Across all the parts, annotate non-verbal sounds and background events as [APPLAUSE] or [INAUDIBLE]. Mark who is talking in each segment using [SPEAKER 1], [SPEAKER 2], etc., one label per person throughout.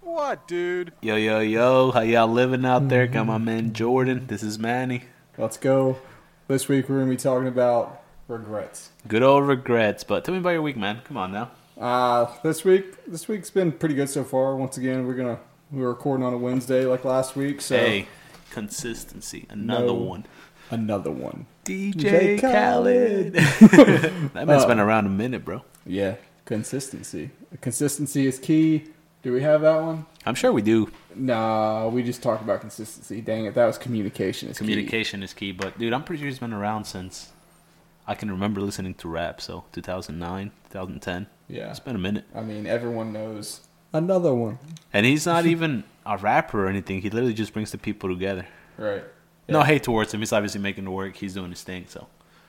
[SPEAKER 1] what, dude?
[SPEAKER 2] Yo, yo, yo. How y'all living out there? Got my man Jordan. This is Manny.
[SPEAKER 3] Let's go. This week we're going to be talking about regrets.
[SPEAKER 2] Good old regrets, but tell me about your week, man. Come on now.
[SPEAKER 3] Uh, this week, this week's been pretty good so far. Once again, we're gonna we're recording on a Wednesday like last week, so
[SPEAKER 2] Hey, consistency. Another
[SPEAKER 3] No.
[SPEAKER 2] one.
[SPEAKER 3] another one.
[SPEAKER 2] DJ Khaled. [LAUGHS] that man's been around a minute, bro.
[SPEAKER 3] Yeah, consistency. Consistency is key. Do we have that one?
[SPEAKER 2] I'm sure we do.
[SPEAKER 3] Nah, we just talked about consistency. Dang it, that was communication. Is key.
[SPEAKER 2] Communication is key, but dude, I'm pretty sure he's been around since I can remember listening to rap. So 2009, 2010.
[SPEAKER 3] Yeah,
[SPEAKER 2] It's been a minute.
[SPEAKER 3] I mean everyone knows another one,
[SPEAKER 2] And he's not even a rapper or anything. He literally just brings the people together.
[SPEAKER 3] right?
[SPEAKER 2] No hate towards him. He's obviously making the work. He's doing his thing. So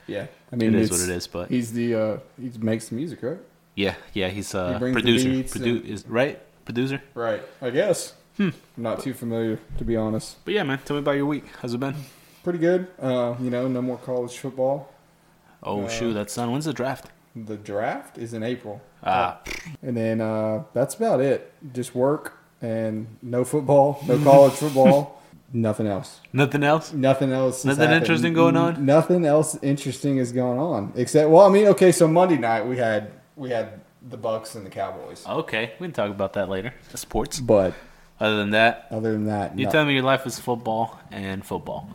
[SPEAKER 3] Yeah, I mean
[SPEAKER 2] It is
[SPEAKER 3] it's-
[SPEAKER 2] what it is, but-
[SPEAKER 3] he's the uh, he makes the music, right?
[SPEAKER 2] yeah, yeah, he's a
[SPEAKER 3] He brings the
[SPEAKER 2] producer.
[SPEAKER 3] beats
[SPEAKER 2] Produ-
[SPEAKER 3] and-
[SPEAKER 2] is right producer.
[SPEAKER 3] Right, I guess.
[SPEAKER 2] Hmm.
[SPEAKER 3] I'm not too familiar to be honest.
[SPEAKER 2] But yeah, man, tell me about your week. How's it been?
[SPEAKER 3] pretty good. Uh, you know, no more college football.
[SPEAKER 2] Oh
[SPEAKER 3] Uh,
[SPEAKER 2] shoot, that's done. When's the draft?
[SPEAKER 3] The draft is in April,
[SPEAKER 2] Ah,
[SPEAKER 3] and then uh, that's about it. Just work and no football,
[SPEAKER 2] [LAUGHS]
[SPEAKER 3] no college football, nothing else.
[SPEAKER 2] nothing else.
[SPEAKER 3] Nothing else. has
[SPEAKER 2] Nothing
[SPEAKER 3] happened.
[SPEAKER 2] interesting going on?
[SPEAKER 3] Nothing else interesting is going on except. Well, I mean, okay. So Monday night we had we had the Bucks and the Cowboys,
[SPEAKER 2] Okay, we can talk about that later. Sports.
[SPEAKER 3] but
[SPEAKER 2] Other than that,
[SPEAKER 3] other than that,
[SPEAKER 2] you
[SPEAKER 3] no.
[SPEAKER 2] tell me your life is football and
[SPEAKER 3] [LAUGHS]
[SPEAKER 2] football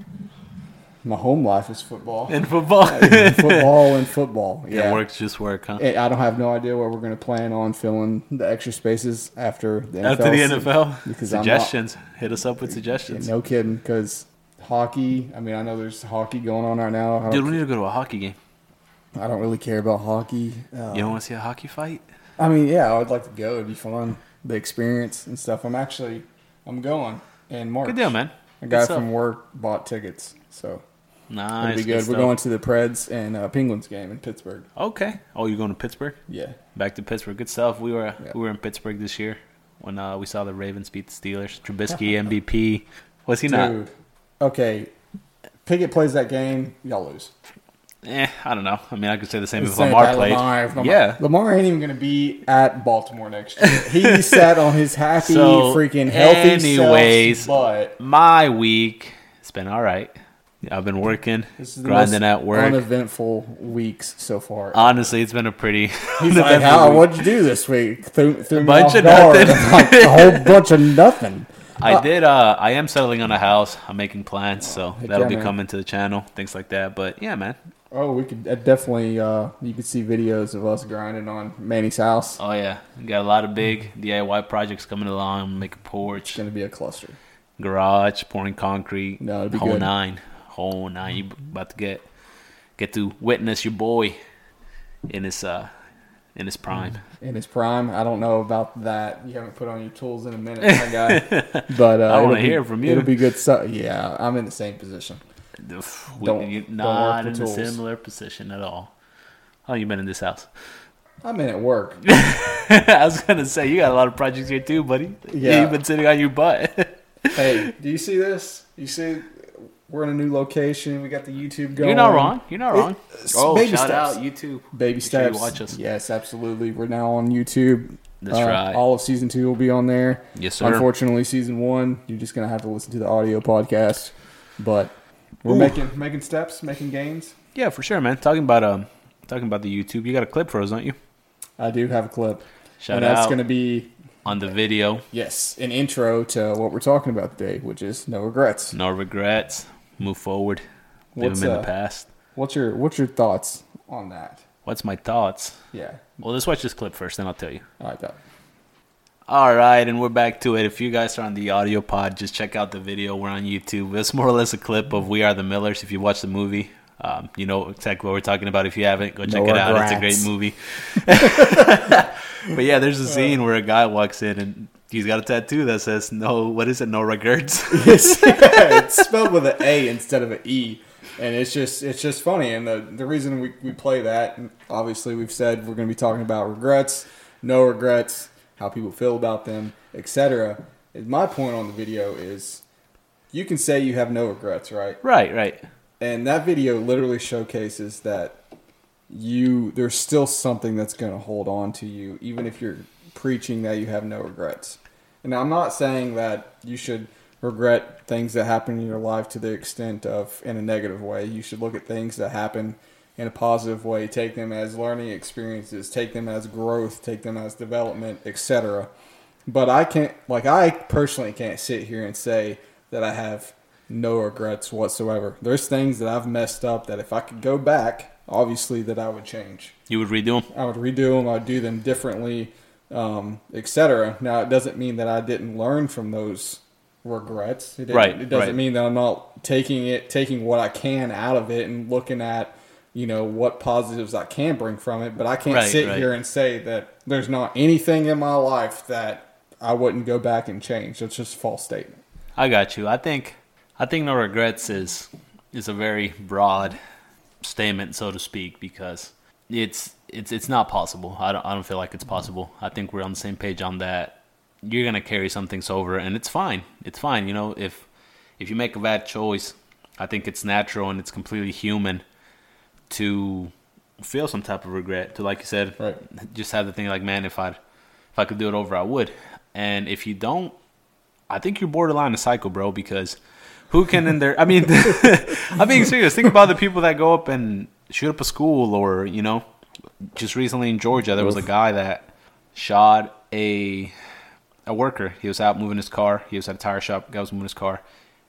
[SPEAKER 3] my home life is football,
[SPEAKER 2] and [LAUGHS] football.
[SPEAKER 3] [LAUGHS] football and football. Yeah,
[SPEAKER 2] And work's just work, huh?
[SPEAKER 3] I I don't have no idea where we're going to plan on filling the extra spaces after the NFL.
[SPEAKER 2] After the
[SPEAKER 3] season.
[SPEAKER 2] NFL,
[SPEAKER 3] because I'm not-
[SPEAKER 2] suggestions. Hit us up with
[SPEAKER 3] Yeah,
[SPEAKER 2] suggestions.
[SPEAKER 3] no kidding, because hockey. I mean, I know there's hockey going on right now. I
[SPEAKER 2] Dude, we
[SPEAKER 3] don't,
[SPEAKER 2] need to go to a hockey game.
[SPEAKER 3] I don't really care about hockey. Uh,
[SPEAKER 2] You don't want to see a hockey fight?
[SPEAKER 3] I mean, yeah, I would like to go. It'd be fun, the experience and stuff. I'm actually, I'm going in March.
[SPEAKER 2] Good deal, man.
[SPEAKER 3] A
[SPEAKER 2] Good
[SPEAKER 3] guy
[SPEAKER 2] stuff.
[SPEAKER 3] from work bought tickets, so it'll
[SPEAKER 2] Nice.
[SPEAKER 3] be good. We're
[SPEAKER 2] stuff.
[SPEAKER 3] going to the Preds and uh, Penguins game in Pittsburgh.
[SPEAKER 2] Okay. Oh, you're going to Pittsburgh?
[SPEAKER 3] Yeah,
[SPEAKER 2] Back to Pittsburgh. Good stuff. We were
[SPEAKER 3] Yeah.
[SPEAKER 2] we were in Pittsburgh this year when uh, we saw the Ravens beat the Steelers.
[SPEAKER 3] [LAUGHS]
[SPEAKER 2] Trubisky MVP. Was he not?
[SPEAKER 3] dude. Okay, Pickett plays that game. Y'all lose.
[SPEAKER 2] Eh, I don't know. I mean, I could say the same
[SPEAKER 3] It's
[SPEAKER 2] if
[SPEAKER 3] the same
[SPEAKER 2] Lamar
[SPEAKER 3] about
[SPEAKER 2] played.
[SPEAKER 3] Lamar. If Lamar-
[SPEAKER 2] Yeah.
[SPEAKER 3] Lamar ain't even going to be at Baltimore next year.
[SPEAKER 2] [LAUGHS]
[SPEAKER 3] He sat on his happy,
[SPEAKER 2] So,
[SPEAKER 3] freaking healthy
[SPEAKER 2] anyways-
[SPEAKER 3] self, but
[SPEAKER 2] My week has been all right. I've been working,
[SPEAKER 3] this is the
[SPEAKER 2] grinding
[SPEAKER 3] most
[SPEAKER 2] at work.
[SPEAKER 3] uneventful weeks so far.
[SPEAKER 2] Honestly, it's been a pretty. [LAUGHS]
[SPEAKER 3] He's like,
[SPEAKER 2] uneventful
[SPEAKER 3] how,
[SPEAKER 2] week.
[SPEAKER 3] what'd you do this week? Threw, threw me
[SPEAKER 2] bunch
[SPEAKER 3] off
[SPEAKER 2] of
[SPEAKER 3] guard.
[SPEAKER 2] nothing.
[SPEAKER 3] Like,
[SPEAKER 2] [LAUGHS]
[SPEAKER 3] a whole bunch of nothing.
[SPEAKER 2] I did. Uh, I am settling on a house. I'm making plans, so
[SPEAKER 3] Heck
[SPEAKER 2] that'll
[SPEAKER 3] Oh, yeah,
[SPEAKER 2] be
[SPEAKER 3] man.
[SPEAKER 2] coming to the channel, things like that. But yeah, man.
[SPEAKER 3] Oh, we could uh, definitely, uh, you could see videos of us grinding on Manny's house.
[SPEAKER 2] Oh yeah, We got a lot of big DIY projects coming along. Make a porch,
[SPEAKER 3] It's going to be a cluster.
[SPEAKER 2] garage, pouring concrete.
[SPEAKER 3] No, it'd be
[SPEAKER 2] whole
[SPEAKER 3] good.
[SPEAKER 2] nine, whole nine. You about to get get to witness your boy in his uh in his prime.
[SPEAKER 3] In his prime, I don't know about that. You haven't put on your tools in a minute,
[SPEAKER 2] [LAUGHS]
[SPEAKER 3] my guy. But uh,
[SPEAKER 2] I wanna
[SPEAKER 3] it'll be-
[SPEAKER 2] hear from you.
[SPEAKER 3] It'll be good stuff. Yeah, I'm in the same position.
[SPEAKER 2] Oof, we-
[SPEAKER 3] Mm. Don't-
[SPEAKER 2] you're
[SPEAKER 3] don't
[SPEAKER 2] not
[SPEAKER 3] work the
[SPEAKER 2] in
[SPEAKER 3] tools.
[SPEAKER 2] a similar position at all. Oh, you been in this house? [LAUGHS]
[SPEAKER 3] I'm in at work.
[SPEAKER 2] I was gonna say you got a lot of projects here too, buddy.
[SPEAKER 3] Yeah.
[SPEAKER 2] you've been sitting on your butt. [LAUGHS]
[SPEAKER 3] hey, do you see this? You see, we're in a new location. We got the YouTube going.
[SPEAKER 2] You're not wrong. You're not wrong.
[SPEAKER 3] It-
[SPEAKER 2] oh,
[SPEAKER 3] baby
[SPEAKER 2] shout
[SPEAKER 3] steps. Uh,
[SPEAKER 2] out YouTube.
[SPEAKER 3] Baby
[SPEAKER 2] sure you
[SPEAKER 3] steps.
[SPEAKER 2] watch us.
[SPEAKER 3] Yes, absolutely. We're now on YouTube. Uh,
[SPEAKER 2] That's right.
[SPEAKER 3] All of season two will be on there.
[SPEAKER 2] Yes, sir.
[SPEAKER 3] Unfortunately, season one, you're just gonna have to listen to the audio podcast. But we're
[SPEAKER 2] Ooh.
[SPEAKER 3] making making steps, making gains.
[SPEAKER 2] Yeah, for sure, man. Talking about um, talking about the YouTube. You got a clip for us, don't you?
[SPEAKER 3] I do have a clip.
[SPEAKER 2] Shout
[SPEAKER 3] and that's
[SPEAKER 2] out.
[SPEAKER 3] gonna be
[SPEAKER 2] On the video,
[SPEAKER 3] yes, an intro to what we're talking about today, which is no regrets.
[SPEAKER 2] no regrets. Move forward. Live
[SPEAKER 3] What's,
[SPEAKER 2] them in
[SPEAKER 3] uh,
[SPEAKER 2] the past.
[SPEAKER 3] What's your what's your thoughts on that?
[SPEAKER 2] What's my thoughts?
[SPEAKER 3] Yeah.
[SPEAKER 2] Well, let's watch this clip first, then I'll tell you.
[SPEAKER 3] I
[SPEAKER 2] [LAUGHS]
[SPEAKER 3] like that. [LAUGHS]
[SPEAKER 2] All right, and we're back to it. If you guys are on the audio pod, just check out the video. We're on YouTube. It's more or less a clip of We Are the Millers. If you watch the movie, um, you know exactly what we're talking about. If you haven't, go check
[SPEAKER 3] No
[SPEAKER 2] it out. It's a
[SPEAKER 3] regrets.
[SPEAKER 2] great movie. [LAUGHS] but yeah, there's a scene where a guy walks in and he's got a tattoo that says "No, what is it? No regrets." [LAUGHS]
[SPEAKER 3] It's, yeah, it's spelled with an A instead of an E, and it's just it's just funny. And the the reason we we play that, and obviously, we've said we're going to be talking about regrets, no regrets, how people feel about them, etc. And My point on the video is, you can say you have no regrets, right?
[SPEAKER 2] right, right.
[SPEAKER 3] And that video literally showcases that you there's still something that's going to hold on to you, even if you're preaching that you have no regrets. And I'm not saying that you should regret things that happen in your life to the extent of in a negative way. You should look at things that happen in a positive way, take them as learning experiences, take them as growth, take them as development, etc. But I can't like I personally can't sit here and say that I have no regrets whatsoever. There's things that I've messed up that if I could go back, obviously that I would change.
[SPEAKER 2] You would redo them.
[SPEAKER 3] I would redo them. I would do them differently, um, etc. Now it doesn't mean that I didn't learn from those regrets. It didn't-
[SPEAKER 2] Right,
[SPEAKER 3] It doesn't
[SPEAKER 2] right.
[SPEAKER 3] mean that I'm not taking it, taking what I can out of it, and looking at you know what positives I can bring from it. But I can't
[SPEAKER 2] Right,
[SPEAKER 3] sit
[SPEAKER 2] right.
[SPEAKER 3] here and say that there's not anything in my life that I wouldn't go back and change. That's just a false statement.
[SPEAKER 2] I got you. I think I think no regrets is is a very broad statement, so to speak, because it's it's it's not possible. I don't I don't feel like it's possible. I think we're on the same page on that. You're gonna carry something's over, and it's fine. It's fine. You know, if if you make a bad choice, I think it's natural and it's completely human to feel some type of regret. To like you said,
[SPEAKER 3] Right.
[SPEAKER 2] just have the thing like, man, if I if I could do it over, I would. And if you don't, I think you're borderline a psycho, bro, because who can in their I mean [LAUGHS] I'm being serious. Think about the people that go up and shoot up a school or, you know, just recently in Georgia there was a guy that shot a a worker. He was out moving his car. He was at a tire shop. Guy was moving his car.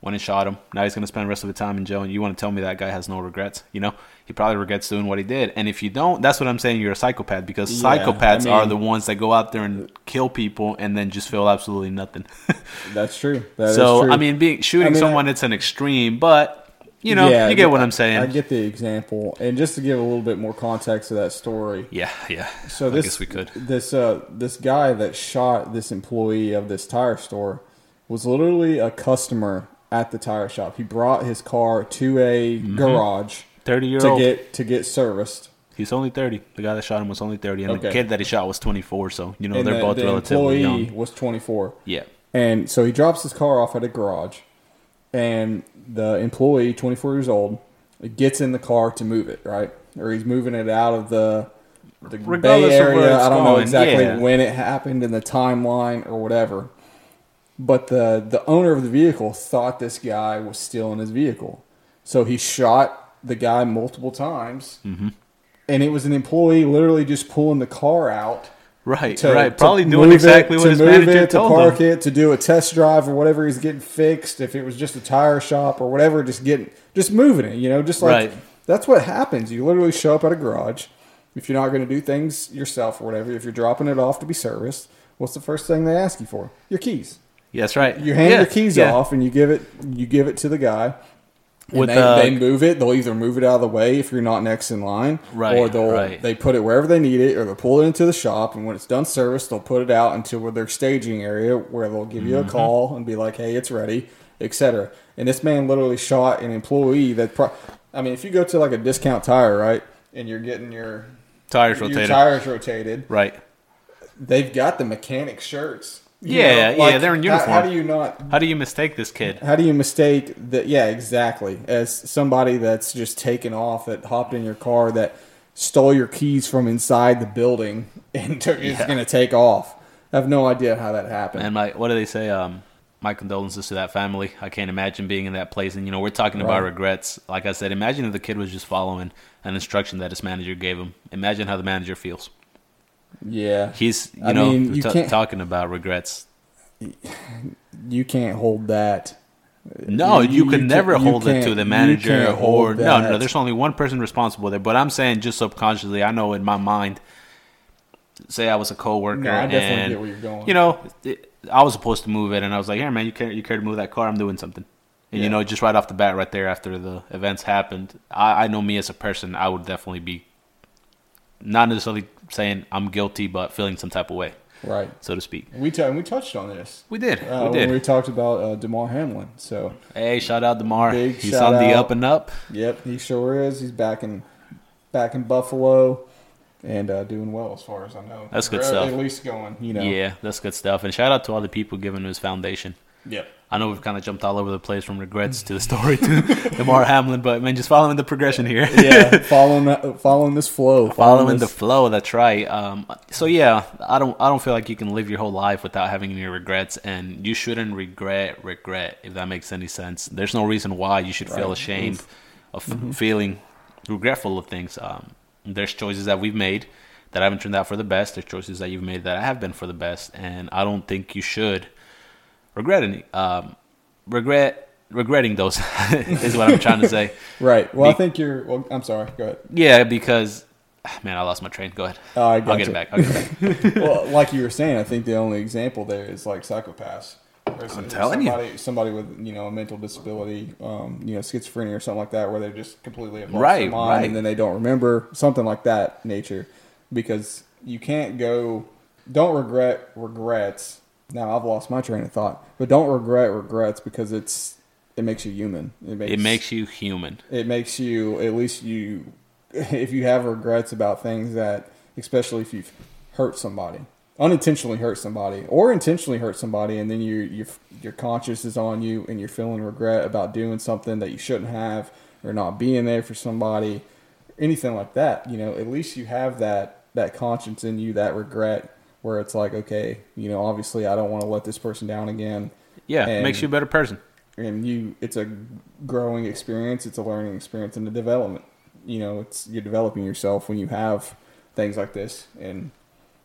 [SPEAKER 2] Went and shot him. Now he's going to spend the rest of the time in jail. And you want to tell me that guy has no regrets? You know, he probably regrets doing what he did. And if you don't, that's what I'm saying. You're a psychopath because
[SPEAKER 3] Yeah, I
[SPEAKER 2] psychopaths are
[SPEAKER 3] mean-
[SPEAKER 2] the ones that go out there and kill people and then just feel absolutely nothing. [LAUGHS]
[SPEAKER 3] That's true. That is
[SPEAKER 2] so
[SPEAKER 3] true.
[SPEAKER 2] I mean, being shooting
[SPEAKER 3] I mean,
[SPEAKER 2] someone,
[SPEAKER 3] I-
[SPEAKER 2] it's an extreme, but you know,
[SPEAKER 3] Yeah,
[SPEAKER 2] you get what
[SPEAKER 3] I-
[SPEAKER 2] I'm saying.
[SPEAKER 3] I get the example, and just to give a little bit more context to that story.
[SPEAKER 2] yeah, yeah.
[SPEAKER 3] So
[SPEAKER 2] I
[SPEAKER 3] this
[SPEAKER 2] guess we could.
[SPEAKER 3] this uh this guy that shot this employee of this tire store was literally a customer at the tire shop. He brought his car to a garage
[SPEAKER 2] Thirty year
[SPEAKER 3] to
[SPEAKER 2] Mm-hmm. old.
[SPEAKER 3] get to get serviced.
[SPEAKER 2] He's only thirty. The guy that shot him was only thirty, and the
[SPEAKER 3] Okay.
[SPEAKER 2] kid that he shot was twenty four. So you know,
[SPEAKER 3] and
[SPEAKER 2] Oh, they're
[SPEAKER 3] the,
[SPEAKER 2] both
[SPEAKER 3] the
[SPEAKER 2] relatively
[SPEAKER 3] employee
[SPEAKER 2] young.
[SPEAKER 3] was 24.
[SPEAKER 2] Yeah.
[SPEAKER 3] And so he drops his car off at a garage, and the employee, 24 years old, gets in the car to move it, right? Or he's moving it out of the, the
[SPEAKER 2] Regardless
[SPEAKER 3] Bay
[SPEAKER 2] of where
[SPEAKER 3] Area.
[SPEAKER 2] it's
[SPEAKER 3] I don't know
[SPEAKER 2] going,
[SPEAKER 3] exactly
[SPEAKER 2] yeah.
[SPEAKER 3] when it happened in the timeline or whatever. But the, the owner of the vehicle thought this guy was still in his vehicle. So he shot the guy multiple times.
[SPEAKER 2] Mm-hmm.
[SPEAKER 3] And it was an employee literally just pulling the car out
[SPEAKER 2] Right,
[SPEAKER 3] to-
[SPEAKER 2] right.
[SPEAKER 3] to
[SPEAKER 2] Probably doing
[SPEAKER 3] move
[SPEAKER 2] exactly
[SPEAKER 3] it,
[SPEAKER 2] what
[SPEAKER 3] to
[SPEAKER 2] his
[SPEAKER 3] move
[SPEAKER 2] manager
[SPEAKER 3] it,
[SPEAKER 2] told
[SPEAKER 3] to park
[SPEAKER 2] him.
[SPEAKER 3] it, to do a test drive or whatever he's getting fixed. If it was just a tire shop or whatever, just getting just moving it. You know, just like
[SPEAKER 2] Right.
[SPEAKER 3] that's what happens. You literally show up at a garage if you're not going to do things yourself or whatever. If you're dropping it off to be serviced, what's the first thing they ask you for? Your keys.
[SPEAKER 2] Yeah, that's right.
[SPEAKER 3] You hand
[SPEAKER 2] Yeah,
[SPEAKER 3] your keys
[SPEAKER 2] yeah.
[SPEAKER 3] off and you give it you give it to the guy. And
[SPEAKER 2] With
[SPEAKER 3] they,
[SPEAKER 2] the-
[SPEAKER 3] they move it. They'll either move it out of the way if you're not next in line,
[SPEAKER 2] Right,
[SPEAKER 3] or they'll
[SPEAKER 2] right.
[SPEAKER 3] they put it wherever they need it, or they'll pull it into the shop. And when it's done service, they'll put it out into their staging area where they'll give
[SPEAKER 2] Mm-hmm.
[SPEAKER 3] you a call and be like, "Hey, it's ready," etc. And this man literally shot an employee that. Pro- I mean, if you go to like a discount tire, right, and you're getting your
[SPEAKER 2] Tires
[SPEAKER 3] your
[SPEAKER 2] rotated.
[SPEAKER 3] tires rotated,
[SPEAKER 2] Right.
[SPEAKER 3] they've got the mechanic shirts. you
[SPEAKER 2] Yeah, yeah, they're in
[SPEAKER 3] how- How,
[SPEAKER 2] uniform.
[SPEAKER 3] do you not?
[SPEAKER 2] How do you mistake this kid?
[SPEAKER 3] How do you mistake that? Yeah, exactly. As somebody that's just taken off, that hopped in your car, that stole your keys from inside the building [LAUGHS] and took, is
[SPEAKER 2] Yeah.
[SPEAKER 3] going to take off. I have no idea how that happened.
[SPEAKER 2] And my what do they say? Um, my condolences to that family. I can't imagine being in that place. And you know, we're talking about
[SPEAKER 3] Right.
[SPEAKER 2] regrets. Like I said, imagine if the kid was just following an instruction that his manager gave him. Imagine how the manager feels.
[SPEAKER 3] yeah,
[SPEAKER 2] He's you
[SPEAKER 3] I
[SPEAKER 2] know
[SPEAKER 3] mean, you
[SPEAKER 2] t-
[SPEAKER 3] can't-
[SPEAKER 2] talking about regrets.
[SPEAKER 3] you can't hold that.
[SPEAKER 2] No,
[SPEAKER 3] You-
[SPEAKER 2] you,
[SPEAKER 3] you
[SPEAKER 2] can
[SPEAKER 3] can't-
[SPEAKER 2] never
[SPEAKER 3] you
[SPEAKER 2] hold it to
[SPEAKER 3] can't-
[SPEAKER 2] the
[SPEAKER 3] you
[SPEAKER 2] manager
[SPEAKER 3] can't hold
[SPEAKER 2] or no, no.
[SPEAKER 3] that.
[SPEAKER 2] There's only one person responsible there. But I'm saying just subconsciously, I know in my mind. Say I was a coworker,
[SPEAKER 3] No, I definitely
[SPEAKER 2] and
[SPEAKER 3] get where you're going.
[SPEAKER 2] you know, it, I was supposed to move it, and I was like, "Here, man, you care, you care to move that car? I'm doing something." And you
[SPEAKER 3] Yeah.
[SPEAKER 2] know, just right off the bat, right there after the events happened, I, I know me as a person, I would definitely be not necessarily saying I'm guilty, but feeling some type of way,
[SPEAKER 3] Right.
[SPEAKER 2] so to speak.
[SPEAKER 3] We t- we touched on this.
[SPEAKER 2] We did,
[SPEAKER 3] Uh,
[SPEAKER 2] we did.
[SPEAKER 3] when we talked about uh, Demar Hamlin. So
[SPEAKER 2] hey, shout out Demar,
[SPEAKER 3] Big
[SPEAKER 2] he's
[SPEAKER 3] shout
[SPEAKER 2] on the
[SPEAKER 3] out.
[SPEAKER 2] up and up.
[SPEAKER 3] Yep, he sure is. He's back in back in Buffalo and uh, doing well as far as I know.
[SPEAKER 2] That's good
[SPEAKER 3] Or
[SPEAKER 2] stuff.
[SPEAKER 3] At least going, you know.
[SPEAKER 2] Yeah, that's good stuff. And shout out to all the people giving to his foundation.
[SPEAKER 3] Yep.
[SPEAKER 2] I know we've kind of jumped all over the place from regrets to the story to [LAUGHS]
[SPEAKER 3] [LAUGHS]
[SPEAKER 2] Demar Hamlin, but man, just following the progression here.
[SPEAKER 3] Yeah. [LAUGHS] following following this flow.
[SPEAKER 2] Following the
[SPEAKER 3] this-
[SPEAKER 2] flow, that's right. Um, so yeah, I don't, I don't feel like you can live your whole life without having any regrets, and you shouldn't regret regret if that makes any sense. There's no reason why you should feel
[SPEAKER 3] Right.
[SPEAKER 2] ashamed of feeling regretful of things. Um, there's choices that we've made that haven't turned out for the best. There's choices that you've made that have been for the best, and I don't think you should regret any. Um, regret regretting those [LAUGHS] is what I'm trying to say.
[SPEAKER 3] right. Well, I
[SPEAKER 2] Be-
[SPEAKER 3] think you're. Well, I'm sorry. Go ahead.
[SPEAKER 2] Yeah, because ah, man, I lost my train. Go ahead.
[SPEAKER 3] Oh, I
[SPEAKER 2] I'll get
[SPEAKER 3] gotcha.
[SPEAKER 2] it back. I'll get it back. [LAUGHS]
[SPEAKER 3] [LAUGHS] well, like you were saying, I think the only example there is like psychopaths. There's
[SPEAKER 2] I'm telling you.
[SPEAKER 3] somebody, somebody with you know a mental disability, um, you know schizophrenia or something like that, where they're just completely at loss of
[SPEAKER 2] Right,
[SPEAKER 3] mind
[SPEAKER 2] right.
[SPEAKER 3] and then they don't remember something like that nature, because you can't go. Don't regret regrets. Now I've lost my train of thought, but don't regret regrets because it's it makes you human. It makes
[SPEAKER 2] It makes you human.
[SPEAKER 3] it makes you at least you if you have regrets about things that especially if you've hurt somebody unintentionally hurt somebody or intentionally hurt somebody and then you, you your conscience is on you and you're feeling regret about doing something that you shouldn't have or not being there for somebody anything like that you know at least you have that that conscience in you that regret where it's like okay you know obviously i don't want to let this person down again
[SPEAKER 2] Yeah, it
[SPEAKER 3] And-
[SPEAKER 2] makes you a better person.
[SPEAKER 3] and you it's a growing experience it's a learning experience and a development you know it's you're developing yourself when you have things like this and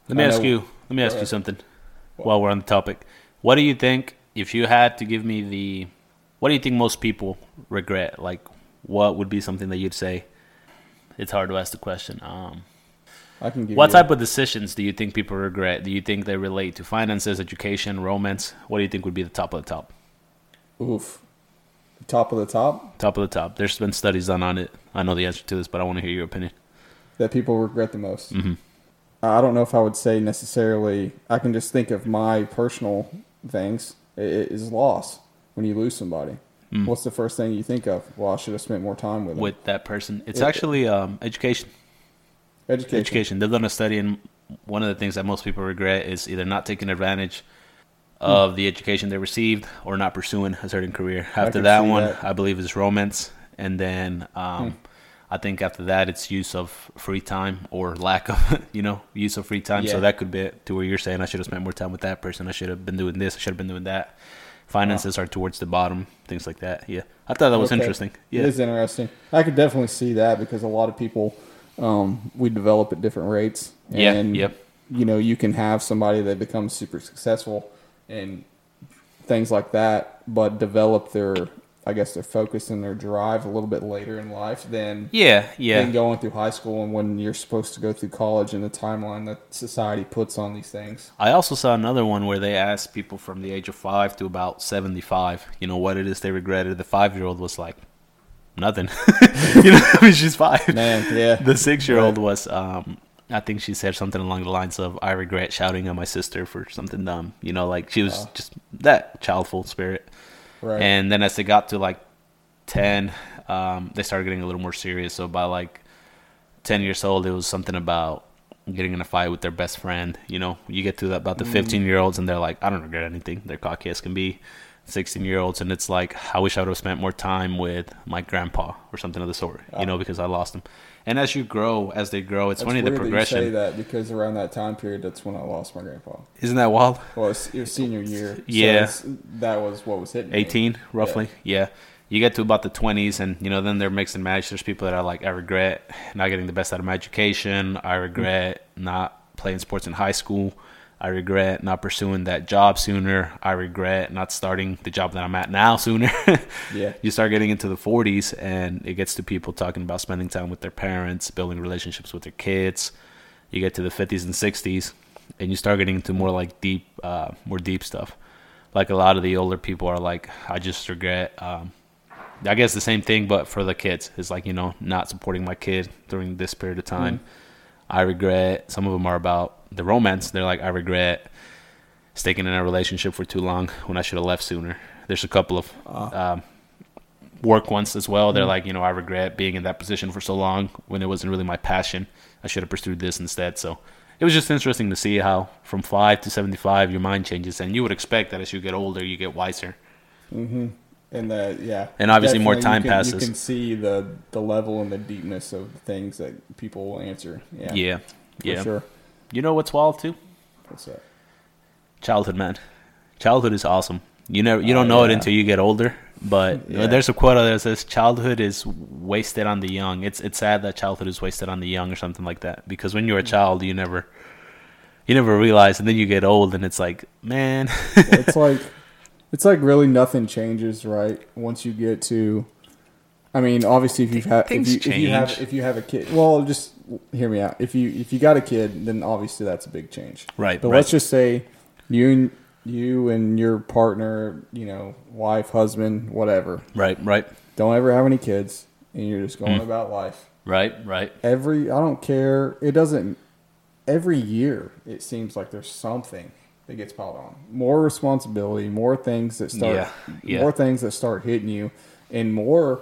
[SPEAKER 2] Let me
[SPEAKER 3] I
[SPEAKER 2] ask
[SPEAKER 3] know-
[SPEAKER 2] you. Let me ask you
[SPEAKER 3] ahead.
[SPEAKER 2] something. While we're on the topic, what do you think if you had to give me the? What do you think most people regret? Like, what would be something that you'd say? It's hard to ask the question. Um,
[SPEAKER 3] i can give
[SPEAKER 2] what
[SPEAKER 3] you
[SPEAKER 2] type of decisions do you think people regret? Do you think they relate to finances, education, romance? What do you think would be the top of the top?
[SPEAKER 3] oof top of the top
[SPEAKER 2] Top of the top. There's been studies done on it. I know the answer to this, but I want to hear your opinion.
[SPEAKER 3] that people regret the most i don't know if i would say necessarily i can just think of my personal things I- I- is loss when you lose somebody what's the first thing you think of well i should have spent more time with them.
[SPEAKER 2] With that person, it's
[SPEAKER 3] It-
[SPEAKER 2] actually um, education.
[SPEAKER 3] education,
[SPEAKER 2] education. They've done a study, and one of the things that most people regret is either not taking advantage
[SPEAKER 3] Hmm.
[SPEAKER 2] of the education they received or not pursuing a certain career. After
[SPEAKER 3] can
[SPEAKER 2] that
[SPEAKER 3] see
[SPEAKER 2] one,
[SPEAKER 3] that. Hmm.
[SPEAKER 2] I believe is romance, and then um, I think after that, it's use of free time or lack of, [LAUGHS] you know, use of free time. So
[SPEAKER 3] Yeah.
[SPEAKER 2] that could be to where you're saying I should have spent more time with that person. I should have been doing this. I should have been doing that. Finances are towards the bottom, things like that. Yeah, I thought that was
[SPEAKER 3] Okay.
[SPEAKER 2] interesting.
[SPEAKER 3] It
[SPEAKER 2] Yeah,
[SPEAKER 3] is interesting. I could definitely see that because a lot of people um, we develop at different rates.
[SPEAKER 2] Yeah,
[SPEAKER 3] And
[SPEAKER 2] yep.
[SPEAKER 3] you know, you can have somebody that becomes super successful and things like that, but develop their I guess their focus and their drive a little bit later in life than
[SPEAKER 2] yeah, yeah.
[SPEAKER 3] than going through high school and when you're supposed to go through college and the timeline that society puts on these things.
[SPEAKER 2] I also saw another one where they asked people from the age of five to about seventy-five, you know, what it is they regretted. The five-year-old was like, nothing. [LAUGHS] you know, I mean, she's five.
[SPEAKER 3] Man, yeah.
[SPEAKER 2] The six-year-old was, um, I think she said something along the lines of, "I regret shouting at my sister for something dumb." You know, like she was just that childful spirit.
[SPEAKER 3] right.
[SPEAKER 2] And then as they got to like 10, um, they started getting a little more serious. So by like 10 years old, it was something about getting in a fight with their best friend. You know, you get to about the
[SPEAKER 3] Mm.
[SPEAKER 2] 15 year olds and they're like, I don't regret anything. They're cocky as can be. 16 year olds. And it's like, I wish I would have spent more time with my grandpa or something of the sort,
[SPEAKER 3] Ah.
[SPEAKER 2] you know, because I lost him. And as you grow, as they grow, it's
[SPEAKER 3] It's
[SPEAKER 2] funny
[SPEAKER 3] weird
[SPEAKER 2] the
[SPEAKER 3] that you say
[SPEAKER 2] progression.
[SPEAKER 3] that because around that time period, that's when I lost my grandpa.
[SPEAKER 2] Isn't that wild?
[SPEAKER 3] Well, it was, it was senior year. so
[SPEAKER 2] Yeah.
[SPEAKER 3] it's- that was what was hitting. me.
[SPEAKER 2] 18 roughly yeah. you get to about the 20s and you know then they're mixed and matched there's people that are like i regret not getting the best out of my education i regret not playing sports in high school i regret not pursuing that job sooner i regret not starting the job that i'm at now sooner [LAUGHS]
[SPEAKER 3] Yeah.
[SPEAKER 2] you start getting into the 40s and it gets to people talking about spending time with their parents building relationships with their kids you get to the 50s and 60s and you start getting into more like deep uh, more deep stuff like a lot of the older people are like i just regret um, i guess the same thing but for the kids it's like you know not supporting my kid during this period of time i regret some of them are about the romance they're like i regret sticking in a relationship for too long when i should have left sooner there's a couple of um, work once as well. They're like, you know, I regret being in that position for so long when it wasn't really my passion. I should have pursued this instead. So it was just interesting to see how from five to seventy-five your mind changes, and you would expect that as you get older, you get wiser.
[SPEAKER 3] and the yeah,
[SPEAKER 2] And obviously more time
[SPEAKER 3] you can,
[SPEAKER 2] passes.
[SPEAKER 3] You can see the the level and the deepness of the things that people will answer. Yeah,
[SPEAKER 2] Yeah,
[SPEAKER 3] for
[SPEAKER 2] yeah.
[SPEAKER 3] sure.
[SPEAKER 2] You know what's wild too?
[SPEAKER 3] What's that?
[SPEAKER 2] Childhood, man. Childhood is awesome. You never, you don't
[SPEAKER 3] Oh,
[SPEAKER 2] know it
[SPEAKER 3] yeah.
[SPEAKER 2] until you get older. But
[SPEAKER 3] Yeah.
[SPEAKER 2] there's a quote that says, "Childhood is wasted on the young." It's it's sad that childhood is wasted on the young or something like that. Because when
[SPEAKER 3] Mm.
[SPEAKER 2] you're a child, you never, you never realize, and then you get old, and it's like, man,
[SPEAKER 3] it's like it's like really nothing changes, right? Once you get to, I mean, obviously if you've had if
[SPEAKER 2] Things
[SPEAKER 3] you, if you have
[SPEAKER 2] change.
[SPEAKER 3] if you have a kid, well, just hear me out. If you if you got a kid, then obviously that's a big change,
[SPEAKER 2] Right,
[SPEAKER 3] But
[SPEAKER 2] right.
[SPEAKER 3] let's just say you and you and your partner, you know, wife, husband, whatever,
[SPEAKER 2] [LAUGHS] right, right,
[SPEAKER 3] don't ever have any kids, and you're just
[SPEAKER 2] Mm.
[SPEAKER 3] going about life
[SPEAKER 2] right, right.
[SPEAKER 3] every I don't care. It doesn't every year it seems like there's something that gets piled on. More responsibility, more things that start
[SPEAKER 2] Yeah, yeah.
[SPEAKER 3] more things that start hitting you and more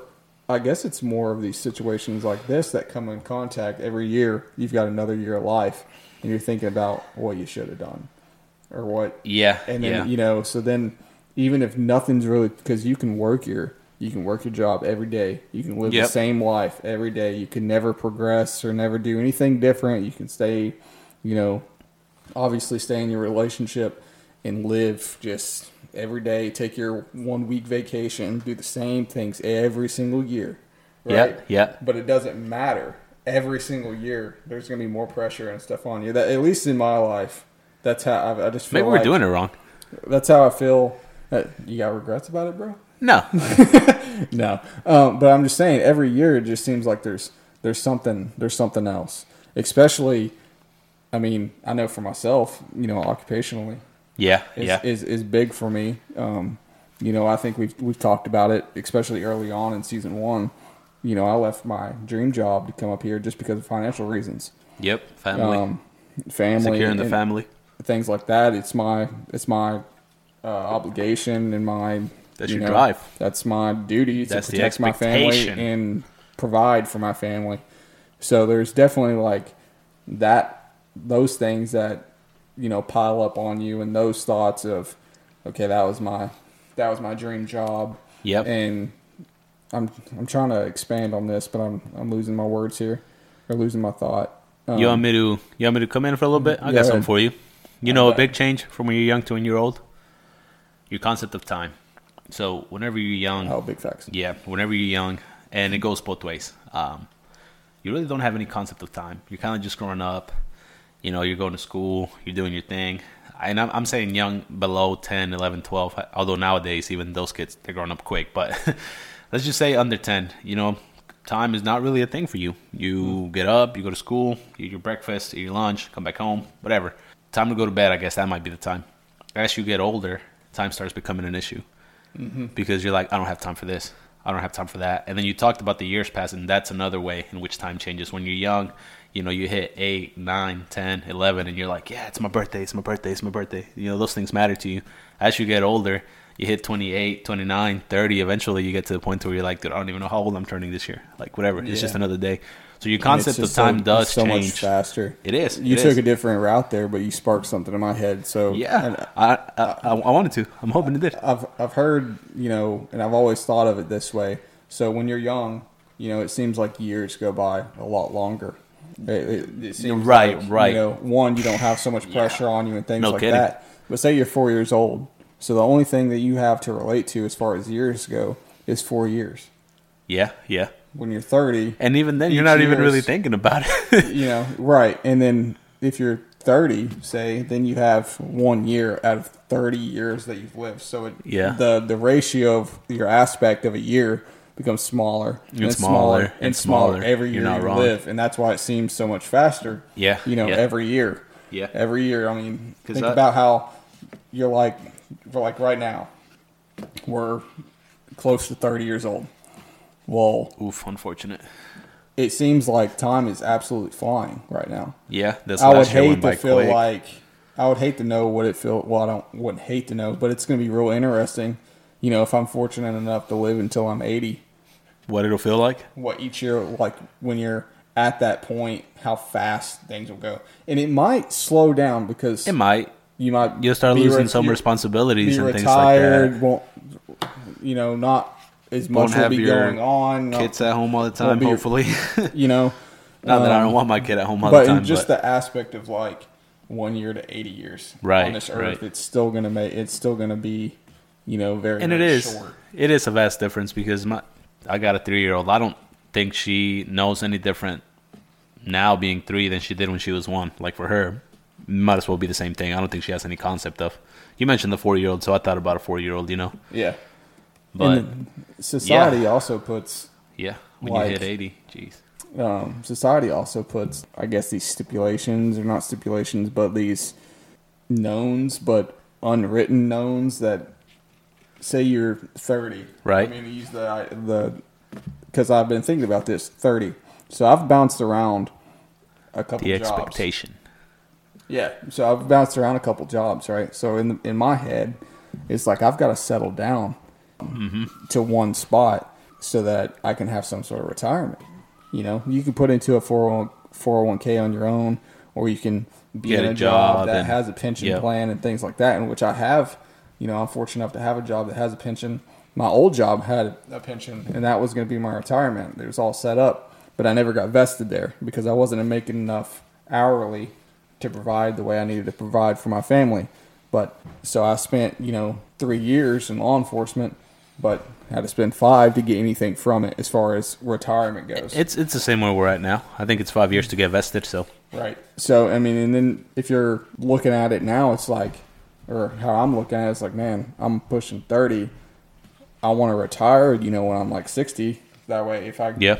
[SPEAKER 3] I guess it's more of these situations like this that come in contact every year. You've got another year of life and you're thinking about what you should have done or what
[SPEAKER 2] Yeah,
[SPEAKER 3] and then
[SPEAKER 2] yeah,
[SPEAKER 3] you know so then even if nothing's really because you can work your you can work your job every day you can live
[SPEAKER 2] Yep.
[SPEAKER 3] the same life every day you can never progress or never do anything different you can stay you know obviously stay in your relationship and live just every day take your one week vacation do the same things every single year
[SPEAKER 2] Yep, yep.
[SPEAKER 3] but it doesn't matter. Every single year, there's going to be more pressure and stuff on you. That at least in my life, that's how I've, I just feel
[SPEAKER 2] Maybe we're
[SPEAKER 3] like-
[SPEAKER 2] doing it wrong.
[SPEAKER 3] That's how I feel. Uh, you got regrets about it, bro? [LAUGHS]
[SPEAKER 2] No,
[SPEAKER 3] No, um, but I'm just saying. Every year, it just seems like there's there's something there's something else. Especially, I mean, I know for myself, you know, occupationally,
[SPEAKER 2] yeah,
[SPEAKER 3] is,
[SPEAKER 2] yeah,
[SPEAKER 3] is is big for me. Um, you know, I think we've we've talked about it, especially early on in season one. You know, I left my dream job to come up here just because of financial reasons,
[SPEAKER 2] yep. Family,
[SPEAKER 3] um, family,
[SPEAKER 2] securing the
[SPEAKER 3] and
[SPEAKER 2] family.
[SPEAKER 3] things like that. It's my it's my uh, obligation and my
[SPEAKER 2] That's
[SPEAKER 3] you
[SPEAKER 2] your drive.
[SPEAKER 3] That's my duty to
[SPEAKER 2] That's the
[SPEAKER 3] protect my family
[SPEAKER 2] expectation.
[SPEAKER 3] and provide for my family. So there's definitely like that those things that you know pile up on you and those thoughts of okay that was my that was my dream job
[SPEAKER 2] Yep.
[SPEAKER 3] and i'm i'm trying to expand on this but i'm i'm losing my words here or losing my thought um,
[SPEAKER 2] you want me to you want me to come in for a little bit? I
[SPEAKER 3] go
[SPEAKER 2] got something
[SPEAKER 3] ahead.
[SPEAKER 2] for you. You know, a
[SPEAKER 3] Okay.
[SPEAKER 2] big change from when you're young to when you're old. Your concept of time. So whenever you're young,
[SPEAKER 3] oh big facts
[SPEAKER 2] yeah, whenever you're young, and it goes both ways. Um, you really don't have any concept of time. You're kind of just growing up. You know, you're going to school, you're doing your thing. And I'm, I'm saying young, below 10, 11, 12, although nowadays, even those kids, they're growing up quick. But [LAUGHS] let's just say under 10, you know, time is not really a thing for you. You get up, you go to school, you eat your breakfast, eat your lunch, come back home, whatever. Time to go to bed, I guess that might be the time. As you get older, time starts becoming an issue because you're like, I don't have time for this. I don't have time for that. And then you talked about the years passing. That's another way in which time changes. When you're young, you know, you hit 8, 9, 10, 11, and you're like, yeah, it's my birthday, it's my birthday, it's my birthday. You know, those things matter to you. As you get older, you hit 28, 29, 30. Eventually, you get to the point where you're like, dude, I don't even know how old I'm turning this year. Like, whatever. It's
[SPEAKER 3] Yeah.
[SPEAKER 2] just another day. So your
[SPEAKER 3] And it's
[SPEAKER 2] concept of
[SPEAKER 3] just so-
[SPEAKER 2] time
[SPEAKER 3] it's
[SPEAKER 2] does
[SPEAKER 3] so
[SPEAKER 2] change.
[SPEAKER 3] much faster.
[SPEAKER 2] It is.
[SPEAKER 3] You
[SPEAKER 2] It
[SPEAKER 3] took
[SPEAKER 2] is.
[SPEAKER 3] a different route there, but you sparked something in my head. So and
[SPEAKER 2] yeah. I, I, I, I wanted to. I'm hoping it did.
[SPEAKER 3] I've I've heard you know, and I've always thought of it this way. So when you're young, you know, it seems like years go by a lot longer. It, it, it seems
[SPEAKER 2] Right,
[SPEAKER 3] like,
[SPEAKER 2] right.
[SPEAKER 3] You know, one, you don't have so much pressure on you and things
[SPEAKER 2] No
[SPEAKER 3] like
[SPEAKER 2] kidding.
[SPEAKER 3] that. But say you're four years old, so the only thing that you have to relate to as far as years go is four years.
[SPEAKER 2] Yeah. Yeah.
[SPEAKER 3] When you're thirty,
[SPEAKER 2] And even then, you're
[SPEAKER 3] Each
[SPEAKER 2] not even
[SPEAKER 3] year
[SPEAKER 2] really
[SPEAKER 3] is-
[SPEAKER 2] thinking about it. [LAUGHS]
[SPEAKER 3] you know, right. And then if you're 30, say, then you have one year out of 30 years that you've lived. So it,
[SPEAKER 2] Yeah.
[SPEAKER 3] the the ratio of your aspect of a year becomes smaller and,
[SPEAKER 2] smaller and
[SPEAKER 3] and smaller,
[SPEAKER 2] smaller.
[SPEAKER 3] every
[SPEAKER 2] You're
[SPEAKER 3] year
[SPEAKER 2] not
[SPEAKER 3] you
[SPEAKER 2] wrong.
[SPEAKER 3] live, and that's why it seems so much faster.
[SPEAKER 2] Yeah,
[SPEAKER 3] you know,
[SPEAKER 2] yeah.
[SPEAKER 3] every year.
[SPEAKER 2] Yeah.
[SPEAKER 3] every year. I mean,
[SPEAKER 2] 'Cause
[SPEAKER 3] think
[SPEAKER 2] that-
[SPEAKER 3] about how you're like, we're like right now, we're close to 30 years old. Well,
[SPEAKER 2] Oof, unfortunate.
[SPEAKER 3] it seems like time is absolutely flying right now.
[SPEAKER 2] Yeah, this
[SPEAKER 3] I would
[SPEAKER 2] last year
[SPEAKER 3] hate
[SPEAKER 2] went
[SPEAKER 3] to
[SPEAKER 2] by
[SPEAKER 3] feel
[SPEAKER 2] quick.
[SPEAKER 3] like I would hate to know what it feel. Well, I don't wouldn't hate to know, but it's going to be real interesting. You know, if I'm fortunate enough to live until I'm 80,
[SPEAKER 2] what it'll feel like.
[SPEAKER 3] what each year like when you're at that point how fast things will go, and it might slow down because
[SPEAKER 2] It might.
[SPEAKER 3] you might
[SPEAKER 2] You'll start
[SPEAKER 3] be
[SPEAKER 2] losing
[SPEAKER 3] re-
[SPEAKER 2] some
[SPEAKER 3] you-
[SPEAKER 2] responsibilities
[SPEAKER 3] be
[SPEAKER 2] and
[SPEAKER 3] retired,
[SPEAKER 2] things like
[SPEAKER 3] won't you know not as
[SPEAKER 2] Won't
[SPEAKER 3] much will
[SPEAKER 2] have
[SPEAKER 3] be
[SPEAKER 2] your
[SPEAKER 3] going on.
[SPEAKER 2] that.
[SPEAKER 3] not-
[SPEAKER 2] Kids at home all the time,
[SPEAKER 3] be your-
[SPEAKER 2] hopefully. [LAUGHS]
[SPEAKER 3] you know,
[SPEAKER 2] Not that I
[SPEAKER 3] um,
[SPEAKER 2] don't want my kid at home all
[SPEAKER 3] but
[SPEAKER 2] the time,
[SPEAKER 3] in just
[SPEAKER 2] but
[SPEAKER 3] the aspect of like one year to eighty years
[SPEAKER 2] Right,
[SPEAKER 3] on this earth,
[SPEAKER 2] right.
[SPEAKER 3] it's still gonna make it's still gonna be you know very
[SPEAKER 2] and it
[SPEAKER 3] very
[SPEAKER 2] is
[SPEAKER 3] short.
[SPEAKER 2] it is a vast difference because my I got a three year old. I don't think she knows any different now being three than she did when she was one. Like for her, might as well be the same thing. I don't think she has any concept of. You mentioned the four year old, so I thought about a four year old. You know,
[SPEAKER 3] Yeah,
[SPEAKER 2] but
[SPEAKER 3] and the society also puts
[SPEAKER 2] yeah, when
[SPEAKER 3] like-
[SPEAKER 2] you hit eighty, jeez,
[SPEAKER 3] um, society also puts, I guess, these stipulations, or not stipulations, but these knowns, but unwritten knowns that say you're 30.
[SPEAKER 2] Right.
[SPEAKER 3] I mean, use the, the, because I've been thinking about this 30. So I've bounced around a couple
[SPEAKER 2] the
[SPEAKER 3] jobs.
[SPEAKER 2] expectation.
[SPEAKER 3] Yeah. So I've bounced around a couple jobs, right? So in, in my head, it's like I've got to settle down
[SPEAKER 2] Mm-hmm.
[SPEAKER 3] to one spot so that I can have some sort of retirement. You know, you can put into a oh, 401k on your own, or you can be
[SPEAKER 2] Get
[SPEAKER 3] in
[SPEAKER 2] a
[SPEAKER 3] a, job,
[SPEAKER 2] job
[SPEAKER 3] that
[SPEAKER 2] and-
[SPEAKER 3] has a pension
[SPEAKER 2] Yep.
[SPEAKER 3] plan and things like that, in which I have, you know, I'm fortunate enough to have a job that has a pension. My old job had a pension, and that was going to be my retirement. It was all set up, but I never got vested there because I wasn't making enough hourly to provide the way I needed to provide for my family. But so I spent, you know, three years in law enforcement, but had to spend five to get anything from it as far as retirement goes.
[SPEAKER 2] It's it's the same where we're at now. I think it's five years to get vested. So
[SPEAKER 3] Right. So I mean, and then if you're looking at it now, it's like, or how I'm looking at it, it's like, man, I'm pushing thirty. I want to retire. You know, when I'm like sixty. That way, if I
[SPEAKER 2] yeah,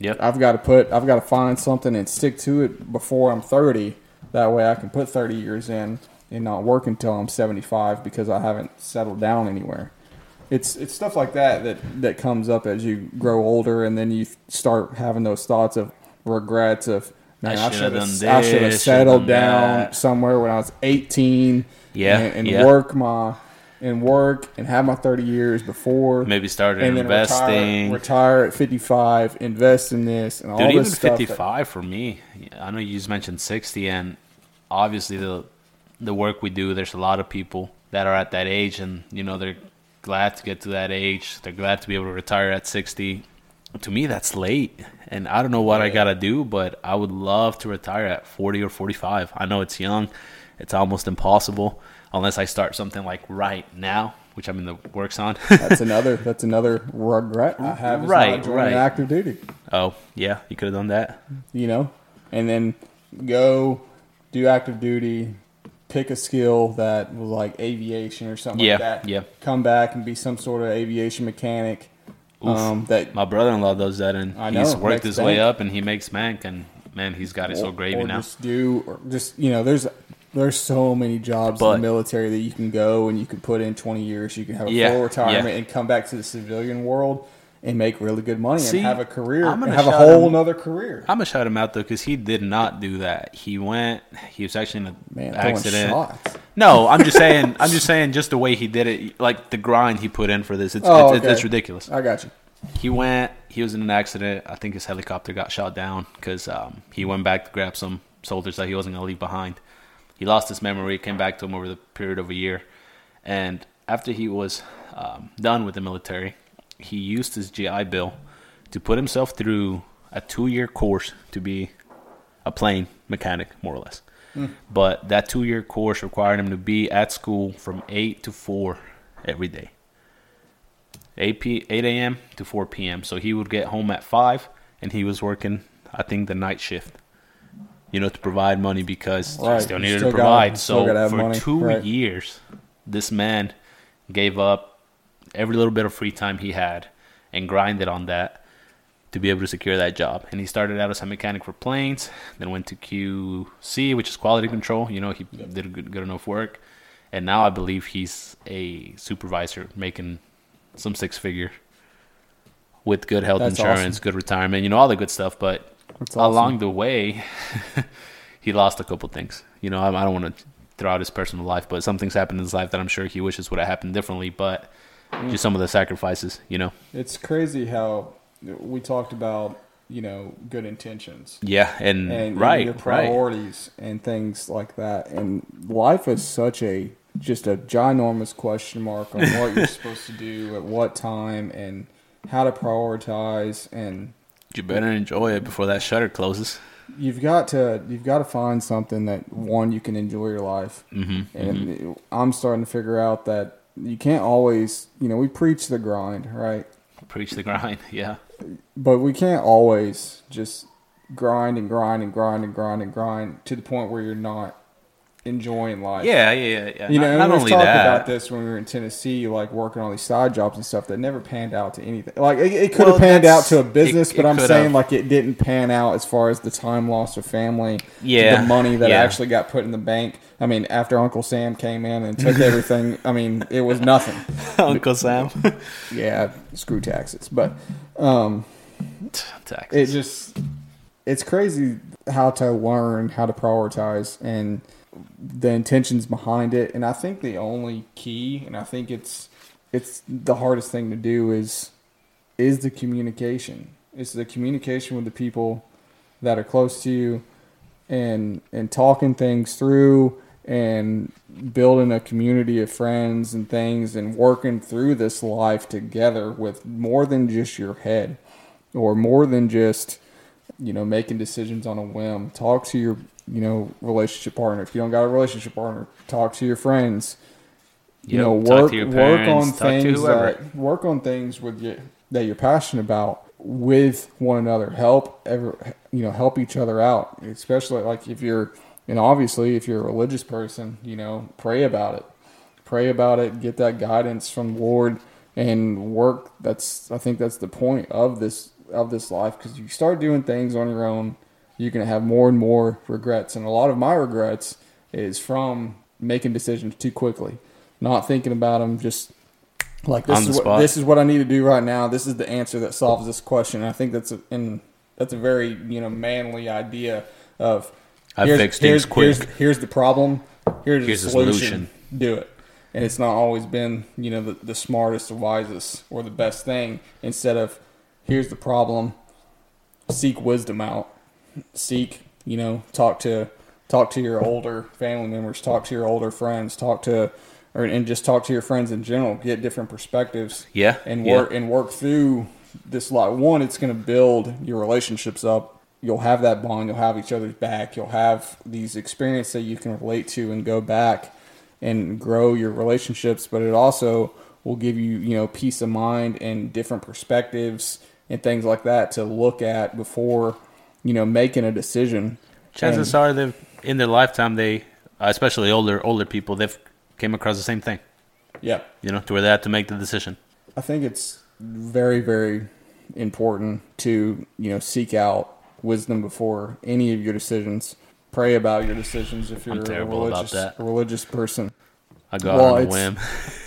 [SPEAKER 2] yeah,
[SPEAKER 3] I've got to put, I've got to find something and stick to it before I'm thirty. That way, I can put thirty years in and not work until I'm seventy five because I haven't settled down anywhere. It's it's stuff like that that that comes up as you grow older, and then you start having those thoughts of regrets of. Man,
[SPEAKER 2] I
[SPEAKER 3] I
[SPEAKER 2] shoulda
[SPEAKER 3] should have
[SPEAKER 2] done
[SPEAKER 3] I
[SPEAKER 2] this,
[SPEAKER 3] should
[SPEAKER 2] shoulda
[SPEAKER 3] have
[SPEAKER 2] done
[SPEAKER 3] settled down
[SPEAKER 2] that.
[SPEAKER 3] somewhere when I was 18.
[SPEAKER 2] Yeah,
[SPEAKER 3] and, and
[SPEAKER 2] yeah.
[SPEAKER 3] work my and work and have my 30 years before
[SPEAKER 2] maybe started
[SPEAKER 3] and then
[SPEAKER 2] investing.
[SPEAKER 3] retire, retire at 55, invest in this and all
[SPEAKER 2] Dude,
[SPEAKER 3] this
[SPEAKER 2] even
[SPEAKER 3] stuff. that-
[SPEAKER 2] 55 for me. I know you just mentioned 60, and obviously the the work we do, there's a lot of people that are at that age, and you know they're glad to get to that age. They're glad to be able to retire at 60. To me, that's late, and I don't know what I gotta do, but I would love to retire at 40 or 45. I know it's young, it's almost impossible unless I start something like right now, which I'm in the works on. [LAUGHS]
[SPEAKER 3] that's another that's another regret I have is
[SPEAKER 2] Right,
[SPEAKER 3] not joining
[SPEAKER 2] right.
[SPEAKER 3] active duty,
[SPEAKER 2] oh yeah, you could have done that.
[SPEAKER 3] you know, and then go do active duty, pick a skill that was like aviation or something
[SPEAKER 2] Yeah,
[SPEAKER 3] like that.
[SPEAKER 2] yeah.
[SPEAKER 3] Come back and be some sort of aviation mechanic. Um, that
[SPEAKER 2] My brother-in-law does that, and
[SPEAKER 3] I
[SPEAKER 2] he's
[SPEAKER 3] know,
[SPEAKER 2] worked
[SPEAKER 3] makes
[SPEAKER 2] his way
[SPEAKER 3] bank.
[SPEAKER 2] up, and he makes bank, and man, he's got it so
[SPEAKER 3] or-
[SPEAKER 2] gravy
[SPEAKER 3] or
[SPEAKER 2] now.
[SPEAKER 3] Just do or just you know, there's there's so many jobs
[SPEAKER 2] But-
[SPEAKER 3] in the military that you can go and you can put in 20 years, you can have a
[SPEAKER 2] Yeah,
[SPEAKER 3] full retirement
[SPEAKER 2] yeah.
[SPEAKER 3] and come back to the civilian world and make really good money
[SPEAKER 2] See,
[SPEAKER 3] and have a career
[SPEAKER 2] I'm
[SPEAKER 3] and
[SPEAKER 2] gonna
[SPEAKER 3] have a
[SPEAKER 2] shout
[SPEAKER 3] whole
[SPEAKER 2] him-
[SPEAKER 3] nother career.
[SPEAKER 2] I'm gonna shout him out though, because he did not do that. He went. He was actually in an
[SPEAKER 3] Man, throwing
[SPEAKER 2] accident.
[SPEAKER 3] shots.
[SPEAKER 2] No, I'm just saying. I'm just saying. Just the way he did it, like the grind he put in for this, it's
[SPEAKER 3] Oh,
[SPEAKER 2] it's, it's,
[SPEAKER 3] okay.
[SPEAKER 2] it's ridiculous.
[SPEAKER 3] I got you.
[SPEAKER 2] He went. He was in an accident. I think his helicopter got shot down because um, he went back to grab some soldiers that he wasn't gonna leave behind. He lost his memory. Came back to him over the period of a year, and after he was um, done with the military, he used his GI Bill to put himself through a two-year course to be a plane mechanic, more or less. But that two-year course required him to be at school from eight to four every day. 8 p 8 a.m. to 4 p.m. So he would get home at 5 and he was working I think the night shift. You know to provide money because he
[SPEAKER 3] Right,
[SPEAKER 2] still
[SPEAKER 3] you
[SPEAKER 2] needed
[SPEAKER 3] still
[SPEAKER 2] to
[SPEAKER 3] gotta-
[SPEAKER 2] provide.
[SPEAKER 3] you still gotta
[SPEAKER 2] so
[SPEAKER 3] have
[SPEAKER 2] for
[SPEAKER 3] money,
[SPEAKER 2] 2
[SPEAKER 3] right.
[SPEAKER 2] years this man gave up every little bit of free time he had and grinded on that to be able to secure that job. And he started out as a mechanic for planes, then went to QC, which is quality control. You know, he did a good, good enough work. And now I believe he's a supervisor making some six figure with good health
[SPEAKER 3] That's
[SPEAKER 2] insurance, good retirement, you know, all the good stuff. But
[SPEAKER 3] That's awesome.
[SPEAKER 2] along the way, [LAUGHS] he lost a couple things. You know, I, I don't want to throw out his personal life, but some things happened in his life that I'm sure he wishes would have happened differently. But
[SPEAKER 3] Mm.
[SPEAKER 2] just some of the sacrifices, you know.
[SPEAKER 3] It's crazy how we talked about you know good intentions
[SPEAKER 2] Yeah, and,
[SPEAKER 3] and
[SPEAKER 2] Mm. right,
[SPEAKER 3] your
[SPEAKER 2] right.
[SPEAKER 3] priorities and things like that. And life is such a just a ginormous question mark on
[SPEAKER 2] [LAUGHS]
[SPEAKER 3] what you're supposed to do at what time and how to prioritize and
[SPEAKER 2] You better enjoy it before that shutter closes.
[SPEAKER 3] you've got to you've got to find something that one you can enjoy your life
[SPEAKER 2] Mm-hmm,
[SPEAKER 3] and i'm starting to figure out that you can't always you know we preach the grind right
[SPEAKER 2] Preach the grind. [LAUGHS] Yeah.
[SPEAKER 3] but we can't always just grind and grind and grind and grind and grind to the point where you're not enjoying life
[SPEAKER 2] Yeah, yeah, yeah, yeah.
[SPEAKER 3] you know,
[SPEAKER 2] not, not
[SPEAKER 3] and we've
[SPEAKER 2] only
[SPEAKER 3] talked
[SPEAKER 2] that.
[SPEAKER 3] about this when we were in Tennessee, like working on these side jobs and stuff that never panned out to anything. Like it, it could
[SPEAKER 2] Well,
[SPEAKER 3] have panned out
[SPEAKER 2] that's-
[SPEAKER 3] to a business,
[SPEAKER 2] it-
[SPEAKER 3] but
[SPEAKER 2] it
[SPEAKER 3] I'm
[SPEAKER 2] could
[SPEAKER 3] saying
[SPEAKER 2] have.
[SPEAKER 3] like it didn't pan out as far as the time lost with family,
[SPEAKER 2] Yeah,
[SPEAKER 3] the money that
[SPEAKER 2] yeah.
[SPEAKER 3] actually got put in the bank. I mean, after Uncle Sam came in and took everything, I mean, it
[SPEAKER 2] [LAUGHS]
[SPEAKER 3] was nothing.
[SPEAKER 2] Uncle Sam.
[SPEAKER 3] Yeah, screw taxes, but um, it
[SPEAKER 2] [LAUGHS] Taxes.
[SPEAKER 3] just it's crazy how to learn how to prioritize and the intentions behind it and i think the only key and i think it's it's the hardest thing to do is is the communication it's the communication with the people that are close to you and and talking things through and building a community of friends and things and working through this life together with more than just your head or more than just you know making decisions on a whim talk to your you know relationship partner if you don't got a relationship partner talk to your friends you
[SPEAKER 2] Yep,
[SPEAKER 3] know
[SPEAKER 2] talk
[SPEAKER 3] work
[SPEAKER 2] to your
[SPEAKER 3] work
[SPEAKER 2] parents,
[SPEAKER 3] on
[SPEAKER 2] talk to
[SPEAKER 3] things
[SPEAKER 2] whoever.
[SPEAKER 3] that work on things with you that you're passionate about with one another help ever you know help each other out especially like if you're and obviously if you're a religious person you know pray about it pray about it get that guidance from the lord and work that's i think that's the point of this of this life because you start doing things on your own you're going to have more and more regrets and a lot of my regrets is from making decisions too quickly not thinking about them just like this
[SPEAKER 2] On the
[SPEAKER 3] is what
[SPEAKER 2] spot.
[SPEAKER 3] this is what I need to do right now. This is the answer that solves this question. I think that's a and that's a very you know manly idea of
[SPEAKER 2] I
[SPEAKER 3] here's-
[SPEAKER 2] fix things
[SPEAKER 3] here's-
[SPEAKER 2] quick.
[SPEAKER 3] Here's, here's the problem. Here's,
[SPEAKER 2] Here's
[SPEAKER 3] the
[SPEAKER 2] the
[SPEAKER 3] solution.
[SPEAKER 2] solution.
[SPEAKER 3] Do it. And it's not always been you know the, the smartest, the wisest, or the best thing. Instead of here's the problem, seek wisdom out. Seek you know talk to talk to your older family members, talk to your older friends, talk to or and just talk to your friends in general. Get different perspectives
[SPEAKER 2] Yeah,
[SPEAKER 3] and
[SPEAKER 2] yeah.
[SPEAKER 3] work and work through this lot. One, it's going to build your relationships up. You'll have that bond. You'll have each other's back. You'll have these experiences that you can relate to and go back and grow your relationships. But it also will give you, you know, peace of mind and different perspectives and things like that to look at before, you know, making a decision.
[SPEAKER 2] Chances are they've in their lifetime they, uh, especially older older people, they've came across the same thing.
[SPEAKER 3] Yeah.
[SPEAKER 2] You know, to where they had to make the decision.
[SPEAKER 3] I think it's very, very important to, you know, seek out wisdom before any of your decisions. Pray about your decisions if you're a
[SPEAKER 2] terrible about
[SPEAKER 3] religious,
[SPEAKER 2] that.
[SPEAKER 3] a religious person.
[SPEAKER 2] I go
[SPEAKER 3] Well,
[SPEAKER 2] out on a
[SPEAKER 3] it's-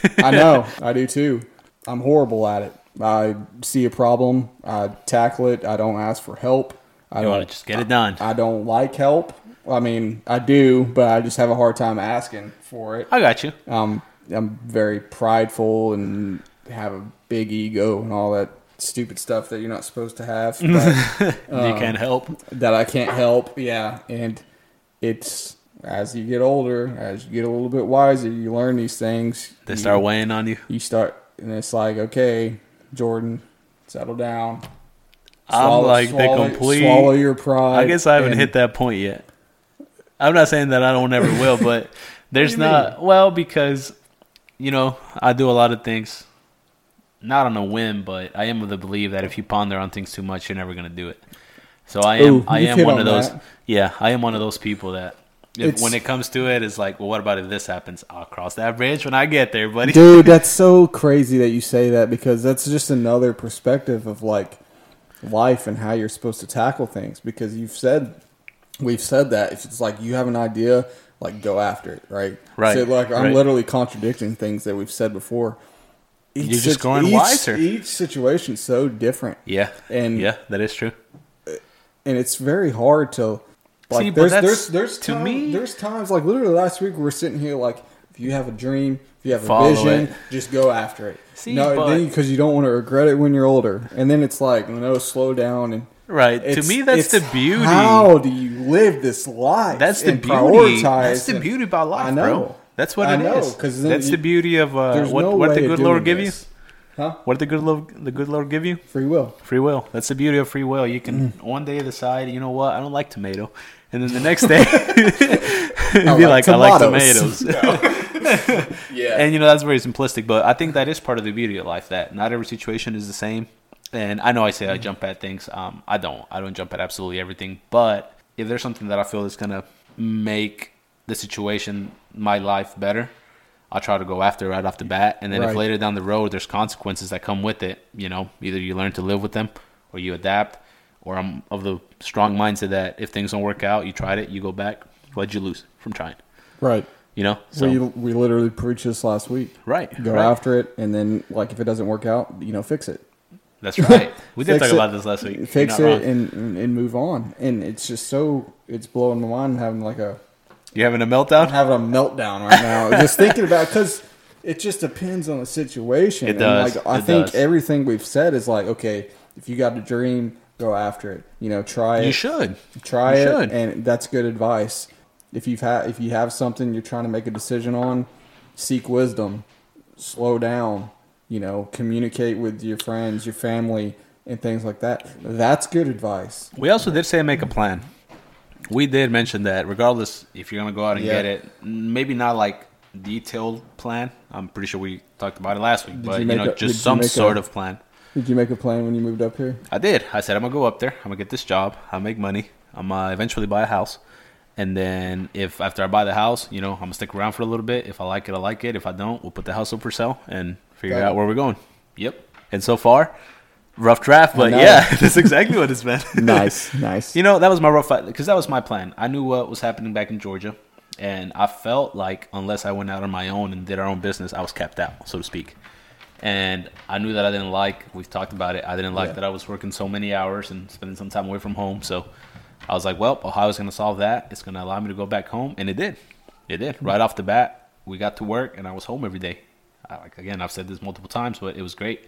[SPEAKER 2] whim.
[SPEAKER 3] I know. I do too. I'm horrible at it. I see a problem, I tackle it, I don't ask for help. I
[SPEAKER 2] You want
[SPEAKER 3] don't
[SPEAKER 2] to just get it done.
[SPEAKER 3] I don't like help. I mean, I do, but I just have a hard time asking for it.
[SPEAKER 2] [LAUGHS] I got you.
[SPEAKER 3] um, I'm very prideful and have a big ego and all that stupid stuff that you're not supposed
[SPEAKER 2] [LAUGHS]
[SPEAKER 3] to have but
[SPEAKER 2] you can't help.
[SPEAKER 3] that I can't help. Yeah, and it's as you get older, as you get a little bit wiser, you learn these things.
[SPEAKER 2] They
[SPEAKER 3] you,
[SPEAKER 2] start weighing on you.
[SPEAKER 3] You start, and it's like, okay, Jordan, settle down.
[SPEAKER 2] I'm like the
[SPEAKER 3] swallow,
[SPEAKER 2] complete-
[SPEAKER 3] Swallow your pride.
[SPEAKER 2] I guess I haven't
[SPEAKER 3] and-
[SPEAKER 2] hit that point yet. I'm not saying that I don't ever
[SPEAKER 3] [LAUGHS]
[SPEAKER 2] will, but there's
[SPEAKER 3] What do you
[SPEAKER 2] not well because you know I do a lot of things, not on a whim, but I am of the belief that if you ponder on things too much, you're never gonna do it. So I am,
[SPEAKER 3] Ooh,
[SPEAKER 2] I
[SPEAKER 3] you've
[SPEAKER 2] am
[SPEAKER 3] hit
[SPEAKER 2] one
[SPEAKER 3] on
[SPEAKER 2] of those.
[SPEAKER 3] that.
[SPEAKER 2] Yeah, I am one of those people that if,
[SPEAKER 3] It's-
[SPEAKER 2] when it comes to it, it's like, well, what about if this happens? I'll cross that bridge when I get there, [LAUGHS] buddy.
[SPEAKER 3] Dude, that's so crazy that you say that because that's just another perspective of like life and how you're supposed to tackle things. Because you've said, we've said that if it's like you have an idea, like go after it, right?
[SPEAKER 2] Right,
[SPEAKER 3] So like I'm
[SPEAKER 2] right.
[SPEAKER 3] literally contradicting things that we've said before. Each
[SPEAKER 2] You're just growing
[SPEAKER 3] each,
[SPEAKER 2] wiser.
[SPEAKER 3] Each situation's so different,
[SPEAKER 2] Yeah,
[SPEAKER 3] And-
[SPEAKER 2] yeah, that is true.
[SPEAKER 3] and it's very hard to. Like,
[SPEAKER 2] See, but
[SPEAKER 3] there's,
[SPEAKER 2] that's-
[SPEAKER 3] there's there's
[SPEAKER 2] to
[SPEAKER 3] time-
[SPEAKER 2] me-
[SPEAKER 3] there's times like literally last week we were sitting here like if you have a dream if you have a
[SPEAKER 2] Follow
[SPEAKER 3] vision
[SPEAKER 2] it.
[SPEAKER 3] just go after it
[SPEAKER 2] See,
[SPEAKER 3] no
[SPEAKER 2] but-
[SPEAKER 3] because you don't want to regret it when you're older and then it's like no slow down and
[SPEAKER 2] Right. to
[SPEAKER 3] It's-
[SPEAKER 2] me, that's
[SPEAKER 3] it's
[SPEAKER 2] the beauty.
[SPEAKER 3] How do you live this life?
[SPEAKER 2] that's the
[SPEAKER 3] and
[SPEAKER 2] beauty.
[SPEAKER 3] prioritize
[SPEAKER 2] That's the
[SPEAKER 3] and-
[SPEAKER 2] beauty about life,
[SPEAKER 3] I know.
[SPEAKER 2] bro. That's what
[SPEAKER 3] I
[SPEAKER 2] it is.
[SPEAKER 3] know, 'cause then
[SPEAKER 2] That's
[SPEAKER 3] you-
[SPEAKER 2] the beauty of uh,
[SPEAKER 3] There's
[SPEAKER 2] what,
[SPEAKER 3] no
[SPEAKER 2] what
[SPEAKER 3] way
[SPEAKER 2] the
[SPEAKER 3] of
[SPEAKER 2] good
[SPEAKER 3] doing
[SPEAKER 2] Lord give you.
[SPEAKER 3] this. Huh?
[SPEAKER 2] What did the good Lord, the good Lord give you?
[SPEAKER 3] Free will.
[SPEAKER 2] Free will. That's the beauty of free will. You can
[SPEAKER 3] Mm.
[SPEAKER 2] one day decide, you know what, I don't like tomato, and then the next day [LAUGHS] be like,
[SPEAKER 3] like
[SPEAKER 2] I like
[SPEAKER 3] tomatoes."
[SPEAKER 2] tomatoes.
[SPEAKER 3] Yeah.
[SPEAKER 2] and you know that's very simplistic, but I think that is part of the beauty of life. That not every situation is the same. And I know I say
[SPEAKER 3] Mm-hmm.
[SPEAKER 2] I jump at things. Um, I don't. I don't jump at absolutely everything. But if there's something that I feel is gonna make the situation, my life better, I try to go after it right off the bat. And then if
[SPEAKER 3] Right.
[SPEAKER 2] later down the road there's consequences that come with it, you know, either you learn to live with them or you adapt. Or I'm of the strong mindset that if things don't work out, you tried it, you go back. What'd you lose from trying?
[SPEAKER 3] right.
[SPEAKER 2] You know.
[SPEAKER 3] we we literally preached this last week.
[SPEAKER 2] Right,
[SPEAKER 3] Go
[SPEAKER 2] right.
[SPEAKER 3] after it, and then like if it doesn't work out, you know, fix it.
[SPEAKER 2] That's right. We did
[SPEAKER 3] Fix
[SPEAKER 2] talk
[SPEAKER 3] it.
[SPEAKER 2] about this last week. You're
[SPEAKER 3] Fix
[SPEAKER 2] not
[SPEAKER 3] it
[SPEAKER 2] wrong.
[SPEAKER 3] and, and and move on. And it's just so it's blowing my mind having like a
[SPEAKER 2] You're having a meltdown?
[SPEAKER 3] having a meltdown right now [LAUGHS] just thinking about because it just depends on the situation.
[SPEAKER 2] It does.
[SPEAKER 3] And like I
[SPEAKER 2] It
[SPEAKER 3] think
[SPEAKER 2] does.
[SPEAKER 3] everything we've said is like okay, if you got a dream, go after it. You know, try
[SPEAKER 2] You
[SPEAKER 3] it.
[SPEAKER 2] should.
[SPEAKER 3] try
[SPEAKER 2] You
[SPEAKER 3] it
[SPEAKER 2] should.
[SPEAKER 3] and that's good advice if you've had if you have something you're trying to make a decision on seek wisdom slow down you know communicate with your friends your family and things like that that's good advice
[SPEAKER 2] We also did say make a plan. We did mention that regardless if you're going to go out and
[SPEAKER 3] Yeah.
[SPEAKER 2] get it, n- maybe not like detailed plan. I'm pretty sure we talked about it last week, but
[SPEAKER 3] you
[SPEAKER 2] you,
[SPEAKER 3] make
[SPEAKER 2] know,
[SPEAKER 3] a- did you
[SPEAKER 2] just some
[SPEAKER 3] make a-
[SPEAKER 2] sort of plan.
[SPEAKER 3] did you make a plan when you moved up here
[SPEAKER 2] I did. I said I'm gonna go up there. I'm gonna get this job. I'll make money. I'm gonna eventually buy a house, and then if after I buy the house, you know, I'm gonna stick around for a little bit. If I like it, I like it. If I don't, we'll put the house up for sale and figure
[SPEAKER 3] Got it.
[SPEAKER 2] out where we're going. Yep. And so far, rough draft, but
[SPEAKER 3] know.
[SPEAKER 2] yeah, [LAUGHS] that's exactly what it's been.
[SPEAKER 3] [LAUGHS] nice nice
[SPEAKER 2] You know, that was my rough because that was my plan. I knew what was happening back in Georgia, and I felt like unless I went out on my own and did our own business, I was capped out, so to speak. And I knew that I didn't like. We've talked about it. I didn't like
[SPEAKER 3] Yeah.
[SPEAKER 2] that I was working so many hours and spending some time away from home. So I was like, "Well, Ohio's going to solve that. It's going to allow me to go back home," and it did. It did.
[SPEAKER 3] Mm-hmm.
[SPEAKER 2] Right off the bat, we got to work, and I was home every day. I, like again, I've said this multiple times, but it was great.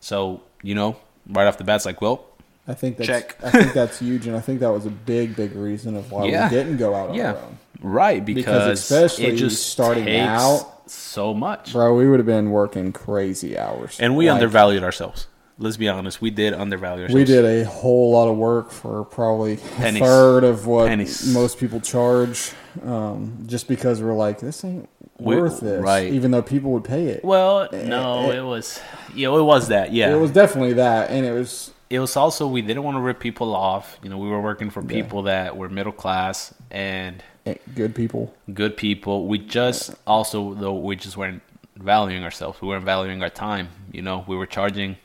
[SPEAKER 2] So you know, right off the bat, it's like, "Well,
[SPEAKER 3] i think that's
[SPEAKER 2] Check.
[SPEAKER 3] i think that's huge and i think that was a big big reason of why
[SPEAKER 2] Yeah.
[SPEAKER 3] Uh, we didn't go out on
[SPEAKER 2] yeah,
[SPEAKER 3] our own
[SPEAKER 2] right. Because,
[SPEAKER 3] especially
[SPEAKER 2] it just
[SPEAKER 3] starting
[SPEAKER 2] takes
[SPEAKER 3] out-
[SPEAKER 2] so much,
[SPEAKER 3] bro we would have been working crazy hours
[SPEAKER 2] and we
[SPEAKER 3] Like,
[SPEAKER 2] undervalued ourselves. Let's be honest, we did undervalue ourselves.
[SPEAKER 3] We did a whole lot of work for probably
[SPEAKER 2] Pennies.
[SPEAKER 3] a third of what
[SPEAKER 2] Pennies.
[SPEAKER 3] most people charge, um, just because we're like, this ain't
[SPEAKER 2] We-
[SPEAKER 3] worth this,
[SPEAKER 2] right.
[SPEAKER 3] even though people would pay it.
[SPEAKER 2] Well, no, it was, yeah, it was that, yeah.
[SPEAKER 3] Eh, It was definitely that, and it was
[SPEAKER 2] it was also we didn't want to rip people off. You know, we were working for people that were middle class and
[SPEAKER 3] eh, good people.
[SPEAKER 2] good people. We just also though we just weren't valuing ourselves. We weren't valuing our time. You know, we were charging,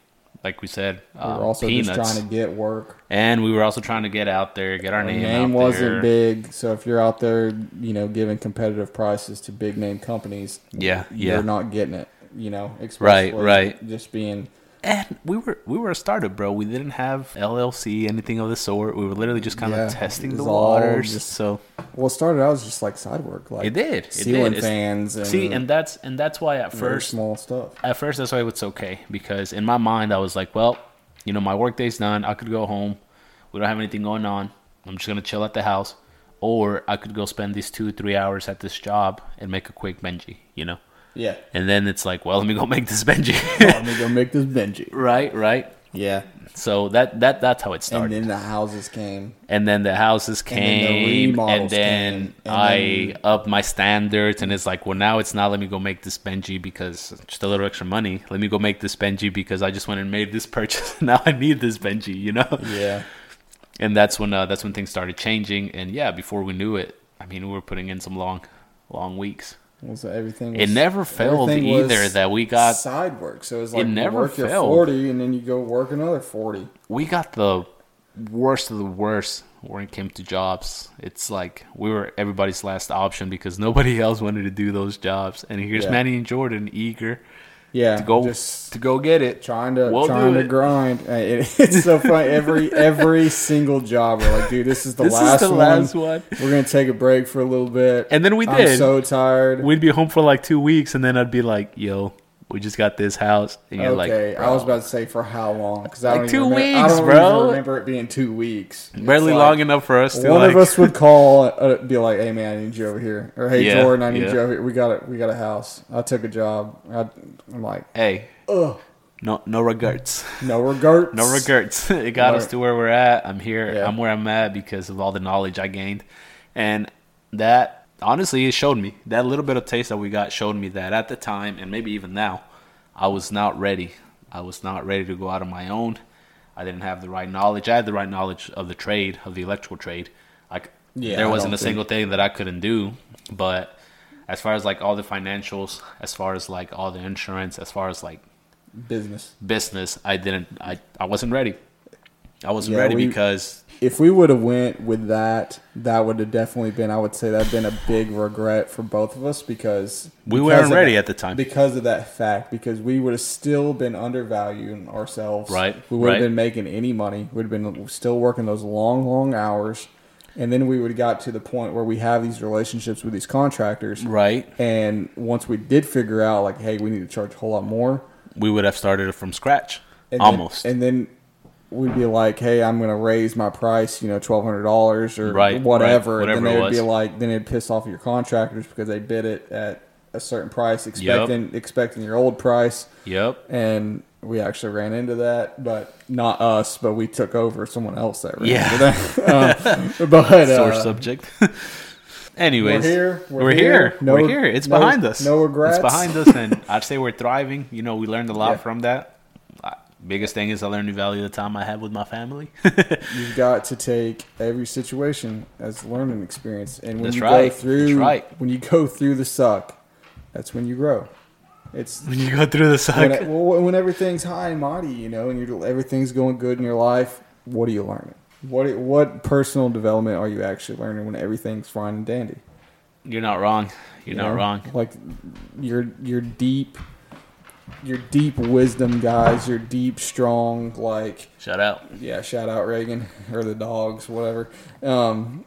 [SPEAKER 2] like we said,
[SPEAKER 3] We
[SPEAKER 2] um,
[SPEAKER 3] were also
[SPEAKER 2] peanuts,
[SPEAKER 3] just trying to get work.
[SPEAKER 2] and we were also trying to get out there, get our
[SPEAKER 3] The
[SPEAKER 2] name.
[SPEAKER 3] name
[SPEAKER 2] out there.
[SPEAKER 3] wasn't big, so if you're out there, you know, giving competitive prices to big name companies,
[SPEAKER 2] Yeah,
[SPEAKER 3] you're
[SPEAKER 2] yeah.
[SPEAKER 3] not getting it. You know,
[SPEAKER 2] Right,
[SPEAKER 3] especially
[SPEAKER 2] right.
[SPEAKER 3] Just being
[SPEAKER 2] And we were we were a startup, bro. We didn't have LLC, anything of the sort. We were literally just kind
[SPEAKER 3] Yeah,
[SPEAKER 2] of testing
[SPEAKER 3] it
[SPEAKER 2] the
[SPEAKER 3] was all
[SPEAKER 2] waters.
[SPEAKER 3] just-
[SPEAKER 2] so
[SPEAKER 3] well, it started out as just like side work, like
[SPEAKER 2] it did, it
[SPEAKER 3] ceiling
[SPEAKER 2] did. It's-
[SPEAKER 3] fans, and
[SPEAKER 2] See, and that's and that's why at
[SPEAKER 3] very
[SPEAKER 2] first,
[SPEAKER 3] small stuff.
[SPEAKER 2] at first that's why it's okay because in my mind I was like, well, you know, my workday's done. I could go home. We don't have anything going on. I'm just gonna chill at the house, or I could go spend these two three hours at this job and make a quick Benji, you know.
[SPEAKER 3] Yeah.
[SPEAKER 2] And then it's like, well, let me go [LAUGHS] make this Benji.
[SPEAKER 3] Let me go make this Benji.
[SPEAKER 2] right, right.
[SPEAKER 3] Yeah.
[SPEAKER 2] So that that that's how it started.
[SPEAKER 3] And then the houses came.
[SPEAKER 2] and then the houses
[SPEAKER 3] then the
[SPEAKER 2] came, and
[SPEAKER 3] remodels
[SPEAKER 2] then,
[SPEAKER 3] came, and
[SPEAKER 2] I
[SPEAKER 3] then-
[SPEAKER 2] up my standards, and it's like, well, now it's not. Let me go make this Benji because just a little extra money. Let me go make this Benji because I just went and made this [LAUGHS] purchase. now I need this Benji, you know.
[SPEAKER 3] Yeah.
[SPEAKER 2] And that's when uh, that's when things started changing. And yeah, before we knew it, I mean, we were putting in some long, long weeks.
[SPEAKER 3] Was that everything?
[SPEAKER 2] It
[SPEAKER 3] was-
[SPEAKER 2] never failed
[SPEAKER 3] everything was
[SPEAKER 2] either that we got
[SPEAKER 3] side work. So it was like
[SPEAKER 2] never
[SPEAKER 3] you work your
[SPEAKER 2] failed.
[SPEAKER 3] forty, and then you go work another forty.
[SPEAKER 2] we got the worst of the worst when it came to jobs. It's like we were everybody's last option because nobody [LAUGHS] else wanted to do those jobs. And here's
[SPEAKER 3] Yeah.
[SPEAKER 2] Manny and Jordan eager
[SPEAKER 3] Yeah.
[SPEAKER 2] to go
[SPEAKER 3] Just
[SPEAKER 2] to go get it.
[SPEAKER 3] trying to
[SPEAKER 2] We'll
[SPEAKER 3] trying
[SPEAKER 2] do
[SPEAKER 3] to
[SPEAKER 2] it.
[SPEAKER 3] grind. Uh, it- [LAUGHS] it's so funny. Every every single job, we're like, dude, this is the
[SPEAKER 2] This is
[SPEAKER 3] last
[SPEAKER 2] the
[SPEAKER 3] one.
[SPEAKER 2] last one.
[SPEAKER 3] We're gonna take a break for a little bit,
[SPEAKER 2] And then we
[SPEAKER 3] I'm
[SPEAKER 2] did.
[SPEAKER 3] so tired.
[SPEAKER 2] We'd be home for like two weeks, and then I'd be like, "Yo, We just got this house, and you're
[SPEAKER 3] okay,
[SPEAKER 2] like,
[SPEAKER 3] I was about to say for how long? Because I don't
[SPEAKER 2] Like
[SPEAKER 3] even
[SPEAKER 2] two
[SPEAKER 3] remember, I
[SPEAKER 2] weeks,
[SPEAKER 3] don't
[SPEAKER 2] bro.
[SPEAKER 3] Even remember it being two weeks. It's
[SPEAKER 2] barely
[SPEAKER 3] like,
[SPEAKER 2] long enough for us to
[SPEAKER 3] One
[SPEAKER 2] like.
[SPEAKER 3] of us would call, uh, be like, "Hey man, I need you over here," or "Hey
[SPEAKER 2] Yeah,
[SPEAKER 3] Jordan, I need
[SPEAKER 2] yeah.
[SPEAKER 3] you over here. We got it. We got a house. I took a job. I, I'm like,
[SPEAKER 2] hey,
[SPEAKER 3] ugh,
[SPEAKER 2] no, no regrets.
[SPEAKER 3] no regrets.
[SPEAKER 2] No regrets. [LAUGHS] It got
[SPEAKER 3] No-
[SPEAKER 2] us to where we're at. I'm here.
[SPEAKER 3] Yeah.
[SPEAKER 2] I'm where I'm at because of all the knowledge I gained. And that, honestly, it showed me. That little bit of taste that we got showed me that at the time, and maybe even now, I was not ready. I was not ready to go out on my own. I didn't have the right knowledge. I had the right knowledge of the trade, of the electrical trade. Like,
[SPEAKER 3] Yeah,
[SPEAKER 2] there
[SPEAKER 3] I
[SPEAKER 2] wasn't
[SPEAKER 3] don't
[SPEAKER 2] a single thing that I couldn't do. But as far as like all the financials, as far as like all the insurance, as far as like
[SPEAKER 3] Business.
[SPEAKER 2] business i didn't i, I wasn't ready i wasn't
[SPEAKER 3] Yeah,
[SPEAKER 2] ready
[SPEAKER 3] we-
[SPEAKER 2] because
[SPEAKER 3] If we would have went with that, that would have definitely been. I would say that'd been a big regret for both of us because
[SPEAKER 2] We
[SPEAKER 3] because
[SPEAKER 2] weren't
[SPEAKER 3] of
[SPEAKER 2] ready
[SPEAKER 3] that-
[SPEAKER 2] at the time.
[SPEAKER 3] because of that fact. Because we would have still been undervaluing ourselves.
[SPEAKER 2] Right,
[SPEAKER 3] We would have
[SPEAKER 2] right.
[SPEAKER 3] been making any money. We'd have been still working those long, long hours, and then we would have got to the point where we have these relationships with these contractors.
[SPEAKER 2] right
[SPEAKER 3] And once we did figure out, like, hey, we need to charge a whole lot more.
[SPEAKER 2] we would have started it from scratch
[SPEAKER 3] And then-
[SPEAKER 2] almost
[SPEAKER 3] and then we'd be like, "Hey, I'm going to raise my price, you know, twelve hundred dollars or
[SPEAKER 2] Right, right,
[SPEAKER 3] whatever."
[SPEAKER 2] whatever
[SPEAKER 3] and
[SPEAKER 2] it
[SPEAKER 3] then they'd
[SPEAKER 2] was.
[SPEAKER 3] be like, then it'd piss off your contractors because they bid it at a certain price, expecting expecting your old price.
[SPEAKER 2] yep
[SPEAKER 3] And we actually ran into that, but not us, but we took over someone else that ran
[SPEAKER 2] Yeah.
[SPEAKER 3] into that.
[SPEAKER 2] [LAUGHS]
[SPEAKER 3] [LAUGHS] Um, but uh,
[SPEAKER 2] sore subject [LAUGHS] anyways
[SPEAKER 3] we're here, we're
[SPEAKER 2] we're
[SPEAKER 3] here.
[SPEAKER 2] here,
[SPEAKER 3] No-
[SPEAKER 2] we're here. it's
[SPEAKER 3] no-
[SPEAKER 2] behind us
[SPEAKER 3] no regrets.
[SPEAKER 2] it's behind us
[SPEAKER 3] [LAUGHS]
[SPEAKER 2] and i'd say we're thriving you know we learned a lot
[SPEAKER 3] Yeah.
[SPEAKER 2] from that Uh, biggest thing is i learned to value the time i have with my family [LAUGHS]
[SPEAKER 3] you've got to take every situation as a learning experience, and when
[SPEAKER 2] That's
[SPEAKER 3] you
[SPEAKER 2] right.
[SPEAKER 3] go through,
[SPEAKER 2] That's right.
[SPEAKER 3] when you go through the suck, that's when you grow. It's
[SPEAKER 2] when you go through the
[SPEAKER 3] when,
[SPEAKER 2] suck
[SPEAKER 3] well, when everything's high and mighty, you know, and you're, everything's going good in your life, what are you learning? What what personal development are you actually learning when everything's fine and dandy?
[SPEAKER 2] you're not wrong you're
[SPEAKER 3] you
[SPEAKER 2] not
[SPEAKER 3] know?
[SPEAKER 2] wrong
[SPEAKER 3] Like your your deep your deep wisdom, guys. Your deep, strong, like
[SPEAKER 2] shout out
[SPEAKER 3] yeah. Shout out Reagan or the dogs, whatever. Um,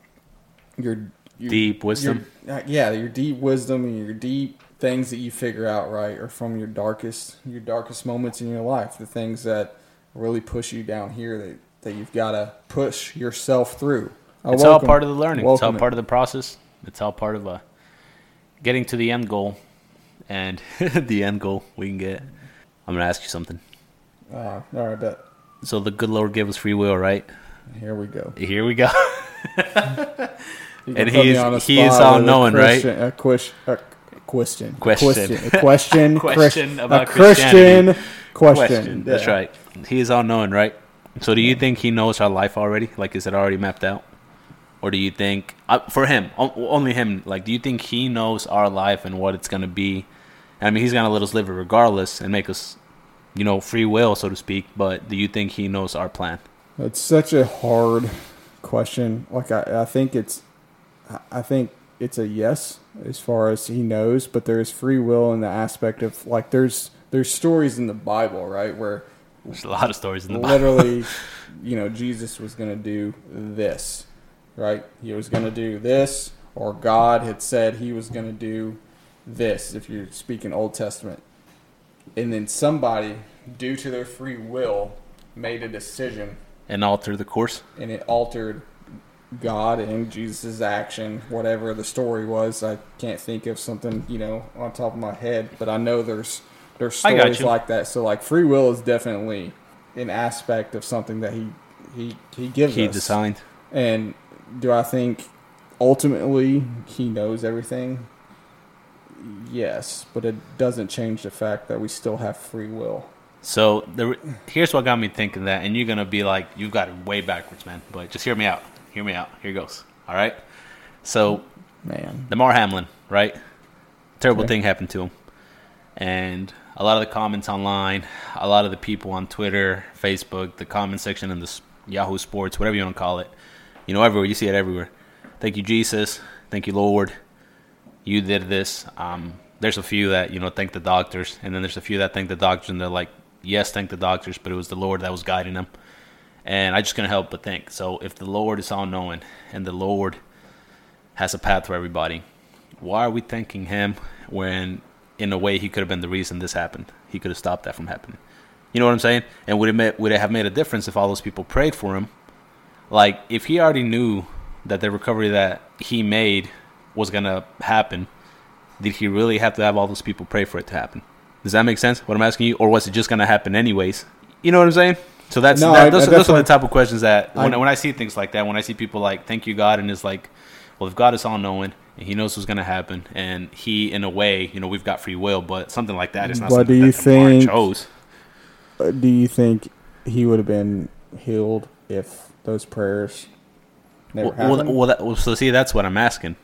[SPEAKER 3] your, your
[SPEAKER 2] deep wisdom
[SPEAKER 3] your- uh, yeah, your deep wisdom and your deep things that you figure out right are from your darkest your darkest moments in your life. The things that really push you down here that, that you've got to push yourself through. I
[SPEAKER 2] It's all
[SPEAKER 3] welcome-
[SPEAKER 2] part of the learning. It's all
[SPEAKER 3] welcome it.
[SPEAKER 2] part of the process. It's all part of uh, getting to the end goal. And [LAUGHS] the end goal we can get. I'm gonna ask you something.
[SPEAKER 3] Uh, all right, bet.
[SPEAKER 2] So the good Lord gave us free will, right?
[SPEAKER 3] Here we go.
[SPEAKER 2] Here we go. [LAUGHS]
[SPEAKER 3] You
[SPEAKER 2] And
[SPEAKER 3] can put me
[SPEAKER 2] he's-
[SPEAKER 3] on a
[SPEAKER 2] he is
[SPEAKER 3] spot
[SPEAKER 2] all
[SPEAKER 3] with a
[SPEAKER 2] knowing, right?
[SPEAKER 3] Christian- A question. A question.
[SPEAKER 2] Question.
[SPEAKER 3] A
[SPEAKER 2] [LAUGHS] Question
[SPEAKER 3] question. Chris-
[SPEAKER 2] about
[SPEAKER 3] a Christian
[SPEAKER 2] Christianity.
[SPEAKER 3] question.
[SPEAKER 2] Question. That's
[SPEAKER 3] Yeah.
[SPEAKER 2] right. He is all knowing, right? So do you think he knows our life already? Like, is it already mapped out? Or do you think, uh, for him, o- only him, like, do you think he knows our life and what it's gonna be? I mean, he's gonna let us live it regardless and make us, you know, free will, so to speak. But do you think he knows our plan?
[SPEAKER 3] It's such a hard question. Like I, I think it's, I- I think it's a yes as far as he knows, but there is free will in the aspect of like there's there's stories in the Bible, right, where
[SPEAKER 2] There's a lot of stories in the Bible. [LAUGHS]
[SPEAKER 3] literally, you know, Jesus was going to do this, right? He was going to do this, or God had said he was going to do this, if you're speaking Old Testament. And then somebody, due to their free will, made a decision
[SPEAKER 2] and alter the course.
[SPEAKER 3] and it altered God and Jesus' action, whatever the story was. I can't think of something, you know, on top of my head, but I know there's there's
[SPEAKER 2] I got
[SPEAKER 3] stories
[SPEAKER 2] you.
[SPEAKER 3] like that. So like free will is definitely an aspect of something that he he he gives
[SPEAKER 2] He
[SPEAKER 3] us.
[SPEAKER 2] designed.
[SPEAKER 3] And do I think ultimately he knows everything? Yes, but it doesn't change the fact that we still have free will.
[SPEAKER 2] So the, here's what got me thinking that, and you're gonna be like, you've got it way backwards, man. But just hear me out. Hear me out. Here goes. All right. So
[SPEAKER 3] Man.
[SPEAKER 2] Damar Hamlin, right? Terrible
[SPEAKER 3] Okay.
[SPEAKER 2] thing happened to him, and a lot of the comments online, a lot of the people on Twitter, Facebook, the comment section, and the s- Yahoo Sports, whatever you want to call it, you know, everywhere you see it everywhere. Thank you, Jesus. Thank you, Lord. You did this. Um, there's a few that you know thank the doctors, and then there's a few that thank the doctors, and they're like, yes, thank the doctors, but it was the Lord that was guiding them. And I just couldn't help but think. So if the Lord is all knowing, and the Lord has a path for everybody. Why are we thanking him when in a way, he could have been the reason this happened. He could have stopped that from happening. You know what I'm saying? And would it ma- would it have made a difference if all those people prayed for him? Like if he already knew that the recovery that he made was gonna happen, did he really have to have all those people pray for it to happen? Does that make sense? What I'm asking you, or was it just gonna happen anyways? You know what I'm saying? So that's
[SPEAKER 3] No,
[SPEAKER 2] that,
[SPEAKER 3] I-
[SPEAKER 2] those, those
[SPEAKER 3] I
[SPEAKER 2] are the
[SPEAKER 3] definitely-
[SPEAKER 2] type of questions that when
[SPEAKER 3] I-
[SPEAKER 2] I, when I see things like that, when I see people like thank you God, and it's like, well, if God is all knowing and He knows what's gonna happen, and He, in a way, you know, we've got free will, but something like that is not
[SPEAKER 3] But
[SPEAKER 2] something
[SPEAKER 3] do you
[SPEAKER 2] that Kamara
[SPEAKER 3] think-
[SPEAKER 2] chose.
[SPEAKER 3] Uh, Do you think he would have been healed if those prayers never
[SPEAKER 2] Well, well,
[SPEAKER 3] happened? Well,
[SPEAKER 2] well, that, well, so see, that's what I'm asking.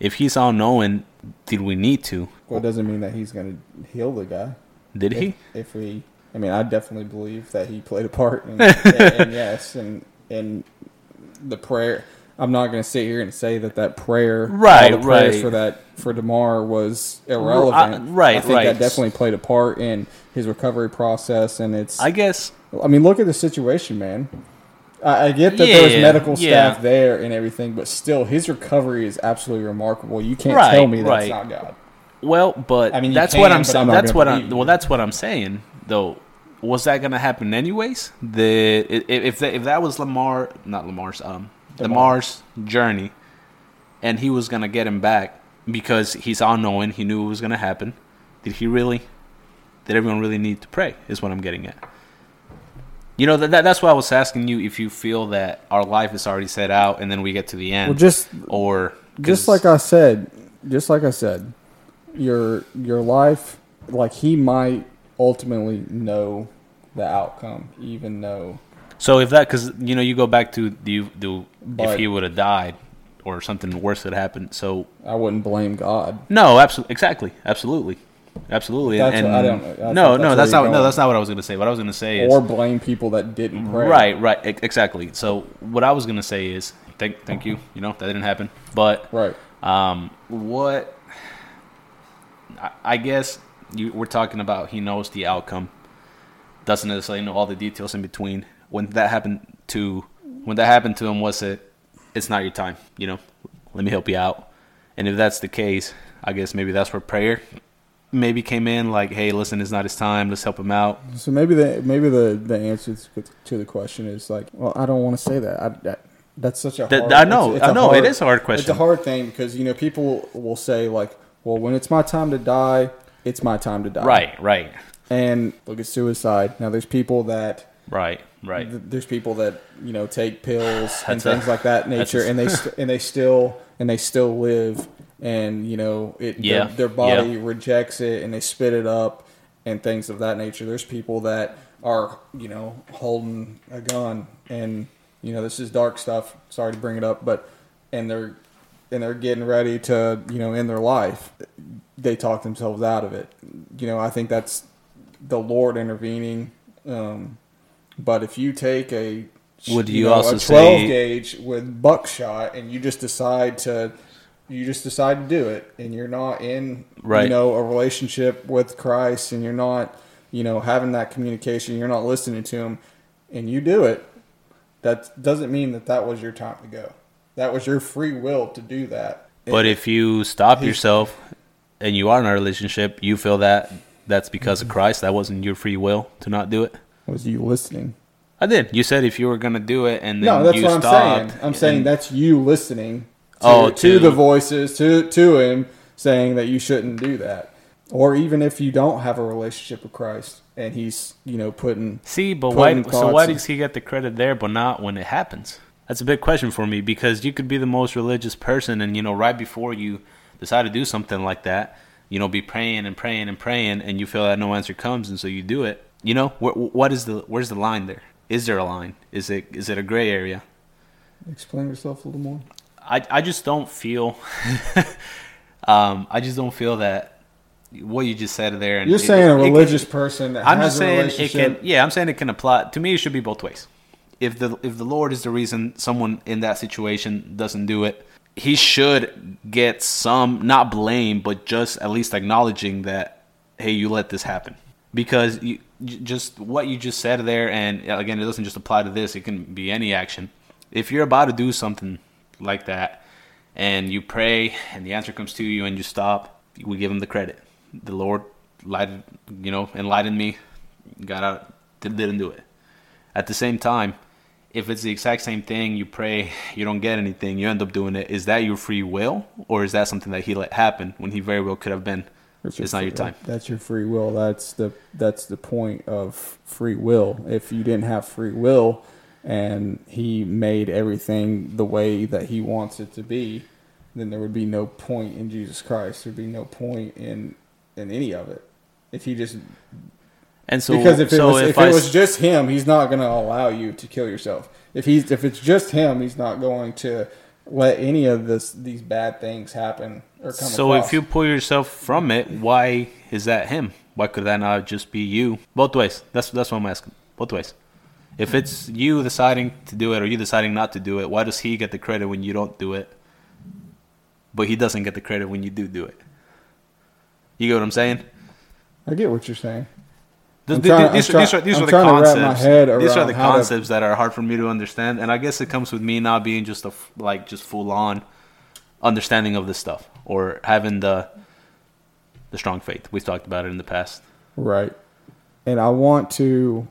[SPEAKER 2] If he's all knowing, did we need to?
[SPEAKER 3] it doesn't mean that he's going to heal the guy.
[SPEAKER 2] Did he?
[SPEAKER 3] If, if we, I mean, I definitely believe that he played a
[SPEAKER 2] [LAUGHS]
[SPEAKER 3] part. In, and, and yes, and and the prayer. I'm not going to sit here and say that that prayer, all
[SPEAKER 2] Right,
[SPEAKER 3] the prayers
[SPEAKER 2] right.
[SPEAKER 3] for that for Demar was irrelevant.
[SPEAKER 2] right,
[SPEAKER 3] I think
[SPEAKER 2] right.
[SPEAKER 3] that definitely played a part in his recovery process, and it's.
[SPEAKER 2] I guess.
[SPEAKER 3] I mean, look at the situation, man. I, I get that there was
[SPEAKER 2] Yeah,
[SPEAKER 3] medical
[SPEAKER 2] yeah.
[SPEAKER 3] staff there and everything, but still, his recovery is absolutely remarkable. You can't
[SPEAKER 2] Right,
[SPEAKER 3] tell me that's
[SPEAKER 2] right.
[SPEAKER 3] not God.
[SPEAKER 2] Well, but
[SPEAKER 3] I mean, you
[SPEAKER 2] that's
[SPEAKER 3] can,
[SPEAKER 2] what I'm.
[SPEAKER 3] but
[SPEAKER 2] sa-
[SPEAKER 3] I'm not
[SPEAKER 2] that's
[SPEAKER 3] gonna
[SPEAKER 2] what I'm.
[SPEAKER 3] believe you.
[SPEAKER 2] Well, that's what I'm saying though. Was that going to happen anyways? The i- if that, if that was Lamar, not Lamar's, um,
[SPEAKER 3] Damar.
[SPEAKER 2] Lamar's journey, and he was going to get him back because he's all knowing. He knew it was going to happen. Did he really? Did everyone really need to pray? Is what I'm getting at. You know that, that that's why I was asking you if you feel that our life is already set out and then we get to the end,
[SPEAKER 3] Well, just
[SPEAKER 2] or
[SPEAKER 3] just
[SPEAKER 2] 'cause-
[SPEAKER 3] like I said, just like I said, your your life, like he might ultimately know the outcome, even though
[SPEAKER 2] So if that, because you know, you go back to the, the if
[SPEAKER 3] But-
[SPEAKER 2] he would have died or something worse had happened. So
[SPEAKER 3] I wouldn't blame God.
[SPEAKER 2] no, absolutely, exactly, absolutely, absolutely.
[SPEAKER 3] That's
[SPEAKER 2] and,
[SPEAKER 3] what- I don't- I think
[SPEAKER 2] no,
[SPEAKER 3] that's
[SPEAKER 2] no,
[SPEAKER 3] where
[SPEAKER 2] that's
[SPEAKER 3] you're
[SPEAKER 2] not. No,
[SPEAKER 3] going.
[SPEAKER 2] that's not what I was gonna say. What I was gonna say is
[SPEAKER 3] Or blame people that didn't pray.
[SPEAKER 2] right, right, e- exactly. So what I was gonna say is thank, thank you. You know that didn't happen, but
[SPEAKER 3] Right.
[SPEAKER 2] um, what I, I guess you, we're talking about he knows the outcome, doesn't necessarily know all the details in between. When that happened to when that happened to him, was it? It's not your time, you know. Let me help you out. And if that's the case, I guess maybe that's where prayer maybe came in. Like, hey, listen, it's not his time. Let's help him out.
[SPEAKER 3] So maybe the maybe the the answer to the question is like, well, I don't want to say that. I, that that's such a
[SPEAKER 2] That-
[SPEAKER 3] hard,
[SPEAKER 2] I know,
[SPEAKER 3] a
[SPEAKER 2] I know, it is a hard
[SPEAKER 3] It's a
[SPEAKER 2] question.
[SPEAKER 3] hard thing because you know people will say like, well, when it's my time to die, it's my time to die.
[SPEAKER 2] Right, right,
[SPEAKER 3] And look at suicide. Now there's people that
[SPEAKER 2] right, right.
[SPEAKER 3] th- there's people that you know
[SPEAKER 2] [SIGHS]
[SPEAKER 3] take pills and
[SPEAKER 2] That's a-
[SPEAKER 3] things like that
[SPEAKER 2] that's
[SPEAKER 3] nature,
[SPEAKER 2] a-
[SPEAKER 3] and they st- and they still and they still live, and you know it.
[SPEAKER 2] Yeah,
[SPEAKER 3] Their, their body
[SPEAKER 2] yeah.
[SPEAKER 3] rejects it, and they spit it up, and things of that nature. There's people that are you know holding a gun, and you know this is dark stuff. Sorry to bring it up, but and they're and they're getting ready to you know end their life. They talk themselves out of it. You know I think that's the Lord intervening. Um, but if you take a
[SPEAKER 2] Would you
[SPEAKER 3] know,
[SPEAKER 2] also
[SPEAKER 3] a twelve
[SPEAKER 2] say-
[SPEAKER 3] gauge with buckshot and you just decide to you just decide to do it and you're not in
[SPEAKER 2] Right.
[SPEAKER 3] you know a relationship with Christ and you're not you know having that communication you're not listening to him and you do it that doesn't mean that that was your time to go that was your free will to do that
[SPEAKER 2] But if you stop
[SPEAKER 3] He's-
[SPEAKER 2] yourself and you are in a relationship, you feel that that's because of
[SPEAKER 3] Mm-hmm.
[SPEAKER 2] Christ. That wasn't your free will to not do it.
[SPEAKER 3] was you listening
[SPEAKER 2] I did. You said if you were going to do it and then
[SPEAKER 3] no that's
[SPEAKER 2] you
[SPEAKER 3] what
[SPEAKER 2] stopped.
[SPEAKER 3] I'm saying I'm saying
[SPEAKER 2] and-
[SPEAKER 3] that's you listening to,
[SPEAKER 2] Oh,
[SPEAKER 3] to
[SPEAKER 2] to-
[SPEAKER 3] the voices to to him saying that you shouldn't do that or even if you don't have a relationship with Christ and he's you know putting
[SPEAKER 2] See, but
[SPEAKER 3] Put
[SPEAKER 2] why?
[SPEAKER 3] in
[SPEAKER 2] So why
[SPEAKER 3] thoughts.
[SPEAKER 2] does he get the credit there, but not when it happens? That's a big question for me because you could be the most religious person, and you know, right before you decide to do something like that, you know, be praying and praying and praying, and you feel that no answer comes, and so you do it. You know, wh- wh- what is the where's the line there? Is there a line? Is it is it a gray area?
[SPEAKER 3] explain yourself a little more
[SPEAKER 2] I, I just don't feel [LAUGHS] um, I just don't feel that what you just said there and
[SPEAKER 3] You're
[SPEAKER 2] it-
[SPEAKER 3] saying a
[SPEAKER 2] it can-
[SPEAKER 3] religious person that
[SPEAKER 2] I'm
[SPEAKER 3] has
[SPEAKER 2] just
[SPEAKER 3] a
[SPEAKER 2] saying it
[SPEAKER 3] relationship.
[SPEAKER 2] can yeah, I'm saying it can apply to me it should be both ways. If the if the Lord is the reason someone in that situation doesn't do it, he should get some not blame but just at least acknowledging that hey, you let this happen. Because you j- just what you just said there and again, it doesn't just apply to this, it can be any action. If you're about to do something like that and you pray and the answer comes to you and you stop, we give him the credit. the Lord lighted, you know, enlightened me. Got out, did, didn't do it. At the same time, if it's the exact same thing, you pray, you don't get anything, you end up doing it. Is that your free will, or is that something that He let happen when He very well could have been?
[SPEAKER 3] That's
[SPEAKER 2] It's not your time.
[SPEAKER 3] That's your free will. That's the that's the point of free will. If you didn't have free will, and he made everything the way that he wants it to be, then there would be no point in Jesus Christ. There'd be no point in in any of it. If he just
[SPEAKER 2] And so,
[SPEAKER 3] because if it
[SPEAKER 2] so
[SPEAKER 3] was if,
[SPEAKER 2] I
[SPEAKER 3] it
[SPEAKER 2] s-
[SPEAKER 3] was just him, he's not going to allow you to kill yourself. If he's if it's just him, he's not going to let any of this these bad things happen or come.
[SPEAKER 2] So
[SPEAKER 3] across.
[SPEAKER 2] if you pull yourself from it, why is that him? Why could that not just be you? Both ways. That's that's what I'm asking. Both ways. If it's you deciding to do it or you deciding not to do it, why does he get the credit when you don't do it? But he doesn't get the credit when you do do it. You get what I'm saying?
[SPEAKER 3] I get what you're saying.
[SPEAKER 2] Th-
[SPEAKER 3] I'm
[SPEAKER 2] th- these,
[SPEAKER 3] trying- I'm
[SPEAKER 2] these are,
[SPEAKER 3] trying-
[SPEAKER 2] these
[SPEAKER 3] I'm
[SPEAKER 2] are the
[SPEAKER 3] trying to wrap my
[SPEAKER 2] concepts.
[SPEAKER 3] head
[SPEAKER 2] These are
[SPEAKER 3] around
[SPEAKER 2] the
[SPEAKER 3] how to-
[SPEAKER 2] concepts that are hard for me to understand, and I guess it comes with me not being just a f- like just full on understanding of this stuff or having the the strong faith. We've talked about it in the past
[SPEAKER 3] Right. And I want to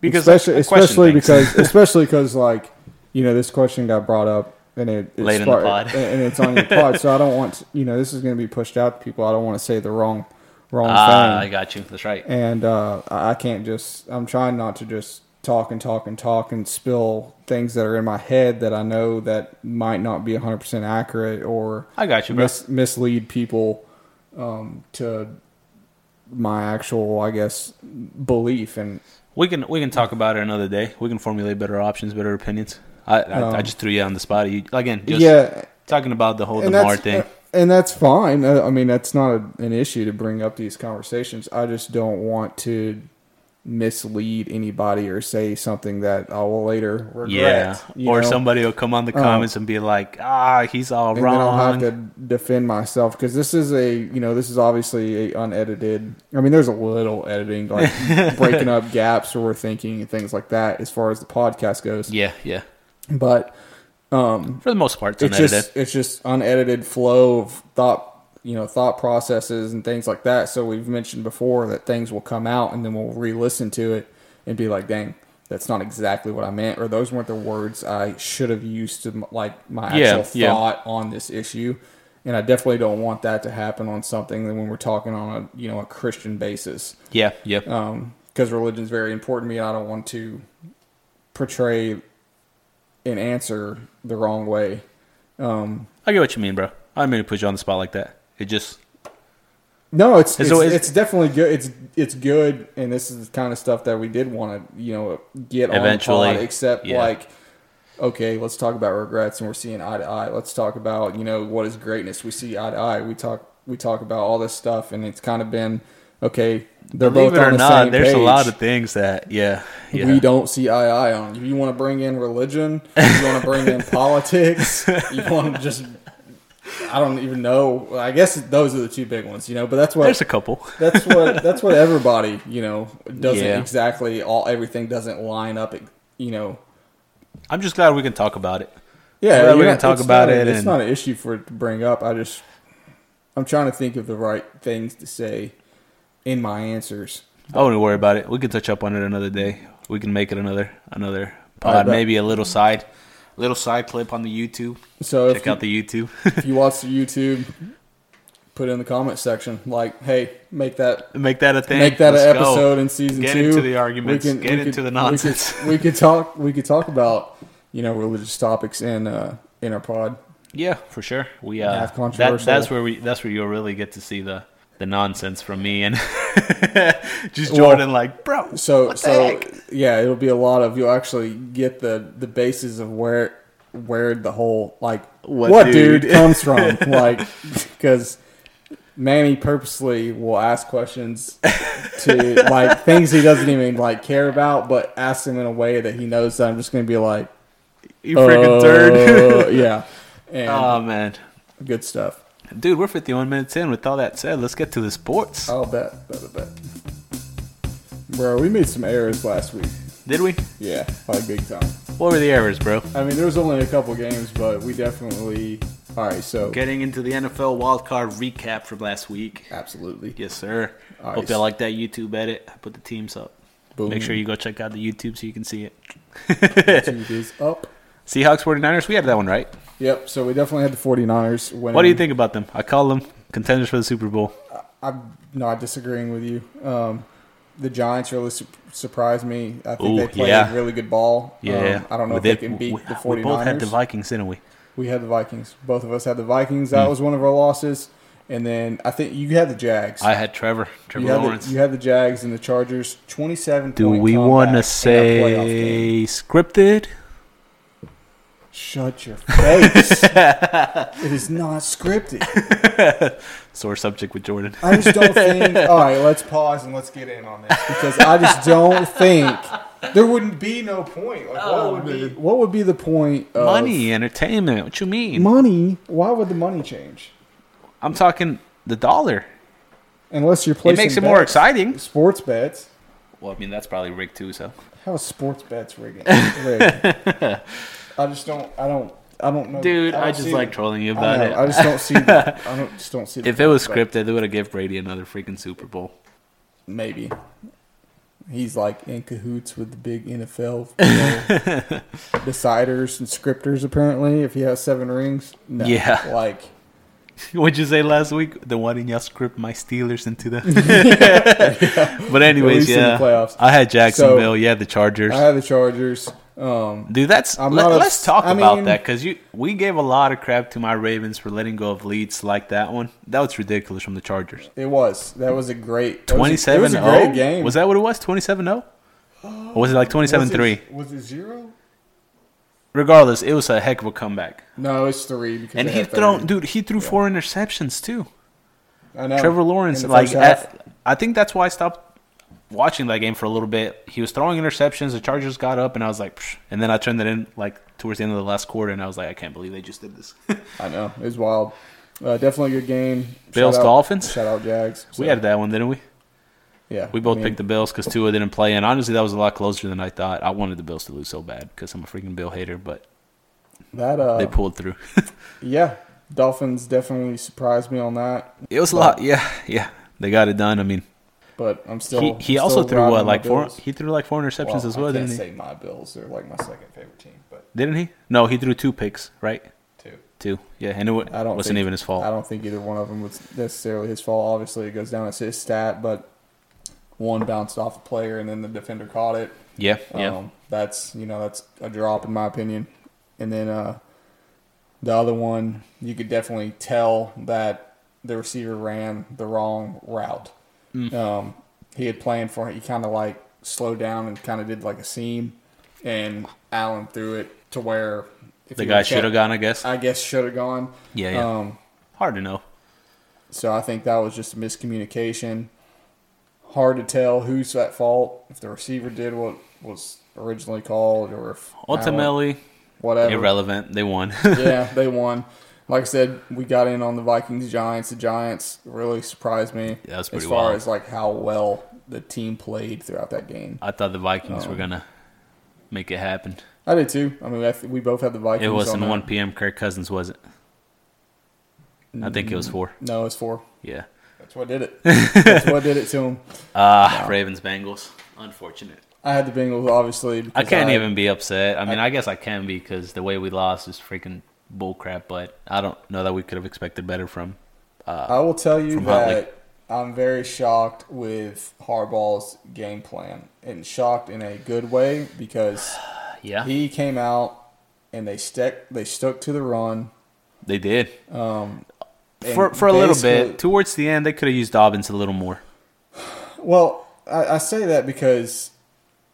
[SPEAKER 2] because
[SPEAKER 3] especially
[SPEAKER 2] I- I question
[SPEAKER 3] especially
[SPEAKER 2] things. [LAUGHS]
[SPEAKER 3] because especially because like you know this question got brought up and it it's
[SPEAKER 2] Late in the
[SPEAKER 3] spark-
[SPEAKER 2] pod.
[SPEAKER 3] and- and
[SPEAKER 2] [LAUGHS]
[SPEAKER 3] it's on your pod so I don't want you know this is going to be pushed out to people I don't want to say the wrong wrong
[SPEAKER 2] ah, I
[SPEAKER 3] thing
[SPEAKER 2] got you. That's right.
[SPEAKER 3] and uh, I I can't just I'm trying not to just talk and talk and talk and spill things that are in my head that I know that might not be 100 percent accurate or
[SPEAKER 2] I got you, bro.
[SPEAKER 3] mis- mislead people um, to my actual I guess belief and
[SPEAKER 2] We can we can talk about it another day. We can formulate better options, better opinions. I I, I
[SPEAKER 3] Um,
[SPEAKER 2] just threw you on the spot. You, again, just
[SPEAKER 3] yeah
[SPEAKER 2] talking about the whole
[SPEAKER 3] and
[SPEAKER 2] Demar
[SPEAKER 3] that's uh,
[SPEAKER 2] thing.
[SPEAKER 3] and that's fine. Uh, I I mean, that's not a, an issue to bring up these conversations. I just don't want to mislead anybody or say something that I will later regret.
[SPEAKER 2] Yeah,
[SPEAKER 3] you
[SPEAKER 2] or
[SPEAKER 3] know? Um,
[SPEAKER 2] somebody will come on the comments and be like, "Ah, he's all
[SPEAKER 3] And then I'll
[SPEAKER 2] wrong."
[SPEAKER 3] have to defend myself because this is a you know this is obviously a unedited. I mean, there's a little
[SPEAKER 2] [LAUGHS]
[SPEAKER 3] editing, like breaking up gaps where we're thinking and things like that, as far as the podcast goes.
[SPEAKER 2] Yeah, yeah.
[SPEAKER 3] But
[SPEAKER 2] For the most part, it's
[SPEAKER 3] it's
[SPEAKER 2] unedited.
[SPEAKER 3] just it's just unedited flow of thought you know thought processes and things like that so we've mentioned before that things will come out and then we'll re-listen to it and be like dang that's not exactly what i meant or those weren't the words i should have used to m- like my
[SPEAKER 2] Yeah,
[SPEAKER 3] actual
[SPEAKER 2] yeah.
[SPEAKER 3] thought on this issue and i definitely don't want that to happen on something that when we're talking on a you know a christian basis
[SPEAKER 2] yeah, yeah.
[SPEAKER 3] uh, because religion is very important to me and i don't want to portray an answer the wrong way
[SPEAKER 2] I get what you mean, bro. I didn't mean to put you on the spot like that. It just
[SPEAKER 3] No, it's
[SPEAKER 2] It's
[SPEAKER 3] it's,
[SPEAKER 2] always-
[SPEAKER 3] it's definitely good. It's it's good, and this is the kind of stuff that we did want to you know get
[SPEAKER 2] Eventually,
[SPEAKER 3] on the pod, except
[SPEAKER 2] yeah.
[SPEAKER 3] like. Okay, let's talk about regrets, and we're seeing eye to eye. Let's talk about you know what is greatness. We see eye to eye. We talk we talk about all this stuff, and it's kind of been okay. They're
[SPEAKER 2] believe
[SPEAKER 3] both
[SPEAKER 2] it
[SPEAKER 3] on
[SPEAKER 2] or
[SPEAKER 3] the
[SPEAKER 2] not,
[SPEAKER 3] same
[SPEAKER 2] there's
[SPEAKER 3] page.
[SPEAKER 2] a lot of things that yeah, yeah.
[SPEAKER 3] we don't see eye to eye on. If you want to bring in religion, you want to bring
[SPEAKER 2] [LAUGHS]
[SPEAKER 3] in politics, you want to just I don't even know. I guess those are the two big ones, you know. But that's what
[SPEAKER 2] there's a couple.
[SPEAKER 3] that's what that's what everybody you know doesn't
[SPEAKER 2] Yeah.
[SPEAKER 3] exactly all everything doesn't line up you know
[SPEAKER 2] I'm just glad we can talk about it.
[SPEAKER 3] yeah
[SPEAKER 2] Well, we
[SPEAKER 3] you're
[SPEAKER 2] can
[SPEAKER 3] not-
[SPEAKER 2] talk
[SPEAKER 3] it's
[SPEAKER 2] about
[SPEAKER 3] not a-
[SPEAKER 2] it
[SPEAKER 3] it's
[SPEAKER 2] and-
[SPEAKER 3] not an issue for it to bring up i just i'm trying to think of the right things to say in my answers
[SPEAKER 2] I wouldn't worry about it. We can touch up on it another day. We can make it another another pod.
[SPEAKER 3] bet.
[SPEAKER 2] Maybe a little side, little side clip on the YouTube.
[SPEAKER 3] so if
[SPEAKER 2] Check
[SPEAKER 3] you,
[SPEAKER 2] out the YouTube. [LAUGHS]
[SPEAKER 3] if you watch the youtube put it in the comment section like hey make that
[SPEAKER 2] make that a thing.
[SPEAKER 3] Make that
[SPEAKER 2] Let's
[SPEAKER 3] an
[SPEAKER 2] go.
[SPEAKER 3] episode in season
[SPEAKER 2] Get
[SPEAKER 3] two.
[SPEAKER 2] into the arguments. Get into the nonsense.
[SPEAKER 3] We could, we could talk. We could talk about you know religious topics in uh, in our pod.
[SPEAKER 2] Yeah, for sure. We uh,
[SPEAKER 3] Half
[SPEAKER 2] that,
[SPEAKER 3] controversial.
[SPEAKER 2] that's where we that's where you'll really get to see the the nonsense from me and [LAUGHS] just Jordan like, bro.
[SPEAKER 3] So
[SPEAKER 2] what the
[SPEAKER 3] so
[SPEAKER 2] heck?"
[SPEAKER 3] yeah, it'll be a lot of you'll actually get the the basis of where where the whole like
[SPEAKER 2] What
[SPEAKER 3] what,
[SPEAKER 2] dude?
[SPEAKER 3] dude? comes
[SPEAKER 2] [LAUGHS]
[SPEAKER 3] from, like because Manny purposely will ask questions to
[SPEAKER 2] [LAUGHS]
[SPEAKER 3] like things he doesn't even like care about, but ask them in a way that he knows that I'm just gonna be like,
[SPEAKER 2] you freaking turd.
[SPEAKER 3] "Uh, [LAUGHS] yeah,
[SPEAKER 2] [LAUGHS]
[SPEAKER 3] and
[SPEAKER 2] oh man,
[SPEAKER 3] good stuff.
[SPEAKER 2] dude, we're 51 minutes in. With all that said, let's get to the sports.
[SPEAKER 3] I'll bet, bet, bet, bro. We made some errors last week.
[SPEAKER 2] Did we?
[SPEAKER 3] Yeah, like big time.
[SPEAKER 2] What were the errors, bro?
[SPEAKER 3] I mean, there was only a couple games, but we definitely All right, so
[SPEAKER 2] Getting into the NFL wildcard recap from last week.
[SPEAKER 3] absolutely.
[SPEAKER 2] Yes, sir.
[SPEAKER 3] All
[SPEAKER 2] Hope
[SPEAKER 3] right.
[SPEAKER 2] you like that YouTube edit. I put the teams up.
[SPEAKER 3] Boom.
[SPEAKER 2] Make sure you go check out the YouTube so you can see it. [LAUGHS]
[SPEAKER 3] Tube is up.
[SPEAKER 2] Seahawks 49ers, we had that one right.
[SPEAKER 3] Yep, so we definitely had the 49ers winning.
[SPEAKER 2] What do you think about them? I call them contenders for the Super Bowl.
[SPEAKER 3] Um, I'm not disagreeing with you. Um, the Giants really su- surprised me. I think
[SPEAKER 2] Ooh,
[SPEAKER 3] they played
[SPEAKER 2] yeah.
[SPEAKER 3] really good ball.
[SPEAKER 2] Yeah.
[SPEAKER 3] Um, I don't know
[SPEAKER 2] We
[SPEAKER 3] if they
[SPEAKER 2] did-
[SPEAKER 3] can beat
[SPEAKER 2] we,
[SPEAKER 3] the 49ers.
[SPEAKER 2] We both had the Vikings, didn't we?
[SPEAKER 3] We had the Vikings. Both of us had the Vikings.
[SPEAKER 2] Hmm.
[SPEAKER 3] That was one of our losses. And then I think you had the Jags.
[SPEAKER 2] I had Trevor. Trevor
[SPEAKER 3] you, had
[SPEAKER 2] Lawrence.
[SPEAKER 3] the, you had the Jags and the Chargers. Twenty-seven.
[SPEAKER 2] do
[SPEAKER 3] point
[SPEAKER 2] we
[SPEAKER 3] comeback
[SPEAKER 2] want
[SPEAKER 3] in
[SPEAKER 2] to
[SPEAKER 3] a playoff game.
[SPEAKER 2] say scripted?
[SPEAKER 3] Shut
[SPEAKER 2] [LAUGHS]
[SPEAKER 3] your face! it is not scripted.
[SPEAKER 2] Sore subject with Jordan.
[SPEAKER 3] I just don't think. All right, let's pause and let's get in on this because I just don't think there wouldn't be no point. Like,
[SPEAKER 2] Oh,
[SPEAKER 3] what would be
[SPEAKER 2] man.
[SPEAKER 3] what would be the point? Of
[SPEAKER 2] Money, entertainment. What you mean?
[SPEAKER 3] money. Why would the money change
[SPEAKER 2] I'm talking the dollar.
[SPEAKER 3] unless you're
[SPEAKER 2] It
[SPEAKER 3] placing?
[SPEAKER 2] makes it more
[SPEAKER 3] bets.
[SPEAKER 2] exciting.
[SPEAKER 3] Sports bets.
[SPEAKER 2] Well, I mean that's probably rigged too. So
[SPEAKER 3] How is sports
[SPEAKER 2] [LAUGHS]
[SPEAKER 3] bets rigging? rigged? I just don't. I don't. I don't know.
[SPEAKER 2] Dude,
[SPEAKER 3] don't
[SPEAKER 2] I just
[SPEAKER 3] see
[SPEAKER 2] like
[SPEAKER 3] the-
[SPEAKER 2] trolling you
[SPEAKER 3] I
[SPEAKER 2] about
[SPEAKER 3] know,
[SPEAKER 2] it.
[SPEAKER 3] I just don't see. The,
[SPEAKER 2] [LAUGHS]
[SPEAKER 3] I don't just don't see. The
[SPEAKER 2] if it was
[SPEAKER 3] point,
[SPEAKER 2] scripted, they would have give Brady another freaking Super Bowl.
[SPEAKER 3] but maybe he's like in cahoots with the
[SPEAKER 2] [LAUGHS]
[SPEAKER 3] big NFL you know, deciders and scripters. Apparently, if he has seven rings, no,
[SPEAKER 2] Yeah.
[SPEAKER 3] like
[SPEAKER 2] [LAUGHS] What'd you say last week? The one in your script, my Steelers into
[SPEAKER 3] [LAUGHS]
[SPEAKER 2] the. [LAUGHS] but anyways,
[SPEAKER 3] least in the
[SPEAKER 2] yeah,
[SPEAKER 3] playoffs.
[SPEAKER 2] I had Jacksonville. yeah, the Chargers.
[SPEAKER 3] I have the Chargers. Um,
[SPEAKER 2] Dude, that's
[SPEAKER 3] I'm
[SPEAKER 2] let,
[SPEAKER 3] not
[SPEAKER 2] us
[SPEAKER 3] obs-
[SPEAKER 2] talk
[SPEAKER 3] I
[SPEAKER 2] about
[SPEAKER 3] mean-
[SPEAKER 2] that because you we gave a lot of crap to my Ravens for letting go of leads like that one. That was ridiculous from the Chargers.
[SPEAKER 3] it was that was a great that was a-
[SPEAKER 2] 27
[SPEAKER 3] It was a great game.
[SPEAKER 2] oh?
[SPEAKER 3] Uh,
[SPEAKER 2] Was that what it was? 27 0? Or was it like 27 3?
[SPEAKER 3] Was it zero?
[SPEAKER 2] Regardless, it was a heck of a comeback.
[SPEAKER 3] No, it's three. Because
[SPEAKER 2] And
[SPEAKER 3] they
[SPEAKER 2] he
[SPEAKER 3] had
[SPEAKER 2] thrown,
[SPEAKER 3] 30.
[SPEAKER 2] dude, he threw four interceptions too.
[SPEAKER 3] I know.
[SPEAKER 2] Trevor Lawrence,
[SPEAKER 3] Oh, In the
[SPEAKER 2] like,
[SPEAKER 3] first half.
[SPEAKER 2] at, I think that's why I stopped watching that game for a little bit. He was throwing interceptions. The Chargers got up, and I was like, Psh. and then I turned it in like towards the end of the last quarter, and I was like, I can't believe they just did this. [LAUGHS]
[SPEAKER 3] I know it was wild. Uh, definitely a good game.
[SPEAKER 2] Bills,
[SPEAKER 3] Shout out-
[SPEAKER 2] Dolphins?
[SPEAKER 3] Shout out Jags.
[SPEAKER 2] we
[SPEAKER 3] So,
[SPEAKER 2] had that one, didn't we?
[SPEAKER 3] yeah.
[SPEAKER 2] We both picked the Bills because Tua didn't play, and honestly, that was a lot closer than I thought. I wanted the Bills to lose so bad because I'm a freaking Bill hater, but
[SPEAKER 3] that. Uh,
[SPEAKER 2] they pulled through. [LAUGHS]
[SPEAKER 3] yeah, Dolphins definitely surprised me on that,
[SPEAKER 2] it was a lot, yeah, yeah. They got it done. I mean,
[SPEAKER 3] but I'm still.
[SPEAKER 2] he, he
[SPEAKER 3] I'm
[SPEAKER 2] also
[SPEAKER 3] still
[SPEAKER 2] threw
[SPEAKER 3] riding
[SPEAKER 2] what
[SPEAKER 3] my
[SPEAKER 2] like four?
[SPEAKER 3] Bills.
[SPEAKER 2] He threw like four interceptions
[SPEAKER 3] Well,
[SPEAKER 2] as well,
[SPEAKER 3] I can't
[SPEAKER 2] didn't he?
[SPEAKER 3] say my Bills. They're like my second favorite team, but
[SPEAKER 2] Didn't he? No, he threw two picks, right?
[SPEAKER 3] two.
[SPEAKER 2] Two, yeah, and it wa-
[SPEAKER 3] I don't
[SPEAKER 2] wasn't
[SPEAKER 3] think-
[SPEAKER 2] even his fault.
[SPEAKER 3] I don't think either one of them was necessarily his fault. Obviously, it goes down as his stat, but one bounced off a player and then the defender caught it.
[SPEAKER 2] Yeah, yeah.
[SPEAKER 3] Um, that's you know that's a drop in my opinion. And then uh, the other one, you could definitely tell that the receiver ran the wrong route.
[SPEAKER 2] Mm.
[SPEAKER 3] Um, he had planned for it. He kind of like slowed down and kind of did like a seam, and Allen threw it to where if
[SPEAKER 2] the
[SPEAKER 3] he
[SPEAKER 2] guy
[SPEAKER 3] would've
[SPEAKER 2] should have
[SPEAKER 3] kept-
[SPEAKER 2] gone, I guess.
[SPEAKER 3] I guess should have gone.
[SPEAKER 2] Yeah, yeah.
[SPEAKER 3] Um,
[SPEAKER 2] Hard to know.
[SPEAKER 3] so I think that was just a miscommunication. Hard to tell who's at fault if the receiver did what was originally called or if
[SPEAKER 2] Ultimately,
[SPEAKER 3] whatever.
[SPEAKER 2] irrelevant. They won.
[SPEAKER 3] yeah, they won. Like I said, we got in on the Vikings Giants. The Giants really surprised me
[SPEAKER 2] Yeah, that's
[SPEAKER 3] as
[SPEAKER 2] pretty
[SPEAKER 3] far
[SPEAKER 2] wild.
[SPEAKER 3] as like how well the team played throughout that game.
[SPEAKER 2] [LAUGHS] I thought the Vikings
[SPEAKER 3] Um,
[SPEAKER 2] were gonna make it happen.
[SPEAKER 3] I did too. I mean, I th- we both had the Vikings.
[SPEAKER 2] It wasn't
[SPEAKER 3] on that.
[SPEAKER 2] 1 p.m. Kirk Cousins, was it? I think it
[SPEAKER 3] Mm.
[SPEAKER 2] was four.
[SPEAKER 3] No, it's four.
[SPEAKER 2] Yeah.
[SPEAKER 3] That's what
[SPEAKER 2] [LAUGHS]
[SPEAKER 3] did it. That's what did it to him.
[SPEAKER 2] Ah, Ravens Bengals. Unfortunate.
[SPEAKER 3] I had the Bengals, obviously.
[SPEAKER 2] I
[SPEAKER 3] because
[SPEAKER 2] can't even be upset. I mean, I, guess I can be because the way we lost is freaking bullcrap. But I don't know that we could have expected better from.
[SPEAKER 3] I will tell you
[SPEAKER 2] from Huntley.
[SPEAKER 3] that I'm very shocked with Harbaugh's game plan, and shocked in a good way because
[SPEAKER 2] Yeah,
[SPEAKER 3] he came out and they stuck they stuck to the run.
[SPEAKER 2] they did
[SPEAKER 3] Um, and
[SPEAKER 2] for for a little
[SPEAKER 3] basically-
[SPEAKER 2] bit. Towards the end, they could have used Dobbins a little more.
[SPEAKER 3] Well, I, I say that because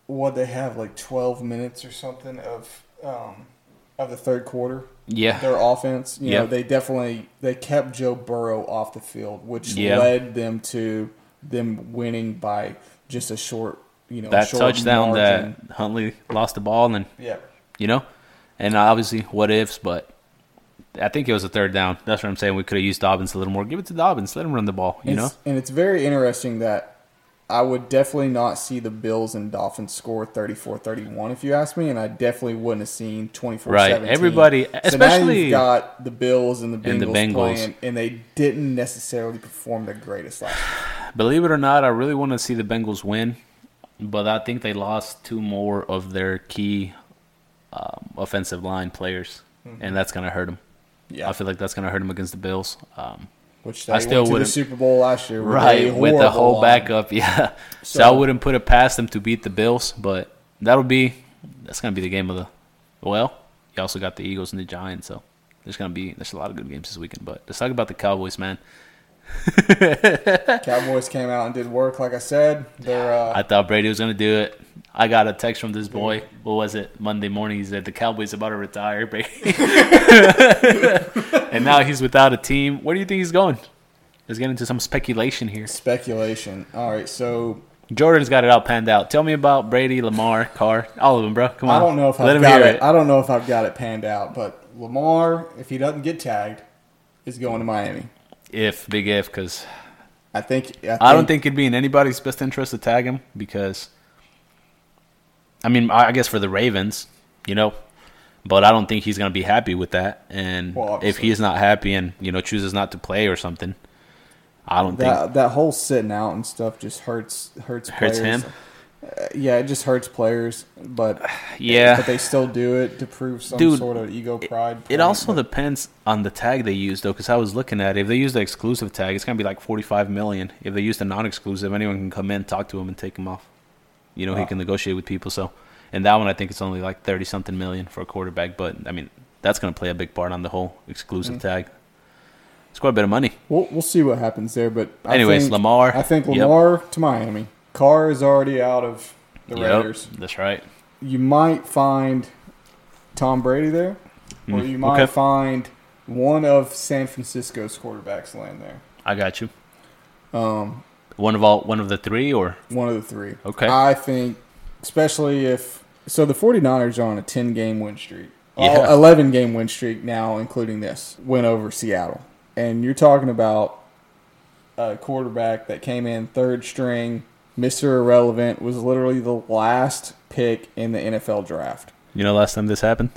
[SPEAKER 3] what they have like 12 minutes or something of um, of the third quarter.
[SPEAKER 2] Yeah. [SIGHS]
[SPEAKER 3] their offense. You know,
[SPEAKER 2] Yeah.
[SPEAKER 3] they definitely they kept Joe Burrow off the field, which
[SPEAKER 2] Yeah.
[SPEAKER 3] led them to them winning by just a short, you know,
[SPEAKER 2] That
[SPEAKER 3] short
[SPEAKER 2] touchdown
[SPEAKER 3] margin.
[SPEAKER 2] that Huntley lost the ball, and
[SPEAKER 3] yeah,
[SPEAKER 2] you know, and obviously what ifs, but. I think it was a third down. That's what I'm saying. We could have used Dobbins a little more. Give it to Dobbins. Let him run the ball. You
[SPEAKER 3] It's-
[SPEAKER 2] know,
[SPEAKER 3] and it's very interesting that I would definitely not see the Bills and Dolphins score 34-31 if you ask me, and I definitely wouldn't have seen 24-17.
[SPEAKER 2] Right. Everybody-
[SPEAKER 3] so now
[SPEAKER 2] especially-
[SPEAKER 3] you've got the Bills and the Bengals,
[SPEAKER 2] And the Bengals.
[SPEAKER 3] playing, and they didn't necessarily perform their greatest last year.
[SPEAKER 2] Believe it or not, I really want to see the Bengals win, but I think they lost two more of their key um, offensive line players, and that's going to hurt them.
[SPEAKER 3] Mm-hmm. Yeah,
[SPEAKER 2] I feel like that's going to hurt them against the Bills. Um,
[SPEAKER 3] which they
[SPEAKER 2] I still
[SPEAKER 3] went to the
[SPEAKER 2] wouldn't-
[SPEAKER 3] Super Bowl last year, with a
[SPEAKER 2] right, with the
[SPEAKER 3] horrible
[SPEAKER 2] whole
[SPEAKER 3] line.
[SPEAKER 2] backup, [LAUGHS] yeah. So, I
[SPEAKER 3] So-
[SPEAKER 2] wouldn't put it past them to beat the Bills, but that'll be that's going to be the game of the. Well, you also got the Eagles and the Giants, so there's going to be there's a lot of good games this weekend. But let's talk about the Cowboys, man.
[SPEAKER 3] Cowboys came out and did work. Like I said, they're uh,
[SPEAKER 2] I thought Brady was going to do it. I got a text from this boy. What was it? Monday morning. He said the Cowboys about to retire Brady, [LAUGHS] and now he's without a team. Where do you think he's going? Let's get into some speculation here.
[SPEAKER 3] speculation. All right, so
[SPEAKER 2] Jordan's got it all panned out. Tell me about Brady, Lamar, Carr, all of them, bro. Come on.
[SPEAKER 3] I don't know if
[SPEAKER 2] let
[SPEAKER 3] I've
[SPEAKER 2] him
[SPEAKER 3] got
[SPEAKER 2] hear
[SPEAKER 3] it. I don't know if I've got it panned out, but Lamar, if he doesn't get tagged, is going to Miami.
[SPEAKER 2] If big if, because
[SPEAKER 3] I think. I, think,
[SPEAKER 2] I don't think it'd be in anybody's best interest to tag him because, I mean, I I guess for the Ravens, you know, but I don't think he's going to be happy with that. And
[SPEAKER 3] Well,
[SPEAKER 2] if
[SPEAKER 3] obviously.
[SPEAKER 2] he's not happy and you know chooses not to play or something, I don't think
[SPEAKER 3] that that whole sitting out and stuff just hurts hurts
[SPEAKER 2] hurts
[SPEAKER 3] players. Uh,
[SPEAKER 2] him.
[SPEAKER 3] Yeah, it just hurts players, but
[SPEAKER 2] [SIGHS] Yeah.
[SPEAKER 3] but they still do it to prove some
[SPEAKER 2] Dude,
[SPEAKER 3] sort of ego
[SPEAKER 2] it-
[SPEAKER 3] pride.
[SPEAKER 2] It also depends on the tag they use, though, because I was looking at it. If they use the exclusive tag, it's gonna be like forty-five million. If they use the non-exclusive, anyone can come in, talk to him, and take him off. You know, he
[SPEAKER 3] Wow.
[SPEAKER 2] can negotiate with people. So, and that one, I think it's only like thirty something million for a quarterback. But I mean, that's gonna play a big part on the whole
[SPEAKER 3] Mm.
[SPEAKER 2] exclusive tag. It's quite a bit of money.
[SPEAKER 3] We'll, we'll see what happens there, but I
[SPEAKER 2] Anyways,
[SPEAKER 3] think-
[SPEAKER 2] Lamar.
[SPEAKER 3] I think
[SPEAKER 2] Yep.
[SPEAKER 3] Lamar to Miami. Carr is already out of the Raiders.
[SPEAKER 2] that's right.
[SPEAKER 3] You might find Tom Brady there, or
[SPEAKER 2] Hmm,
[SPEAKER 3] you might
[SPEAKER 2] okay.
[SPEAKER 3] find one of San Francisco's quarterbacks land there.
[SPEAKER 2] I got you.
[SPEAKER 3] Um,
[SPEAKER 2] One of all, one of the three, or
[SPEAKER 3] One of the three.
[SPEAKER 2] Okay.
[SPEAKER 3] I think, especially if. So the 49ers are on a 10 game win streak.
[SPEAKER 2] Yeah.
[SPEAKER 3] Yeah. 11 game win streak now, including this win over Seattle. And you're talking about a quarterback that came in third string, Mr. Irrelevant, was literally the last pick in the NFL draft.
[SPEAKER 2] you know, last time this happened,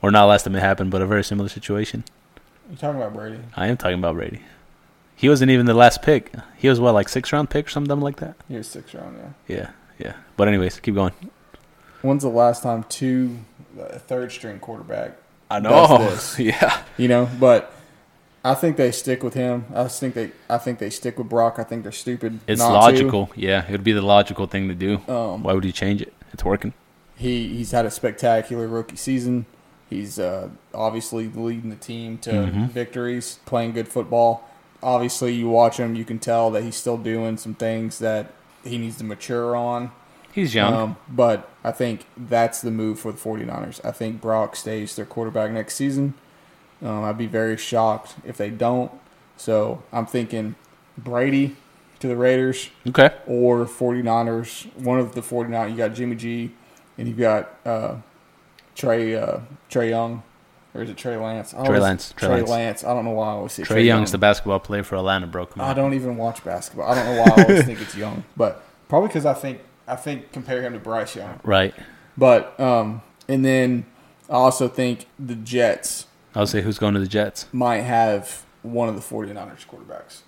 [SPEAKER 2] or not last time it happened, but a very similar situation.
[SPEAKER 3] You're talking about Brady.
[SPEAKER 2] I am talking about Brady. He wasn't even the last pick. He was what, like six round pick or something like that.
[SPEAKER 3] He was sixth round, yeah.
[SPEAKER 2] Yeah, yeah. But anyways, keep going.
[SPEAKER 3] When's the last time two uh, third string quarterback
[SPEAKER 2] I
[SPEAKER 3] know. [LAUGHS] Does
[SPEAKER 2] [LAUGHS]
[SPEAKER 3] this.
[SPEAKER 2] yeah.
[SPEAKER 3] you know. But I think they stick with him. I just think they, I think they stick with Brock. I think they're stupid.
[SPEAKER 2] It's
[SPEAKER 3] not to.
[SPEAKER 2] logical. Yeah, it would be the logical thing to do.
[SPEAKER 3] Um,
[SPEAKER 2] Why would you change it? It's working.
[SPEAKER 3] He he's had a spectacular rookie season. He's uh, obviously leading the team to
[SPEAKER 2] Mm-hmm.
[SPEAKER 3] victories, playing good football. Obviously, you watch him, you can tell that he's still doing some things that he needs to mature on.
[SPEAKER 2] He's young.
[SPEAKER 3] Um, but I think that's the move for the 49ers. I think Brock stays their quarterback next season. Um, I'd be very shocked if they don't. So I'm thinking Brady to the Raiders
[SPEAKER 2] okay.
[SPEAKER 3] or 49ers. One of the 49ers. You got Jimmy G and you've got uh, Trey uh, Trey Young. Or is it Trey Lance? I
[SPEAKER 2] Trey
[SPEAKER 3] always-
[SPEAKER 2] Lance, Trey
[SPEAKER 3] Trey
[SPEAKER 2] Lance.
[SPEAKER 3] Lance. I don't know why I always say
[SPEAKER 2] Trey, Young's the basketball player for Atlanta, bro. Come on.
[SPEAKER 3] I don't even watch basketball. I don't know why I always think it's Young, but probably because I think I think compare him to Bryce Young.
[SPEAKER 2] Right.
[SPEAKER 3] But um, and then I also think the Jets
[SPEAKER 2] I'll say who's going to the Jets.
[SPEAKER 3] might have one of the 49ers quarterbacks,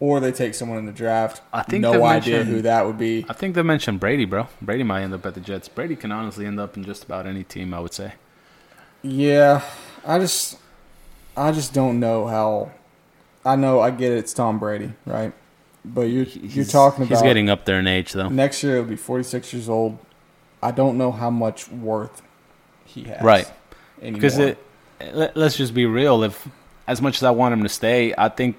[SPEAKER 3] or they take someone in the draft.
[SPEAKER 2] I think they've
[SPEAKER 3] no idea
[SPEAKER 2] mentioned-
[SPEAKER 3] who that would be.
[SPEAKER 2] I think they mentioned Brady, bro. Brady might end up at the Jets. Brady can honestly end up in just about any team, I would say.
[SPEAKER 3] Yeah, I just, I just don't know how. I know I get it. It's Tom Brady, right? But you're you're talking about
[SPEAKER 2] He's getting up there in age, though.
[SPEAKER 3] next year. He'll be 46 years old. I don't know how much worth he has.
[SPEAKER 2] Right.
[SPEAKER 3] anymore.
[SPEAKER 2] Because it, let, let's just be real. If as much as I want him to stay, I think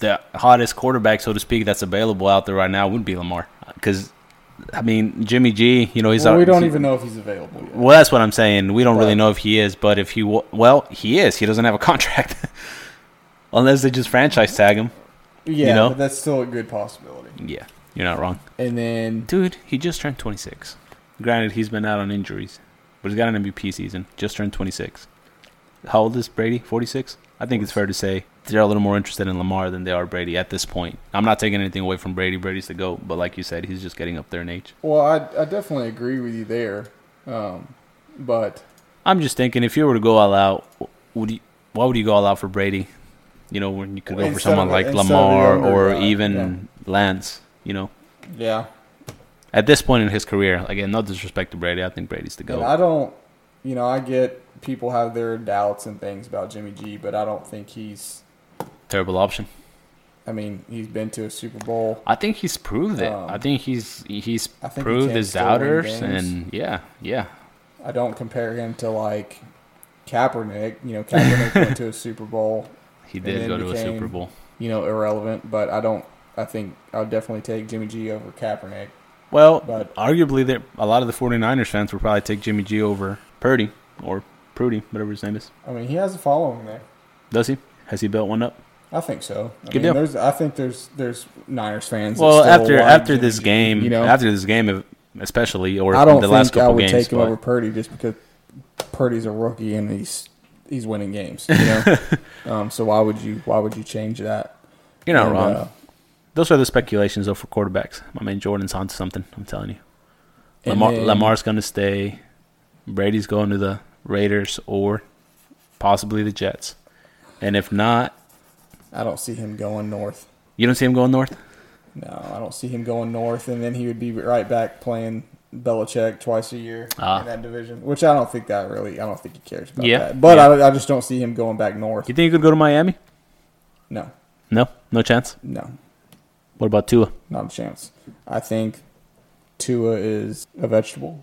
[SPEAKER 2] the hottest quarterback, so to speak, that's available out there right now would be Lamar. Because I mean, Jimmy G, you know, he's
[SPEAKER 3] Well,
[SPEAKER 2] out-
[SPEAKER 3] we don't
[SPEAKER 2] he-
[SPEAKER 3] even know if he's available. Yet.
[SPEAKER 2] Well, that's what I'm saying. We don't really
[SPEAKER 3] Right.
[SPEAKER 2] know if he is, but if he wa- well, he is. He doesn't have a [LAUGHS] contract unless they just franchise tag him.
[SPEAKER 3] Yeah,
[SPEAKER 2] know?
[SPEAKER 3] but that's still a good possibility.
[SPEAKER 2] Yeah, you're not wrong,
[SPEAKER 3] And then
[SPEAKER 2] dude. He just turned 26. Granted, he's been out on injuries, but he's got an MVP season. Just turned 26. How old is Brady? 46. I think it's fair to say they're a little more interested in Lamar than they are Brady at this point. I'm not taking anything away from Brady. Brady's the goat, but like you said, he's just getting up there in age.
[SPEAKER 3] Well, I, I definitely agree with you there, um, but
[SPEAKER 2] I'm just thinking if you were to go all out, would you, why would you go all out for Brady? You know, when you could go for
[SPEAKER 3] Instead
[SPEAKER 2] someone
[SPEAKER 3] of-
[SPEAKER 2] like
[SPEAKER 3] instead of the
[SPEAKER 2] Lamar
[SPEAKER 3] younger
[SPEAKER 2] or
[SPEAKER 3] guy,
[SPEAKER 2] even Lance, you know.
[SPEAKER 3] yeah,
[SPEAKER 2] At this point in his career, again, no disrespect to Brady, I think Brady's the
[SPEAKER 3] and
[SPEAKER 2] goat.
[SPEAKER 3] I don't. You know, I get people have their doubts and things about Jimmy G, but I don't think he's.
[SPEAKER 2] Terrible option.
[SPEAKER 3] I mean, he's been to a Super Bowl.
[SPEAKER 2] I think he's proved it.
[SPEAKER 3] Um,
[SPEAKER 2] I think he's he's
[SPEAKER 3] I think he
[SPEAKER 2] proved
[SPEAKER 3] can
[SPEAKER 2] his
[SPEAKER 3] still win
[SPEAKER 2] doubters,
[SPEAKER 3] games.
[SPEAKER 2] and yeah, yeah.
[SPEAKER 3] I don't compare him to like Kaepernick. You know, Kaepernick went to a Super Bowl.
[SPEAKER 2] He
[SPEAKER 3] And
[SPEAKER 2] did
[SPEAKER 3] then
[SPEAKER 2] go to a
[SPEAKER 3] became-
[SPEAKER 2] Super Bowl.
[SPEAKER 3] You know, irrelevant. But I don't. I think I'll definitely take Jimmy G over Kaepernick.
[SPEAKER 2] Well,
[SPEAKER 3] But-
[SPEAKER 2] arguably, there a lot of the 49ers fans would probably take Jimmy G over Purdy or Prudy, whatever his name is.
[SPEAKER 3] I mean, he has a following there.
[SPEAKER 2] Does he? Has he built one up?
[SPEAKER 3] I think so. I
[SPEAKER 2] Good
[SPEAKER 3] mean,
[SPEAKER 2] deal.
[SPEAKER 3] there's, I think there's there's Niners fans. that
[SPEAKER 2] Well,
[SPEAKER 3] still
[SPEAKER 2] after
[SPEAKER 3] like
[SPEAKER 2] after
[SPEAKER 3] Jimmy
[SPEAKER 2] this
[SPEAKER 3] G,
[SPEAKER 2] game,
[SPEAKER 3] you know,
[SPEAKER 2] after this game, especially or
[SPEAKER 3] I don't
[SPEAKER 2] the
[SPEAKER 3] think
[SPEAKER 2] last
[SPEAKER 3] I
[SPEAKER 2] couple
[SPEAKER 3] would
[SPEAKER 2] games,
[SPEAKER 3] take him
[SPEAKER 2] but
[SPEAKER 3] over Purdy just because Purdy's a rookie and he's he's winning games. You know,
[SPEAKER 2] [LAUGHS]
[SPEAKER 3] um, so why would you why would you change that?
[SPEAKER 2] you're not
[SPEAKER 3] And,
[SPEAKER 2] wrong.
[SPEAKER 3] uh,
[SPEAKER 2] Those are the speculations though for quarterbacks. My man Jordan's onto something. I'm telling you,
[SPEAKER 3] and
[SPEAKER 2] Lamar,
[SPEAKER 3] then-
[SPEAKER 2] Lamar's going to stay. Brady's going to the Raiders or possibly the Jets. And if not,
[SPEAKER 3] I don't see him going north.
[SPEAKER 2] you don't see him going north.
[SPEAKER 3] No, I don't see him going north, and then he would be right back playing Belichick twice a year
[SPEAKER 2] Ah.
[SPEAKER 3] in that division, which I don't think that really. I don't think he cares about
[SPEAKER 2] Yeah,
[SPEAKER 3] that. But
[SPEAKER 2] yeah.
[SPEAKER 3] I, I just don't see him going back north.
[SPEAKER 2] You think he could go to Miami?
[SPEAKER 3] No,
[SPEAKER 2] No, no chance.
[SPEAKER 3] no,
[SPEAKER 2] What about Tua?
[SPEAKER 3] not a chance. I think Tua is
[SPEAKER 2] [LAUGHS]
[SPEAKER 3] a vegetable.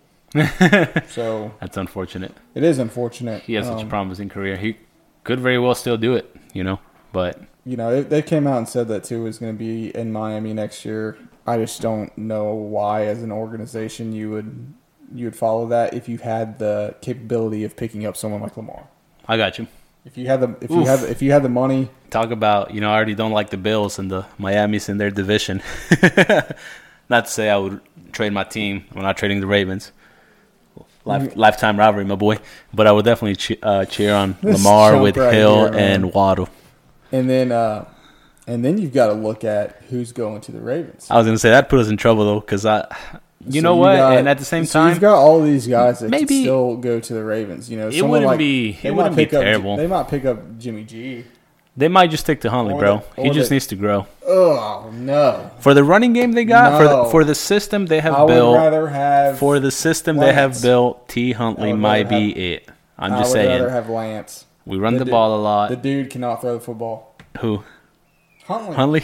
[SPEAKER 3] so
[SPEAKER 2] That's unfortunate.
[SPEAKER 3] it is unfortunate.
[SPEAKER 2] He has such a
[SPEAKER 3] Um,
[SPEAKER 2] promising career. He could very well still do it, you know. But
[SPEAKER 3] You know, it, they came out and said that Tua is going to be in Miami next year. I just don't know why, as an organization, you would you would follow that if you had the capability of picking up someone like Lamar.
[SPEAKER 2] I got you.
[SPEAKER 3] If you had the if you
[SPEAKER 2] Oof.
[SPEAKER 3] had if you had the money,
[SPEAKER 2] Talk about you know. I already don't like the Bills and the Miami's in their division. [LAUGHS] Not to say I would trade my team. I'm not trading the Ravens. Life,
[SPEAKER 3] Mm.
[SPEAKER 2] Lifetime rivalry, my boy. But I would definitely che- uh, cheer on
[SPEAKER 3] This
[SPEAKER 2] Lamar
[SPEAKER 3] chump
[SPEAKER 2] with
[SPEAKER 3] right
[SPEAKER 2] Hill
[SPEAKER 3] here, man.
[SPEAKER 2] and Waddle.
[SPEAKER 3] and then uh, and then you've got to look at who's going to the Ravens.
[SPEAKER 2] I was gonna say that put us in trouble though, because I, you
[SPEAKER 3] So
[SPEAKER 2] know what,
[SPEAKER 3] got-
[SPEAKER 2] and at the same
[SPEAKER 3] so
[SPEAKER 2] time,
[SPEAKER 3] you've got all these guys that maybe
[SPEAKER 2] maybe-
[SPEAKER 3] still go to the Ravens. You know,
[SPEAKER 2] It
[SPEAKER 3] someone
[SPEAKER 2] wouldn't
[SPEAKER 3] like-
[SPEAKER 2] be-
[SPEAKER 3] they
[SPEAKER 2] it
[SPEAKER 3] might
[SPEAKER 2] wouldn't be
[SPEAKER 3] pick up-
[SPEAKER 2] terrible.
[SPEAKER 3] They might pick up Jimmy G.
[SPEAKER 2] they might just stick to Huntley,
[SPEAKER 3] Or
[SPEAKER 2] bro.
[SPEAKER 3] the-
[SPEAKER 2] he
[SPEAKER 3] or
[SPEAKER 2] just
[SPEAKER 3] the-
[SPEAKER 2] needs to grow.
[SPEAKER 3] Oh no!
[SPEAKER 2] For the running game they got, for
[SPEAKER 3] No.
[SPEAKER 2] the, for the system they have
[SPEAKER 3] I would
[SPEAKER 2] built,
[SPEAKER 3] rather have.
[SPEAKER 2] for the system they
[SPEAKER 3] Lance.
[SPEAKER 2] have built, T. Huntley
[SPEAKER 3] I would
[SPEAKER 2] might
[SPEAKER 3] rather
[SPEAKER 2] be
[SPEAKER 3] have-
[SPEAKER 2] it. I'm
[SPEAKER 3] I
[SPEAKER 2] just
[SPEAKER 3] would
[SPEAKER 2] saying,
[SPEAKER 3] rather have Lance.
[SPEAKER 2] we run
[SPEAKER 3] the
[SPEAKER 2] the,
[SPEAKER 3] dude-
[SPEAKER 2] ball a lot.
[SPEAKER 3] The dude cannot throw the football.
[SPEAKER 2] Who
[SPEAKER 3] Huntley.
[SPEAKER 2] Huntley?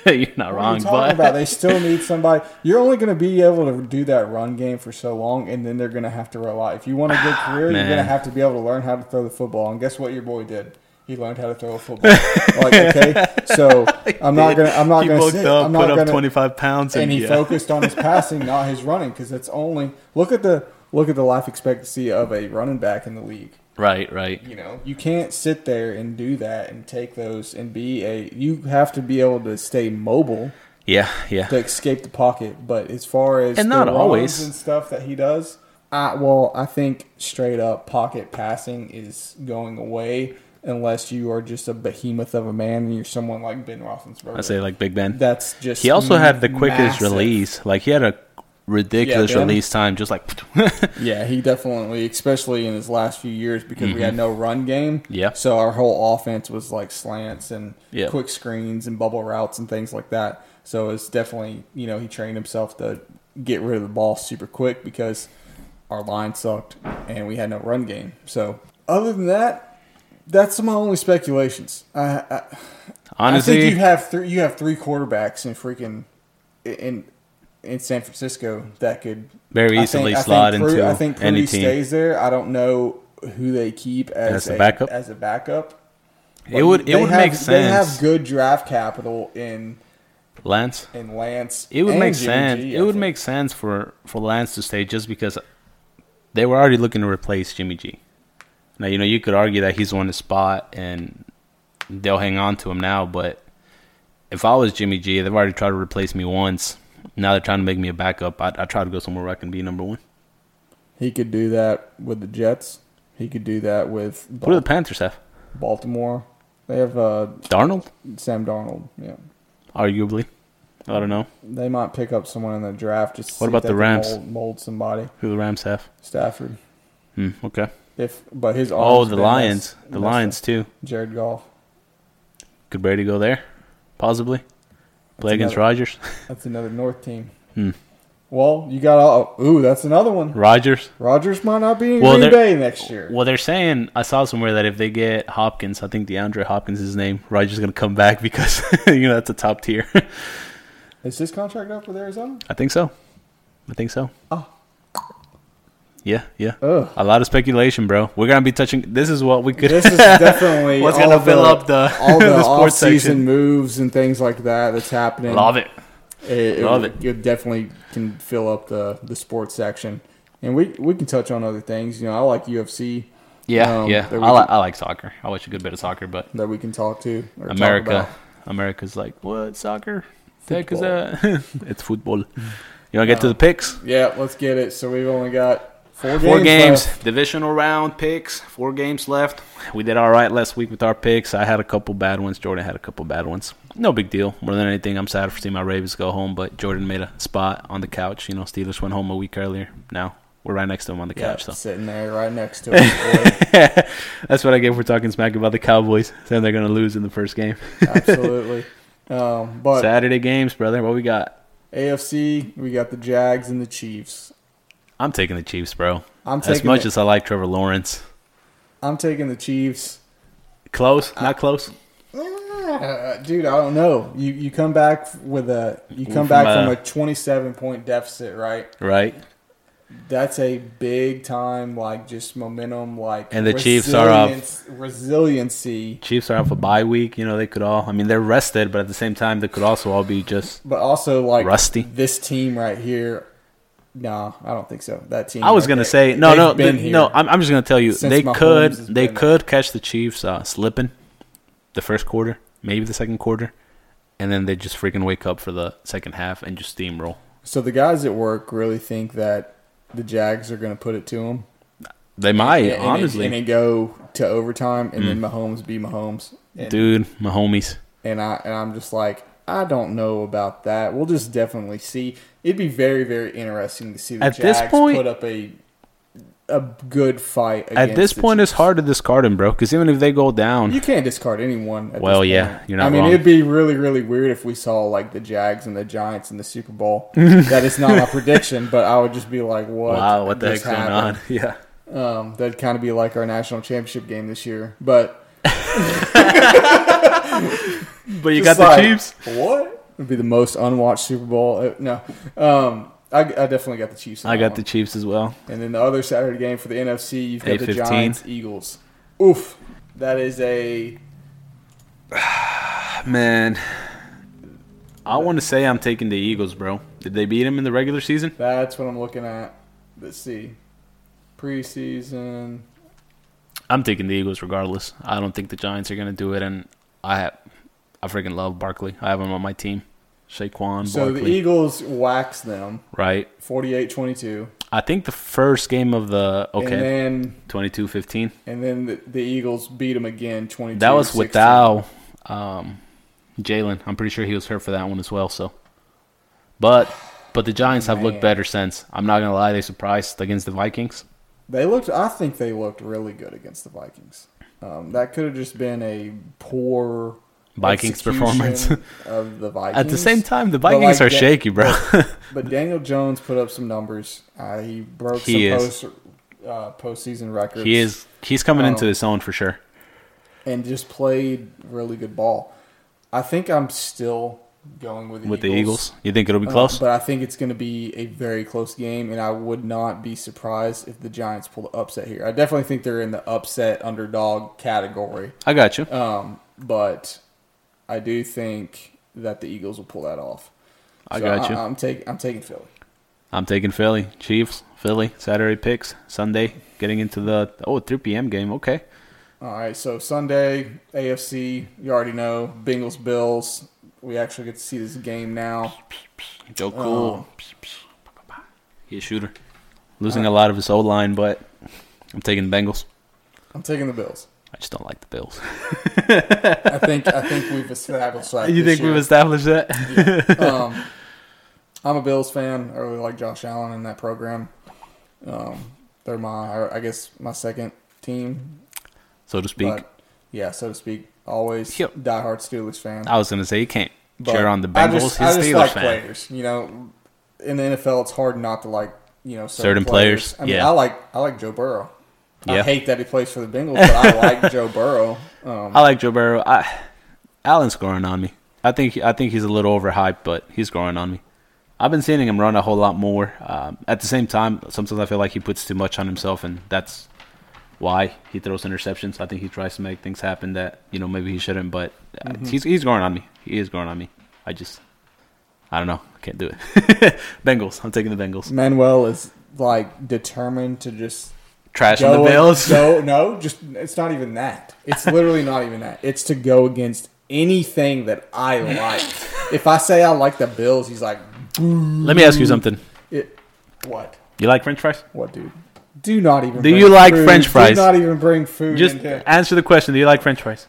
[SPEAKER 2] [LAUGHS] You're not
[SPEAKER 3] What are
[SPEAKER 2] wrong,
[SPEAKER 3] you talking
[SPEAKER 2] but [LAUGHS]
[SPEAKER 3] about? They still need somebody. You're only going to be able to do that run game for so long, and then they're going to have to rely. If you want a
[SPEAKER 2] [SIGHS]
[SPEAKER 3] good career, you're
[SPEAKER 2] Man.
[SPEAKER 3] going to have to be able to learn how to throw the football. And guess what? Your boy did. He learned how to throw a football. like
[SPEAKER 2] [LAUGHS]
[SPEAKER 3] okay, so I'm not going. to I'm not
[SPEAKER 2] he
[SPEAKER 3] going to
[SPEAKER 2] bulked
[SPEAKER 3] sit.
[SPEAKER 2] up,
[SPEAKER 3] I'm
[SPEAKER 2] put
[SPEAKER 3] not
[SPEAKER 2] up
[SPEAKER 3] going to.
[SPEAKER 2] 25 pounds, and,
[SPEAKER 3] And he
[SPEAKER 2] yeah. [LAUGHS]
[SPEAKER 3] focused on his passing, not his running, because that's only look at the look at the life expectancy of a running back in the league.
[SPEAKER 2] right, right.
[SPEAKER 3] You know, you can't sit there and do that and take those and be a. You have to be able to stay mobile
[SPEAKER 2] Yeah, yeah.
[SPEAKER 3] to escape the pocket. But as far as
[SPEAKER 2] And
[SPEAKER 3] the
[SPEAKER 2] not
[SPEAKER 3] runs
[SPEAKER 2] always.
[SPEAKER 3] and stuff that he does, I, well, I think straight up pocket passing is going away unless you are just a behemoth of a man and you're someone like Ben Roethlisberger.
[SPEAKER 2] I say like Big Ben.
[SPEAKER 3] that's just
[SPEAKER 2] He also had the quickest
[SPEAKER 3] massive.
[SPEAKER 2] release. Like he had a ridiculous
[SPEAKER 3] Yeah, Ben.
[SPEAKER 2] release time, just like [LAUGHS]
[SPEAKER 3] Yeah, he definitely, especially in his last few years, because we had no run game.
[SPEAKER 2] Mm-hmm. Yeah.
[SPEAKER 3] So our whole offense was like slants and
[SPEAKER 2] Yeah.
[SPEAKER 3] quick screens and bubble routes and things like that. So it's definitely, you know, he trained himself to get rid of the ball super quick because our line sucked and we had no run game. So other than that, that's my only speculations. I, I, I
[SPEAKER 2] honestly.
[SPEAKER 3] think you have three. You have three quarterbacks in freaking in in San Francisco that could
[SPEAKER 2] Very
[SPEAKER 3] I
[SPEAKER 2] easily
[SPEAKER 3] I
[SPEAKER 2] slot
[SPEAKER 3] Pru-
[SPEAKER 2] into
[SPEAKER 3] I think Prudy
[SPEAKER 2] any team.
[SPEAKER 3] stays there. I don't know who they keep as,
[SPEAKER 2] As
[SPEAKER 3] a,
[SPEAKER 2] a backup?
[SPEAKER 3] As a backup,
[SPEAKER 2] it would
[SPEAKER 3] They
[SPEAKER 2] it would
[SPEAKER 3] have-
[SPEAKER 2] make
[SPEAKER 3] They have
[SPEAKER 2] sense,
[SPEAKER 3] good draft capital in
[SPEAKER 2] Lance.
[SPEAKER 3] in Lance.
[SPEAKER 2] It would
[SPEAKER 3] and
[SPEAKER 2] make
[SPEAKER 3] Jimmy
[SPEAKER 2] sense.
[SPEAKER 3] G, I
[SPEAKER 2] it would
[SPEAKER 3] think.
[SPEAKER 2] make sense for for Lance to stay just because they were already looking to replace Jimmy G. Now you know you could argue that he's on the spot and they'll hang on to him now, but if I was Jimmy G, they've already tried to replace me once. Now they're trying to make me a backup. I I try to go somewhere where I can be number one.
[SPEAKER 3] he could do that with the Jets. He could do that with
[SPEAKER 2] What do
[SPEAKER 3] Bal-
[SPEAKER 2] the Panthers have?
[SPEAKER 3] Baltimore. They have uh,
[SPEAKER 2] Darnold,
[SPEAKER 3] Sam Darnold. Yeah,
[SPEAKER 2] arguably. I don't know
[SPEAKER 3] they might pick up someone in the draft. Just to
[SPEAKER 2] What
[SPEAKER 3] see
[SPEAKER 2] about
[SPEAKER 3] if they
[SPEAKER 2] the
[SPEAKER 3] can
[SPEAKER 2] Rams?
[SPEAKER 3] Mold, mold somebody.
[SPEAKER 2] who the Rams have.
[SPEAKER 3] Stafford.
[SPEAKER 2] Hmm, okay.
[SPEAKER 3] If but his
[SPEAKER 2] Oh,
[SPEAKER 3] arm's
[SPEAKER 2] the
[SPEAKER 3] been
[SPEAKER 2] Lions.
[SPEAKER 3] messed-
[SPEAKER 2] The
[SPEAKER 3] messed
[SPEAKER 2] Lions
[SPEAKER 3] up.
[SPEAKER 2] too.
[SPEAKER 3] Jared Goff.
[SPEAKER 2] Could Brady go there? Possibly. Play against
[SPEAKER 3] another-
[SPEAKER 2] Rodgers. [LAUGHS]
[SPEAKER 3] That's another North team.
[SPEAKER 2] Hmm.
[SPEAKER 3] Well, you got all. Ooh, that's another one.
[SPEAKER 2] Rodgers.
[SPEAKER 3] Rogers might not be in
[SPEAKER 2] Well,
[SPEAKER 3] Green
[SPEAKER 2] they're-
[SPEAKER 3] Bay next year.
[SPEAKER 2] Well, they're saying I saw somewhere that if they get Hopkins, I think DeAndre Hopkins is his name. Rodgers is going to come back [LAUGHS] because you know that's a top tier. [LAUGHS]
[SPEAKER 3] Is his contract up with Arizona?
[SPEAKER 2] I think so. I think so.
[SPEAKER 3] Oh.
[SPEAKER 2] Yeah, yeah.
[SPEAKER 3] Ugh.
[SPEAKER 2] A lot of speculation, bro. We're gonna be touching. This is what we could.
[SPEAKER 3] This
[SPEAKER 2] [LAUGHS]
[SPEAKER 3] is definitely
[SPEAKER 2] What's
[SPEAKER 3] all
[SPEAKER 2] gonna fill
[SPEAKER 3] the-
[SPEAKER 2] up the [LAUGHS]
[SPEAKER 3] all the,
[SPEAKER 2] the sports
[SPEAKER 3] off-season
[SPEAKER 2] section?
[SPEAKER 3] moves and things like that that's happening.
[SPEAKER 2] Love it.
[SPEAKER 3] It,
[SPEAKER 2] Love it.
[SPEAKER 3] definitely can fill up the, the sports section, and we we can touch on other things. You know, I like UFC
[SPEAKER 2] Yeah,
[SPEAKER 3] Um,
[SPEAKER 2] yeah.
[SPEAKER 3] there we
[SPEAKER 2] I, li-
[SPEAKER 3] can-
[SPEAKER 2] I like soccer. I watch a good bit of soccer, but
[SPEAKER 3] that we can talk to or talk
[SPEAKER 2] America,
[SPEAKER 3] about.
[SPEAKER 2] America's like, what soccer? The heck is
[SPEAKER 3] Football. Mm.
[SPEAKER 2] that? [LAUGHS] it's football. You want to get to
[SPEAKER 3] No.
[SPEAKER 2] the picks?
[SPEAKER 3] Yeah, let's get it. So we've only got four,
[SPEAKER 2] Four games,
[SPEAKER 3] games. left.
[SPEAKER 2] divisional round picks. Four games left. We did all right last week with our picks. I had a couple bad ones. Jordan had a couple bad ones. No big deal. More than anything, I'm sad for seeing my Ravens go home, but Jordan made a spot on the couch. You know, Steelers went home a week earlier. Now we're right next to him on the
[SPEAKER 3] Yeah,
[SPEAKER 2] couch. So [LAUGHS]
[SPEAKER 3] sitting there right next to it.
[SPEAKER 2] that's what I get for talking smack about the Cowboys. Saying they're going to lose in the first game.
[SPEAKER 3] Boy, absolutely. Um, but
[SPEAKER 2] Saturday games, brother. What we got?
[SPEAKER 3] AFC, we got the Jags and the Chiefs.
[SPEAKER 2] I'm taking the Chiefs, bro.
[SPEAKER 3] I'm
[SPEAKER 2] As
[SPEAKER 3] taking
[SPEAKER 2] much
[SPEAKER 3] the,
[SPEAKER 2] as I like Trevor Lawrence,
[SPEAKER 3] I'm taking the Chiefs.
[SPEAKER 2] close, not close.
[SPEAKER 3] Ah, Dude, I don't know. You you come back with a you
[SPEAKER 2] From
[SPEAKER 3] come back
[SPEAKER 2] a-
[SPEAKER 3] from a 27 point deficit, right?
[SPEAKER 2] Right.
[SPEAKER 3] That's a big time, like just momentum, like
[SPEAKER 2] And the Chiefs are up.
[SPEAKER 3] resilience- resiliency,
[SPEAKER 2] Chiefs are off a bye week. You know, they could all, I mean, they're rested, but at the same time, they could also all be just.
[SPEAKER 3] but also like
[SPEAKER 2] Rusty.
[SPEAKER 3] This team right here, nah, I don't think so. That team.
[SPEAKER 2] I was
[SPEAKER 3] right
[SPEAKER 2] going to
[SPEAKER 3] there,
[SPEAKER 2] say, no,
[SPEAKER 3] they've
[SPEAKER 2] no,
[SPEAKER 3] been
[SPEAKER 2] th-
[SPEAKER 3] here.
[SPEAKER 2] no, I'm, I'm just going to tell you,
[SPEAKER 3] Since
[SPEAKER 2] they
[SPEAKER 3] Mahomes
[SPEAKER 2] could,
[SPEAKER 3] has
[SPEAKER 2] they
[SPEAKER 3] been
[SPEAKER 2] could catch the Chiefs uh, slipping the first quarter, maybe the second quarter, and then they just freaking wake up for the second half and just steamroll.
[SPEAKER 3] So the guys at work really think that the Jags are going to put it to them.
[SPEAKER 2] They might,
[SPEAKER 3] and, and
[SPEAKER 2] honestly. Mm.
[SPEAKER 3] it, and it go to overtime, and then Mahomes be Mahomes, and,
[SPEAKER 2] Dude, my homies.
[SPEAKER 3] and I and I'm just like, I don't know about that. We'll just definitely see. It'd be very very interesting to see the
[SPEAKER 2] At this
[SPEAKER 3] Jags
[SPEAKER 2] point-
[SPEAKER 3] put up a a good fight.
[SPEAKER 2] At
[SPEAKER 3] Against
[SPEAKER 2] this
[SPEAKER 3] the
[SPEAKER 2] point,
[SPEAKER 3] Chiefs.
[SPEAKER 2] it's hard to discard him, bro, because even if they go down,
[SPEAKER 3] You can't discard anyone. At
[SPEAKER 2] Well,
[SPEAKER 3] this
[SPEAKER 2] yeah,
[SPEAKER 3] point.
[SPEAKER 2] you're not
[SPEAKER 3] I mean,
[SPEAKER 2] wrong.
[SPEAKER 3] it'd be really, really weird if we saw like the Jags and the Giants in the
[SPEAKER 2] [LAUGHS]
[SPEAKER 3] Super Bowl. that is not my prediction, but I would just be like, "What?
[SPEAKER 2] wow, what the heck's
[SPEAKER 3] just
[SPEAKER 2] going
[SPEAKER 3] happened?
[SPEAKER 2] on? [LAUGHS] Yeah.
[SPEAKER 3] Um, that'd kind of be like our national championship game this year. But
[SPEAKER 2] But you
[SPEAKER 3] just
[SPEAKER 2] got
[SPEAKER 3] like,
[SPEAKER 2] the Chiefs.
[SPEAKER 3] What? It'd be the most unwatched Super Bowl. Uh, No, um, I, I definitely got the Chiefs. in
[SPEAKER 2] I
[SPEAKER 3] that
[SPEAKER 2] got
[SPEAKER 3] one.
[SPEAKER 2] the Chiefs as well.
[SPEAKER 3] And then the other Saturday game for the NFC, you've got the
[SPEAKER 2] 8:15.
[SPEAKER 3] Giants Eagles. Oof, that is a
[SPEAKER 2] Man, I want to say I'm taking the Eagles, bro. Did they beat him in the regular season?
[SPEAKER 3] That's what I'm looking at. Let's see. Preseason.
[SPEAKER 2] I'm taking the Eagles regardless. I don't think the Giants are going to do it, and I have, I freaking love Barkley. I have him on my team. Saquon,
[SPEAKER 3] So the
[SPEAKER 2] Barkley,
[SPEAKER 3] Eagles wax them
[SPEAKER 2] right?
[SPEAKER 3] 48 22.
[SPEAKER 2] I think the first game of the
[SPEAKER 3] And
[SPEAKER 2] okay,
[SPEAKER 3] then
[SPEAKER 2] 22-15.
[SPEAKER 3] and then the, the Eagles beat them again 22
[SPEAKER 2] That was without um, Jalen. I'm pretty sure he was hurt for that one as well. So, but but the Giants have
[SPEAKER 3] Man.
[SPEAKER 2] looked better since. I'm not gonna lie, they surprised against the Vikings.
[SPEAKER 3] They looked, I think they looked really good against the Vikings. Um, that could have just been a poor
[SPEAKER 2] Vikings performance.
[SPEAKER 3] execution [LAUGHS] of the
[SPEAKER 2] [LAUGHS]
[SPEAKER 3] Vikings.
[SPEAKER 2] At the same time, the
[SPEAKER 3] But, like,
[SPEAKER 2] Vikings are
[SPEAKER 3] that-
[SPEAKER 2] shaky, bro. [LAUGHS]
[SPEAKER 3] But Daniel Jones put up some numbers. Uh, he broke
[SPEAKER 2] He
[SPEAKER 3] some
[SPEAKER 2] is.
[SPEAKER 3] post, uh, postseason records.
[SPEAKER 2] he is he's coming into
[SPEAKER 3] Oh.
[SPEAKER 2] his own for sure.
[SPEAKER 3] and just played really good ball. I think I'm still going with the
[SPEAKER 2] With the
[SPEAKER 3] Eagles.
[SPEAKER 2] Eagles, you think it'll be
[SPEAKER 3] Uh,
[SPEAKER 2] close?
[SPEAKER 3] but I think it's going to be a very close game, and I would not be surprised if the Giants pull the upset here. I definitely think they're in the upset underdog category,
[SPEAKER 2] I got you.
[SPEAKER 3] um, but I do think that the Eagles will pull that off.
[SPEAKER 2] I got you.
[SPEAKER 3] I, am taking I'm taking Philly.
[SPEAKER 2] I'm taking Philly, Chiefs, Philly. Saturday picks, Sunday. Getting into the oh 3 p.m. game. Okay,
[SPEAKER 3] All right, so Sunday AFC, you already know Bengals Bills. We actually get to see this game now. Um,
[SPEAKER 2] Joe
[SPEAKER 3] Oh.
[SPEAKER 2] Cool. He a shooter,
[SPEAKER 3] Uh,
[SPEAKER 2] losing a lot of his old line, but I'm taking the Bengals.
[SPEAKER 3] I'm taking the Bills.
[SPEAKER 2] I just don't like the Bills.
[SPEAKER 3] I think I think we've established
[SPEAKER 2] [LAUGHS]
[SPEAKER 3] that.
[SPEAKER 2] you
[SPEAKER 3] this
[SPEAKER 2] think
[SPEAKER 3] year.
[SPEAKER 2] we've established that?
[SPEAKER 3] um, I'm a Bills fan. I really like Josh Allen in that program. Um, they're my, I guess, my second team.
[SPEAKER 2] [LAUGHS] so to speak.
[SPEAKER 3] But yeah, so to speak. Always
[SPEAKER 2] Yep.
[SPEAKER 3] diehard Steelers fan.
[SPEAKER 2] I was going to say you can't
[SPEAKER 3] But
[SPEAKER 2] cheer on the
[SPEAKER 3] I
[SPEAKER 2] Bengals.
[SPEAKER 3] just,
[SPEAKER 2] He's
[SPEAKER 3] I
[SPEAKER 2] a
[SPEAKER 3] just
[SPEAKER 2] Steelers
[SPEAKER 3] like
[SPEAKER 2] fan.
[SPEAKER 3] players. You know, in the NFL, it's hard not to like you know
[SPEAKER 2] Certain players,
[SPEAKER 3] I mean,
[SPEAKER 2] yeah.
[SPEAKER 3] I like I like Joe Burrow. I
[SPEAKER 2] Yeah.
[SPEAKER 3] hate that he plays for the Bengals, but I
[SPEAKER 2] [LAUGHS]
[SPEAKER 3] like Joe Burrow. Um,
[SPEAKER 2] I like Joe Burrow. I, Allen's growing on me. I think I think he's a little overhyped, but he's growing on me. I've been seeing him run a whole lot more. Um, at the same time, sometimes I feel like he puts too much on himself, and that's why he throws interceptions. I think he tries to make things happen that you know maybe he shouldn't, but uh he's he's growing on me. He is growing on me. I just I don't know. I can't do it. [LAUGHS] Bengals. I'm taking the Bengals.
[SPEAKER 3] Manuel is like determined to just
[SPEAKER 2] Trash on the
[SPEAKER 3] and-
[SPEAKER 2] Bills.
[SPEAKER 3] go- no, just it's not even that. It's literally not even that. It's to go against anything that I like. if I say I like the Bills, he's like,
[SPEAKER 2] Let me ask you something.
[SPEAKER 3] it, what?
[SPEAKER 2] You like French fries?
[SPEAKER 3] What, dude? Do not even.
[SPEAKER 2] Do
[SPEAKER 3] bring
[SPEAKER 2] you like
[SPEAKER 3] food.
[SPEAKER 2] french fries?
[SPEAKER 3] Do not even bring food.
[SPEAKER 2] Just
[SPEAKER 3] into-
[SPEAKER 2] answer the question. Do you like French fries?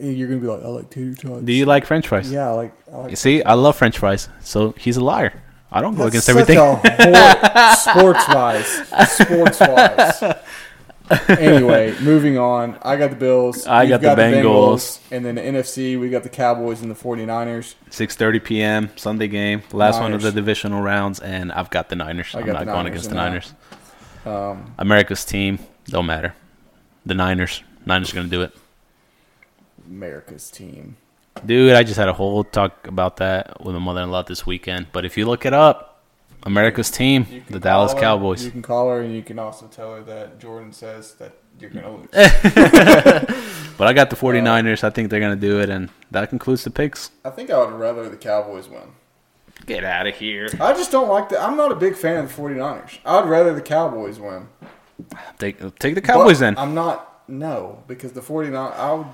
[SPEAKER 3] you're gonna be like, I like tater tots.
[SPEAKER 2] Do you like French fries?
[SPEAKER 3] Yeah, I like. I like
[SPEAKER 2] You see, I love French fries, so he's a liar. I don't go against
[SPEAKER 3] That's
[SPEAKER 2] everything.
[SPEAKER 3] sports wise, sports wise. Anyway, moving on. I got the Bills.
[SPEAKER 2] I
[SPEAKER 3] you've
[SPEAKER 2] got the Bengals.
[SPEAKER 3] And then the NFC, we got the Cowboys and the 49ers.
[SPEAKER 2] Six thirty p.m. Sunday game, last one of the
[SPEAKER 3] Niners.
[SPEAKER 2] divisional rounds, and I've got the Niners.
[SPEAKER 3] I
[SPEAKER 2] I'm
[SPEAKER 3] got
[SPEAKER 2] not
[SPEAKER 3] the
[SPEAKER 2] going
[SPEAKER 3] Niners
[SPEAKER 2] against the
[SPEAKER 3] in that.
[SPEAKER 2] Niners.
[SPEAKER 3] Um,
[SPEAKER 2] America's team don't matter. The Niners, Niners are gonna do it,
[SPEAKER 3] America's team.
[SPEAKER 2] dude. I just had a whole talk about that with my mother-in-law this weekend. But if you look it up, America's team,
[SPEAKER 3] You can
[SPEAKER 2] the
[SPEAKER 3] call
[SPEAKER 2] Dallas
[SPEAKER 3] her-
[SPEAKER 2] Cowboys.
[SPEAKER 3] You can call her and you can also tell her that Jordan says that you're going to lose.
[SPEAKER 2] Eh. But I got the 49ers. I think they're gonna do it, and that concludes the picks.
[SPEAKER 3] I think I would rather the Cowboys win.
[SPEAKER 2] Get out of here.
[SPEAKER 3] I just don't like that. I'm not a big fan of the 49ers. I'd rather the Cowboys win.
[SPEAKER 2] Take take the Cowboys
[SPEAKER 3] But
[SPEAKER 2] then.
[SPEAKER 3] I'm not. No, because the 49 I would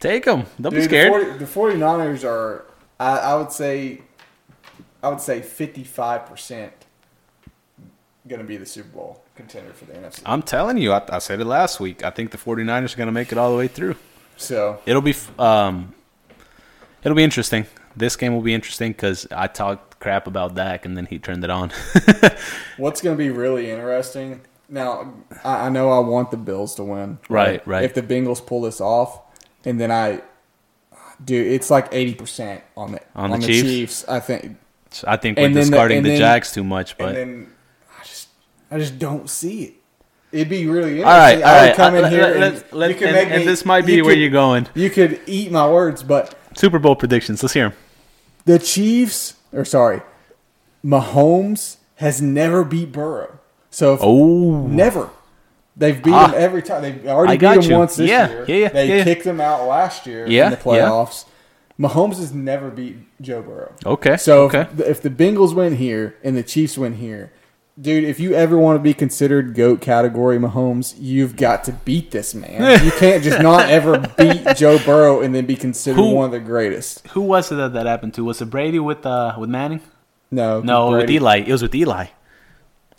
[SPEAKER 2] Take them. Don't be
[SPEAKER 3] Dude,
[SPEAKER 2] scared.
[SPEAKER 3] The, 40, the 49ers are, I, I would say, I would say 55% going to be the Super Bowl contender for the NFC.
[SPEAKER 2] I'm telling you, I, I said it last week. I think the 49ers are going to make it all the way through.
[SPEAKER 3] So,
[SPEAKER 2] It'll be f- um, it'll be interesting. This game will be interesting because I talked crap about Dak and then he turned it on. [LAUGHS]
[SPEAKER 3] what's going to be really interesting? Now, I, I know I want the Bills to win.
[SPEAKER 2] Right, right.
[SPEAKER 3] If the Bengals pull this off, and then I, dude, it's like 80% on the,
[SPEAKER 2] On the Chiefs?
[SPEAKER 3] I think.
[SPEAKER 2] So I think we're
[SPEAKER 3] And then the-
[SPEAKER 2] discarding
[SPEAKER 3] and
[SPEAKER 2] the,
[SPEAKER 3] then-
[SPEAKER 2] Jags too much, but
[SPEAKER 3] and then I just, I just don't see it. It'd be really interesting.
[SPEAKER 2] all right, all
[SPEAKER 3] I would
[SPEAKER 2] right.
[SPEAKER 3] come in
[SPEAKER 2] Let-
[SPEAKER 3] here
[SPEAKER 2] let-
[SPEAKER 3] and
[SPEAKER 2] let's- let-
[SPEAKER 3] you could
[SPEAKER 2] and-
[SPEAKER 3] make
[SPEAKER 2] and
[SPEAKER 3] me-
[SPEAKER 2] this might be
[SPEAKER 3] you
[SPEAKER 2] where
[SPEAKER 3] could-
[SPEAKER 2] you're going.
[SPEAKER 3] You could eat my words, but
[SPEAKER 2] Super Bowl predictions. Let's hear them.
[SPEAKER 3] the Chiefs, or sorry, Mahomes has never beat Burrow. So if
[SPEAKER 2] Oh,
[SPEAKER 3] never. They've beat
[SPEAKER 2] Ah.
[SPEAKER 3] him every time. They've
[SPEAKER 2] I
[SPEAKER 3] already
[SPEAKER 2] got
[SPEAKER 3] beat him
[SPEAKER 2] you.
[SPEAKER 3] once this
[SPEAKER 2] Yeah,
[SPEAKER 3] year.
[SPEAKER 2] yeah, yeah,
[SPEAKER 3] they
[SPEAKER 2] yeah, yeah.
[SPEAKER 3] kicked him out last year
[SPEAKER 2] Yeah,
[SPEAKER 3] in the
[SPEAKER 2] yeah.
[SPEAKER 3] playoffs. Mahomes has never beat Joe Burrow.
[SPEAKER 2] okay.
[SPEAKER 3] So
[SPEAKER 2] okay,
[SPEAKER 3] if, the, if the Bengals win here and the Chiefs win here, dude, if you ever want to be considered goat category Mahomes, you've got to beat
[SPEAKER 2] [LAUGHS]
[SPEAKER 3] this man. you can't just not ever beat Joe Burrow and then be considered
[SPEAKER 2] Who-
[SPEAKER 3] one of the greatest.
[SPEAKER 2] who was it that that happened to? Was it Brady with uh with Manning?
[SPEAKER 3] No,
[SPEAKER 2] No, with
[SPEAKER 3] Brady.
[SPEAKER 2] Eli. It was with Eli.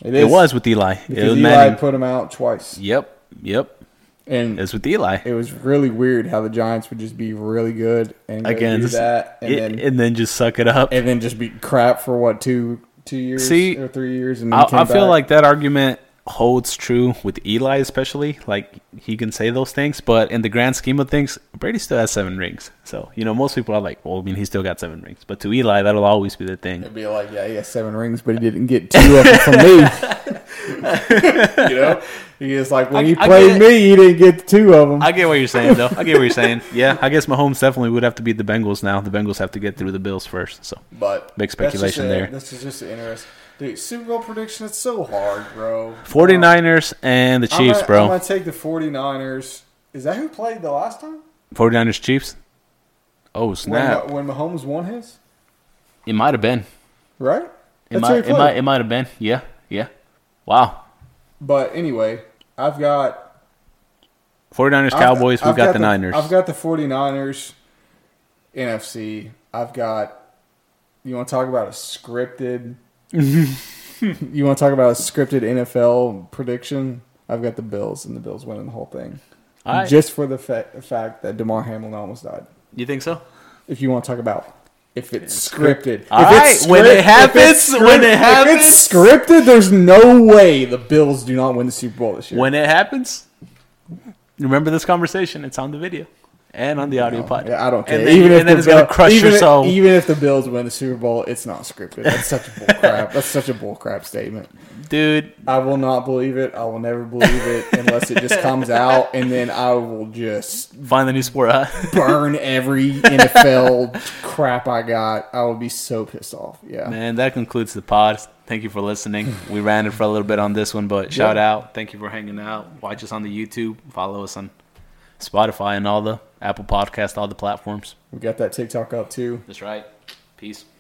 [SPEAKER 3] It,
[SPEAKER 2] It
[SPEAKER 3] is,
[SPEAKER 2] was with Eli. It
[SPEAKER 3] because
[SPEAKER 2] was
[SPEAKER 3] Eli
[SPEAKER 2] Manning.
[SPEAKER 3] put him out twice,
[SPEAKER 2] Yep, yep.
[SPEAKER 3] and
[SPEAKER 2] It was with Eli.
[SPEAKER 3] it was really weird how the Giants would just be really good and go
[SPEAKER 2] again
[SPEAKER 3] do
[SPEAKER 2] just-
[SPEAKER 3] that, and
[SPEAKER 2] it-
[SPEAKER 3] then
[SPEAKER 2] just suck it up.
[SPEAKER 3] and then just be crap for what two two years
[SPEAKER 2] See,
[SPEAKER 3] or three years, and then
[SPEAKER 2] I,
[SPEAKER 3] came
[SPEAKER 2] I feel
[SPEAKER 3] back.
[SPEAKER 2] like that argument holds true with Eli, especially. Like he can say those things, but in the grand scheme of things, Brady still has seven rings. So you know, most people are like, "Well, I mean, he still got seven rings." But to Eli, that'll always be the thing.
[SPEAKER 3] It'd be like, yeah, he has seven rings, but he didn't get two of them from me.
[SPEAKER 2] [LAUGHS]
[SPEAKER 3] you know, he is like when
[SPEAKER 2] I-
[SPEAKER 3] he
[SPEAKER 2] I
[SPEAKER 3] played
[SPEAKER 2] get it.
[SPEAKER 3] me, he didn't get two of them.
[SPEAKER 2] I get what you're saying, though. I get what you're saying. [LAUGHS] Yeah, I guess Mahomes definitely would have to beat the Bengals now. The Bengals have to get through the Bills first. So
[SPEAKER 3] but
[SPEAKER 2] Big
[SPEAKER 3] that's just
[SPEAKER 2] speculation
[SPEAKER 3] a-
[SPEAKER 2] there.
[SPEAKER 3] This is just interesting, dude. Super Bowl prediction. It's so hard, bro.
[SPEAKER 2] 49ers and the
[SPEAKER 3] I'm
[SPEAKER 2] Chiefs,
[SPEAKER 3] gonna,
[SPEAKER 2] bro.
[SPEAKER 3] I'm gonna take the 49ers. Is that who played the last time?
[SPEAKER 2] 49ers Chiefs. Oh
[SPEAKER 3] When,
[SPEAKER 2] snap!
[SPEAKER 3] when Mahomes won his,
[SPEAKER 2] It might have been.
[SPEAKER 3] right?
[SPEAKER 2] It
[SPEAKER 3] That's
[SPEAKER 2] might,
[SPEAKER 3] who he
[SPEAKER 2] it
[SPEAKER 3] played.
[SPEAKER 2] might, it might have been. Yeah, yeah. Wow.
[SPEAKER 3] But anyway, I've got
[SPEAKER 2] 49ers,
[SPEAKER 3] I've-
[SPEAKER 2] Cowboys. We've
[SPEAKER 3] I've
[SPEAKER 2] got, the, Niners.
[SPEAKER 3] I've got the 49ers NFC. I've got you want to talk about
[SPEAKER 2] [LAUGHS]
[SPEAKER 3] a scripted You want to talk about a scripted NFL prediction? I've got the Bills and the Bills winning the whole thing.
[SPEAKER 2] All right.
[SPEAKER 3] just for the fa- fact that Damar Hamlin almost died.
[SPEAKER 2] You think so?
[SPEAKER 3] If you want to talk about if it's scripted,
[SPEAKER 2] All
[SPEAKER 3] if
[SPEAKER 2] right,
[SPEAKER 3] it's
[SPEAKER 2] when it
[SPEAKER 3] script- if it's
[SPEAKER 2] happens, when it
[SPEAKER 3] script- if it's
[SPEAKER 2] happens.
[SPEAKER 3] scripted, there's no way the Bills do not win the Super Bowl this year.
[SPEAKER 2] When it happens, remember this conversation. It's on the video and on the audio podcast.
[SPEAKER 3] Yeah, I don't care.
[SPEAKER 2] And then,
[SPEAKER 3] even
[SPEAKER 2] and then
[SPEAKER 3] if the
[SPEAKER 2] it's gonna
[SPEAKER 3] Bill-
[SPEAKER 2] crush
[SPEAKER 3] even, e-
[SPEAKER 2] your soul.
[SPEAKER 3] Even if the Bills win the Super Bowl, it's not scripted. That's such a bull crap. That's such a bull crap statement.
[SPEAKER 2] Dude,
[SPEAKER 3] I will not believe it. I will never believe it unless it just comes out, and then I will just
[SPEAKER 2] find the new sport, [LAUGHS] huh?
[SPEAKER 3] burn every NFL crap I got. I will be so pissed off. Yeah.
[SPEAKER 2] Man, that concludes the pod. Thank you for listening. We ran it for a little bit on this one, but shout out. Thank you for hanging out. Watch us on the YouTube. Follow us on Spotify and all the Apple Podcast, all the platforms.
[SPEAKER 3] We got that TikTok up too.
[SPEAKER 2] That's right. Peace.